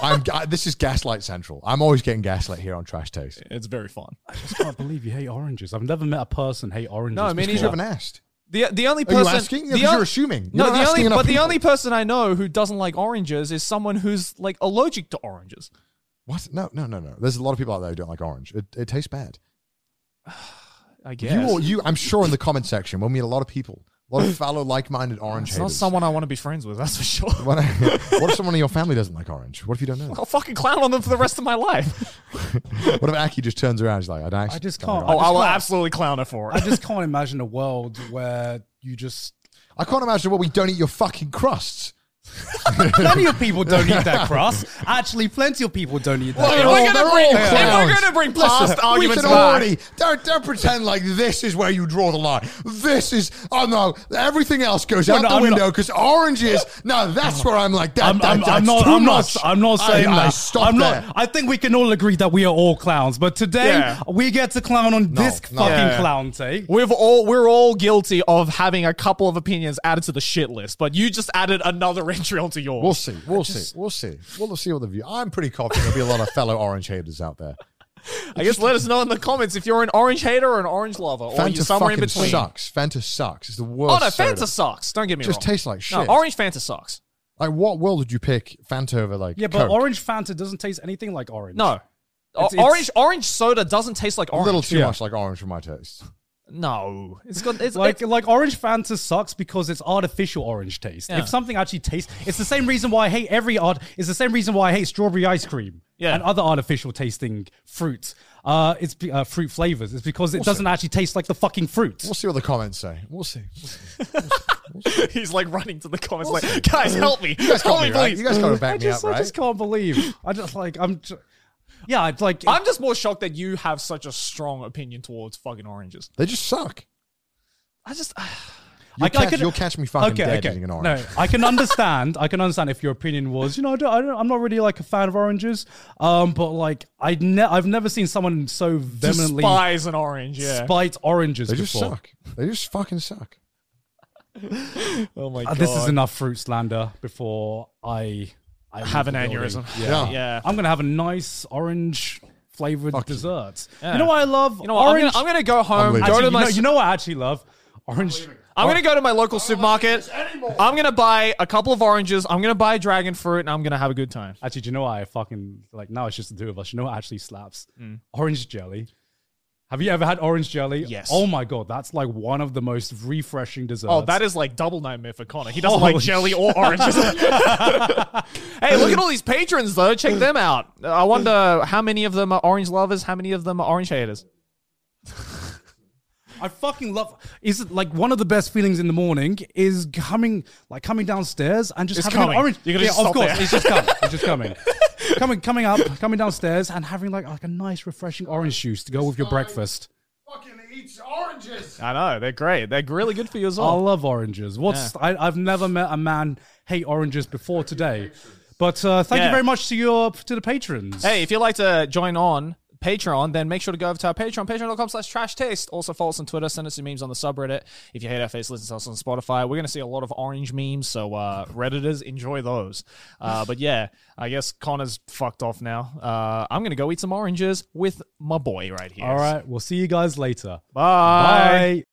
Speaker 3: I'm I, this is gaslight central. I'm always getting gaslit here on Trash Taste.
Speaker 4: it's very fun.
Speaker 1: I just can't believe you hate oranges. I've never met a person hate oranges.
Speaker 4: No, I mean,
Speaker 1: before.
Speaker 3: You haven't asked.
Speaker 4: The the only
Speaker 3: Are you
Speaker 4: person
Speaker 3: asking? Yeah,
Speaker 4: the
Speaker 3: 'cause
Speaker 4: on-
Speaker 3: you're assuming. You're
Speaker 4: no,
Speaker 3: not
Speaker 4: the
Speaker 3: asking
Speaker 4: only
Speaker 3: enough
Speaker 4: but the
Speaker 3: people.
Speaker 4: only person I know who doesn't like oranges is someone who's like allergic to oranges.
Speaker 3: What? No, no, no, no. There's a lot of people out there who don't like orange. It, it tastes bad.
Speaker 4: I guess
Speaker 3: You, all, you, I'm sure in the comment section, we'll meet a lot of people, a lot of fellow like-minded orange
Speaker 4: it's not
Speaker 3: haters.
Speaker 4: someone I want to be friends with. That's for sure.
Speaker 3: what, what if someone in your family doesn't like orange? What if you don't know?
Speaker 4: [LAUGHS]
Speaker 1: Oh.
Speaker 4: I'll fucking clown on them for the rest of my life.
Speaker 3: [LAUGHS] What if Aki just turns around and is like, I, don't actually
Speaker 1: I just
Speaker 3: don't like
Speaker 1: can't.
Speaker 3: orange.
Speaker 4: Oh, I will
Speaker 1: can't-
Speaker 4: absolutely clown her for
Speaker 1: I
Speaker 4: it. [LAUGHS]
Speaker 1: just can't imagine a world where you just
Speaker 3: I can't imagine what we don't eat your fucking crusts.
Speaker 1: plenty of people don't eat that crust. Actually, plenty of people don't eat that.
Speaker 4: Well,
Speaker 3: They're
Speaker 4: if we're gonna
Speaker 3: they're
Speaker 4: bring- if
Speaker 3: clowns.
Speaker 4: we're gonna bring past arguments
Speaker 3: we can
Speaker 4: back-
Speaker 3: already don't don't pretend like this is where you draw the line. This is oh no, everything else goes out
Speaker 1: no,
Speaker 3: the
Speaker 1: I'm
Speaker 3: window because oranges. No, that's where I'm like that.
Speaker 1: I'm,
Speaker 3: that-
Speaker 1: I'm,
Speaker 3: that's
Speaker 1: I'm not.
Speaker 3: too
Speaker 1: I'm
Speaker 3: much.
Speaker 1: not. I'm not saying
Speaker 3: I,
Speaker 1: that.
Speaker 3: I stop
Speaker 1: I'm
Speaker 3: there.
Speaker 1: not. I think we can all agree that we are all clowns. But today
Speaker 4: Yeah.
Speaker 1: we get to clown on this fucking
Speaker 3: no.
Speaker 4: Yeah.
Speaker 1: clown take.
Speaker 4: We've all we're all guilty of having a couple of opinions added to the shit list, but you just added another [LAUGHS] entry onto yours.
Speaker 3: We'll see. We'll see. We'll see. We'll see what the view. I'm pretty confident there'll be a lot of fellow orange haters out there.
Speaker 4: I guess let us know in the comments if you're an orange hater or an orange lover, [LAUGHS] or
Speaker 3: Fanta
Speaker 4: you're somewhere in
Speaker 3: fucking
Speaker 4: between.
Speaker 3: sucks. Fanta sucks. It's the worst.
Speaker 4: Oh no,
Speaker 3: soda.
Speaker 4: Fanta sucks. Don't get me
Speaker 3: Just
Speaker 4: wrong.
Speaker 3: tastes like
Speaker 4: no,
Speaker 3: shit.
Speaker 4: orange Fanta sucks.
Speaker 3: Like, what world would you pick Fanta over like?
Speaker 1: Yeah, but
Speaker 3: Coke?
Speaker 1: orange Fanta doesn't taste anything like orange.
Speaker 4: No. O-
Speaker 1: It's- it's-
Speaker 4: orange orange soda doesn't taste like
Speaker 3: A
Speaker 4: orange.
Speaker 3: little too
Speaker 1: Yeah.
Speaker 3: much like orange for my taste.
Speaker 4: No, it's got it's
Speaker 1: Like,
Speaker 4: it's-
Speaker 1: like orange Fanta sucks because it's artificial orange taste.
Speaker 4: Yeah.
Speaker 1: If something actually tastes, it's the same reason why I hate every art. It's the same reason why I hate strawberry ice cream
Speaker 4: Yeah.
Speaker 1: and other artificial tasting fruits. Uh, it's be- uh, fruit flavors. It's because it doesn't actually taste like the fucking fruit.
Speaker 3: We'll see what the comments say. We'll see. We'll see.
Speaker 4: [LAUGHS] he's like running to the comments, like guys, help me,
Speaker 3: You guys got
Speaker 4: help me,
Speaker 3: me, right?
Speaker 4: please.
Speaker 3: You
Speaker 4: [LAUGHS]
Speaker 3: guys got to
Speaker 1: I
Speaker 3: back me
Speaker 1: just,
Speaker 3: up, right?
Speaker 1: I just can't believe. I just like I'm. Ju- yeah, it's like
Speaker 4: I'm just more shocked that you have such a strong opinion towards fucking oranges.
Speaker 3: They just suck.
Speaker 4: I just
Speaker 3: You'll,
Speaker 1: I
Speaker 3: catch,
Speaker 1: could-
Speaker 3: you'll catch me fucking dead eating an orange.
Speaker 1: No, I can understand. I can understand if your opinion was, you know, I don't, I don't, I'm not really like a fan of oranges. Um, but like I ne- I've never seen someone so vehemently
Speaker 4: despise an orange. Yeah.
Speaker 1: spite oranges
Speaker 3: They just
Speaker 1: before.
Speaker 3: suck. They just fucking suck.
Speaker 4: oh my
Speaker 1: Uh,
Speaker 4: god.
Speaker 1: this is enough fruit slander before I I
Speaker 4: Have an
Speaker 1: leave the building.
Speaker 4: aneurysm.
Speaker 3: Yeah.
Speaker 4: Yeah.
Speaker 1: I'm gonna have a nice orange flavored dessert.
Speaker 4: Yeah.
Speaker 1: You know what I love?
Speaker 4: You know what? I'm
Speaker 1: Orange.
Speaker 4: gonna, I'm gonna go home.
Speaker 3: leaving.
Speaker 4: Go
Speaker 1: Actually,
Speaker 4: to
Speaker 1: you,
Speaker 4: my.
Speaker 1: know, you know what I actually love? Orange.
Speaker 4: I'm gonna go to my local supermarket. I'm gonna buy a couple of oranges. I'm gonna buy dragon fruit, and I'm gonna have a good time. Mm.
Speaker 1: Actually, do you know what I fucking like? Now it's just the two of us. You know what actually slaps? Orange jelly. Have you ever had orange jelly?
Speaker 4: Yes.
Speaker 1: Oh my god, that's like one of the most refreshing desserts.
Speaker 4: Oh, that is like double nightmare for Connor. He doesn't like
Speaker 1: Holy
Speaker 4: jelly or [LAUGHS] oranges.
Speaker 5: [LAUGHS] Hey, look at all these patrons though. Check them out. I wonder how many of them are orange lovers, how many of them are orange haters.
Speaker 1: I fucking love. Is it like one of the best feelings in the morning? Is coming like coming downstairs and just
Speaker 4: It's
Speaker 1: having an
Speaker 4: coming.
Speaker 1: orange.
Speaker 4: You're gonna
Speaker 1: yeah,
Speaker 4: just
Speaker 1: of
Speaker 4: stop
Speaker 1: course,
Speaker 4: there.
Speaker 1: it's just coming. It's just
Speaker 4: [LAUGHS]
Speaker 1: coming. coming, coming up, coming downstairs and having like like a nice, refreshing orange juice to go with your breakfast.
Speaker 3: Fucking eats oranges.
Speaker 4: I know they're great. They're really good for you as
Speaker 5: Oh,
Speaker 1: I
Speaker 4: well.
Speaker 1: love oranges. What's I, I've never met a man hate oranges before today. But uh, thank
Speaker 4: Yeah.
Speaker 1: you very much to your to the patrons.
Speaker 4: hey, if you'd like to join on Patreon, then make sure to go over to our Patreon, patreon.com slash trash taste. Also follow us on Twitter, send us your memes on the subreddit. If you hate our face, listen to us on Spotify. We're gonna see a lot of orange memes, so uh Redditors, enjoy those. Uh but yeah, I guess Connor's fucked off now. Uh I'm gonna go eat some oranges with my boy right here.
Speaker 1: All right, we'll see you guys later.
Speaker 4: Bye.
Speaker 1: Bye.